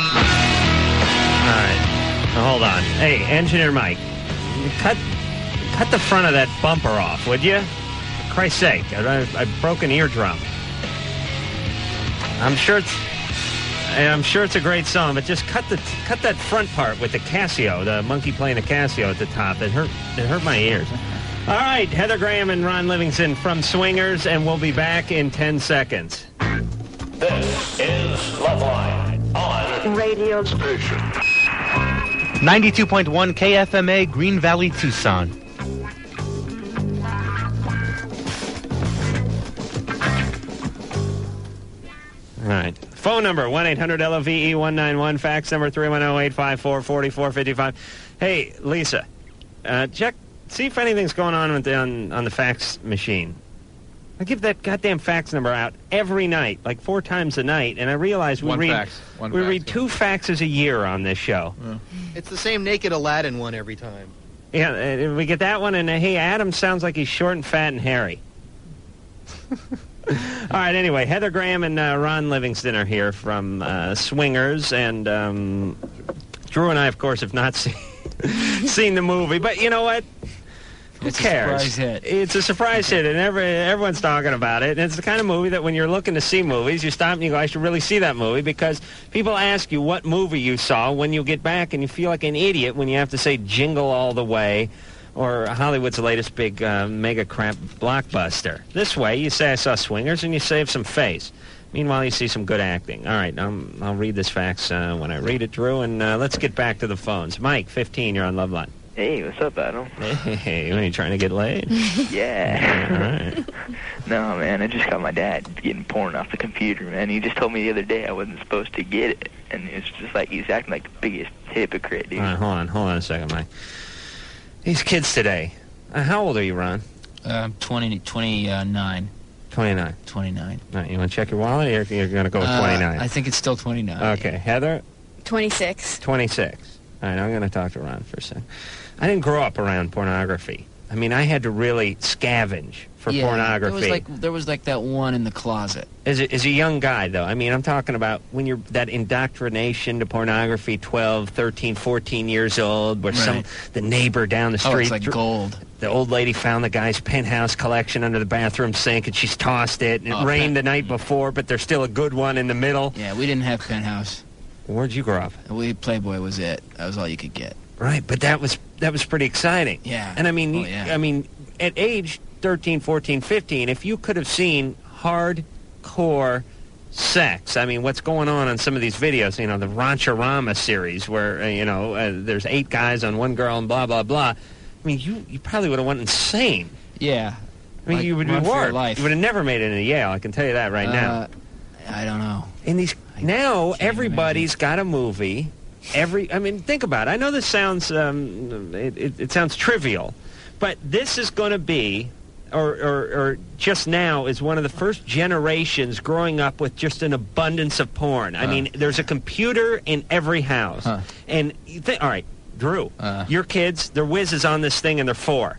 Speaker 18: All right, Now, hold on. Hey, engineer Mike, cut cut the front of that bumper off, would you? For Christ's sake, I, I, I broke an eardrum. I'm sure it's. and I'm sure it's a great song, but just cut the cut that front part with the Casio, the monkey playing the Casio at the top. It hurt it hurt my ears. All right, Heather Graham and Ron Livingston from Swingers, and we'll be back in ten seconds.
Speaker 14: This is Loveline on radio station.
Speaker 30: 92.1 KFMA, Green Valley, Tucson.
Speaker 18: All right. Phone number 1 800 LOVE 191. Fax number 310 854 4455. Hey, Lisa, uh, check, see if anything's going on with the, on, on the fax machine. I give that goddamn fax number out every night, like four times a night, and I realize we
Speaker 30: One
Speaker 18: read
Speaker 30: fax, one
Speaker 18: we
Speaker 30: fax.
Speaker 18: read two faxes a year on this show.
Speaker 30: It's the same naked Aladdin one every time.
Speaker 18: Yeah, and we get that one, and uh, hey, Adam sounds like he's short and fat and hairy. All right, anyway, Heather Graham and uh, Ron Livingston are here from uh, Swingers, and um, Drew and I, of course, have not seen, seen the movie, but you know what? Who
Speaker 30: It's a
Speaker 18: cares?
Speaker 30: surprise hit.
Speaker 18: It's a surprise hit, and every, everyone's talking about it. And it's the kind of movie that when you're looking to see movies, you stop and you go, I should really see that movie because people ask you what movie you saw when you get back, and you feel like an idiot when you have to say Jingle All the Way or Hollywood's latest big uh, mega crap blockbuster. This way, you say I saw Swingers, and you save some face. Meanwhile, you see some good acting. All right, um, I'll read this fax uh, when I read it, Drew, and uh, let's get back to the phones. Mike, 15, you're on Love Line.
Speaker 31: Hey, what's up, Adam?
Speaker 18: Hey, are you trying to get laid?
Speaker 31: yeah. no, man, I just got my dad getting porn off the computer, man. He just told me the other day I wasn't supposed to get it, and it's just like he's acting like the biggest hypocrite, dude.
Speaker 18: All right, hold on, hold on a second, Mike. These kids today. Uh, how old are you, Ron?
Speaker 22: Uh, 20, 29.
Speaker 18: 29.
Speaker 22: 29.
Speaker 18: All right, you want to check your wallet, or Uh, you're, you're going to go with
Speaker 22: Uh,
Speaker 18: 29?
Speaker 22: I think it's still 29.
Speaker 18: okay, Heather,
Speaker 32: 26.
Speaker 18: 26. All right, I'm going to talk to Ron for a second. I didn't grow up around pornography. I mean, I had to really scavenge for
Speaker 22: Yeah,
Speaker 18: pornography.
Speaker 22: There was like there was like that one in the closet.
Speaker 18: As a, as a young guy, though, I mean, I'm talking about when you're that indoctrination to pornography, 12, 13, 14 years old, where some
Speaker 22: Right.
Speaker 18: the neighbor down the
Speaker 22: Oh,
Speaker 18: street.
Speaker 22: it's like gold.
Speaker 18: The old lady found the guy's penthouse collection under the bathroom sink, and she's tossed it. And it
Speaker 22: Oh,
Speaker 18: rained the night before, but there's still a good one in the middle.
Speaker 22: Yeah, we didn't have penthouse.
Speaker 18: Where'd you grow up?
Speaker 22: We Playboy was it. That was all you could get.
Speaker 18: Right, but that was that was pretty exciting.
Speaker 22: Yeah.
Speaker 18: And I mean,
Speaker 22: Oh, yeah.
Speaker 18: I mean, at age 13, 14, 15, if you could have seen hardcore sex, I mean, what's going on on some of these videos, you know, the Rancharama series where, uh, you know, uh, there's eight guys on one girl and blah, blah, blah. I mean, you, you probably would have went insane.
Speaker 22: Yeah.
Speaker 18: I mean,
Speaker 22: Like,
Speaker 18: you would be
Speaker 22: run for your
Speaker 18: worried.
Speaker 22: life.
Speaker 18: You would have never made it into Yale, I can tell you that right now.
Speaker 22: Uh, I don't know.
Speaker 18: And these now everybody's got a movie. Every I mean, think about it. I know this sounds um, it, it, it sounds trivial, but this is going to be, or, or or just now is one of the first generations growing up with just an abundance of porn. I
Speaker 1: Huh.
Speaker 18: mean, there's a computer in every house,
Speaker 1: Huh.
Speaker 18: and you think, all right, Drew, your kids, their whiz is on this thing, and they're four.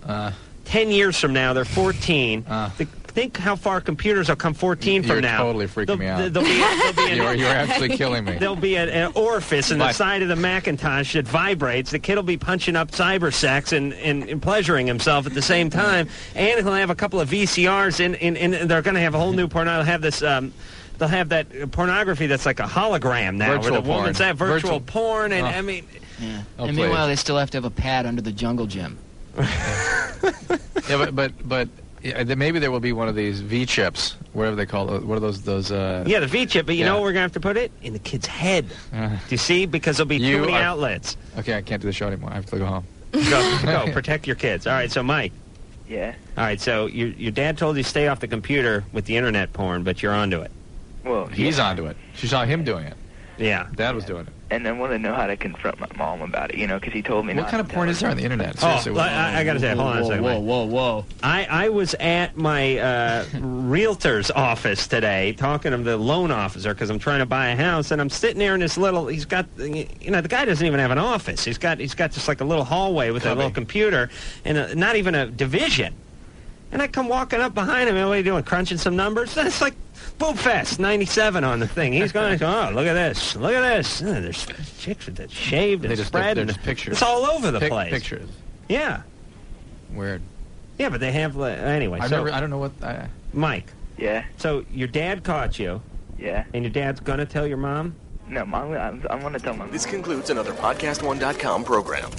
Speaker 18: Ten years from now, they're 14. Th- think how far computers will come 14
Speaker 19: You're
Speaker 18: from now.
Speaker 19: totally freaking
Speaker 18: They'll-
Speaker 19: me out.
Speaker 18: they'll be- they'll be an-
Speaker 19: You're- you're actually killing me.
Speaker 18: There'll be an, an orifice in the
Speaker 19: But-
Speaker 18: side of the Macintosh that vibrates. The kid will be punching up cyber sex and, and, and pleasuring himself at the same time. And he'll have a couple of VCRs, in, in, in, they're going to have a whole new porn. They'll have this. Um, They'll have that pornography that's like a hologram now,
Speaker 22: Virtual
Speaker 18: where the
Speaker 22: porn.
Speaker 18: woman's that virtual,
Speaker 22: Virtual-
Speaker 18: porn, and
Speaker 22: Oh.
Speaker 18: I mean,
Speaker 22: Yeah.
Speaker 18: Oh,
Speaker 22: and please. meanwhile, they still have to have a pad under the jungle gym.
Speaker 19: yeah, but but but yeah, then maybe there will be one of these V chips, whatever they call it. What are those? Those. Uh,
Speaker 18: yeah, the V chip. But you
Speaker 19: Yeah.
Speaker 18: know
Speaker 19: Uh.
Speaker 18: where we're gonna have to put it in the kid's head. Do you see? Because there'll be too
Speaker 19: You
Speaker 18: many
Speaker 19: are-
Speaker 18: outlets.
Speaker 19: Okay, I can't do the show anymore. I have to go home.
Speaker 18: Go, go, protect your kids. All right, so Mike.
Speaker 5: Yeah.
Speaker 18: All right, so your your dad told you stay off the computer with the internet porn, but you're onto it.
Speaker 5: Well,
Speaker 19: He's
Speaker 5: yeah.
Speaker 19: onto it. She saw him doing it.
Speaker 18: Yeah.
Speaker 19: Dad was doing it.
Speaker 5: And I want to know how to confront my mom about it, you know, because he told me.
Speaker 19: What
Speaker 5: not
Speaker 19: kind
Speaker 5: to
Speaker 19: of porn
Speaker 5: tell
Speaker 19: is there on the internet?
Speaker 18: Oh,
Speaker 19: Seriously,
Speaker 18: I, I- I gotta say, hold on a second. Mike.
Speaker 19: whoa, whoa.
Speaker 18: I, I was at my uh, realtor's office today talking to the loan officer because I'm trying to buy a house, and I'm sitting there in this little. He's got, you know, the guy doesn't even have an office. He's got he's got just like a little hallway with a little computer and a, not even a division. And I come walking up behind him, and what are you doing? Crunching some numbers? That's like Boom Fest 97 on the thing. He's going, oh, look at this. Look at this. Uh, There's chicks that shaved and
Speaker 19: They just
Speaker 18: spread.
Speaker 19: there's
Speaker 18: and
Speaker 19: pictures.
Speaker 18: It's all over the
Speaker 19: Pic-
Speaker 18: place.
Speaker 19: Pictures.
Speaker 18: Yeah.
Speaker 19: Weird.
Speaker 18: Yeah, but they have, like, anyway.
Speaker 19: I
Speaker 18: so,
Speaker 19: never. I don't know what. I,
Speaker 18: Mike.
Speaker 5: Yeah.
Speaker 18: So your dad caught you.
Speaker 5: Yeah.
Speaker 18: And your dad's gonna tell your mom?
Speaker 5: No, mom. I'm, I'm gonna tell my.
Speaker 15: This concludes another PodcastOne.com program.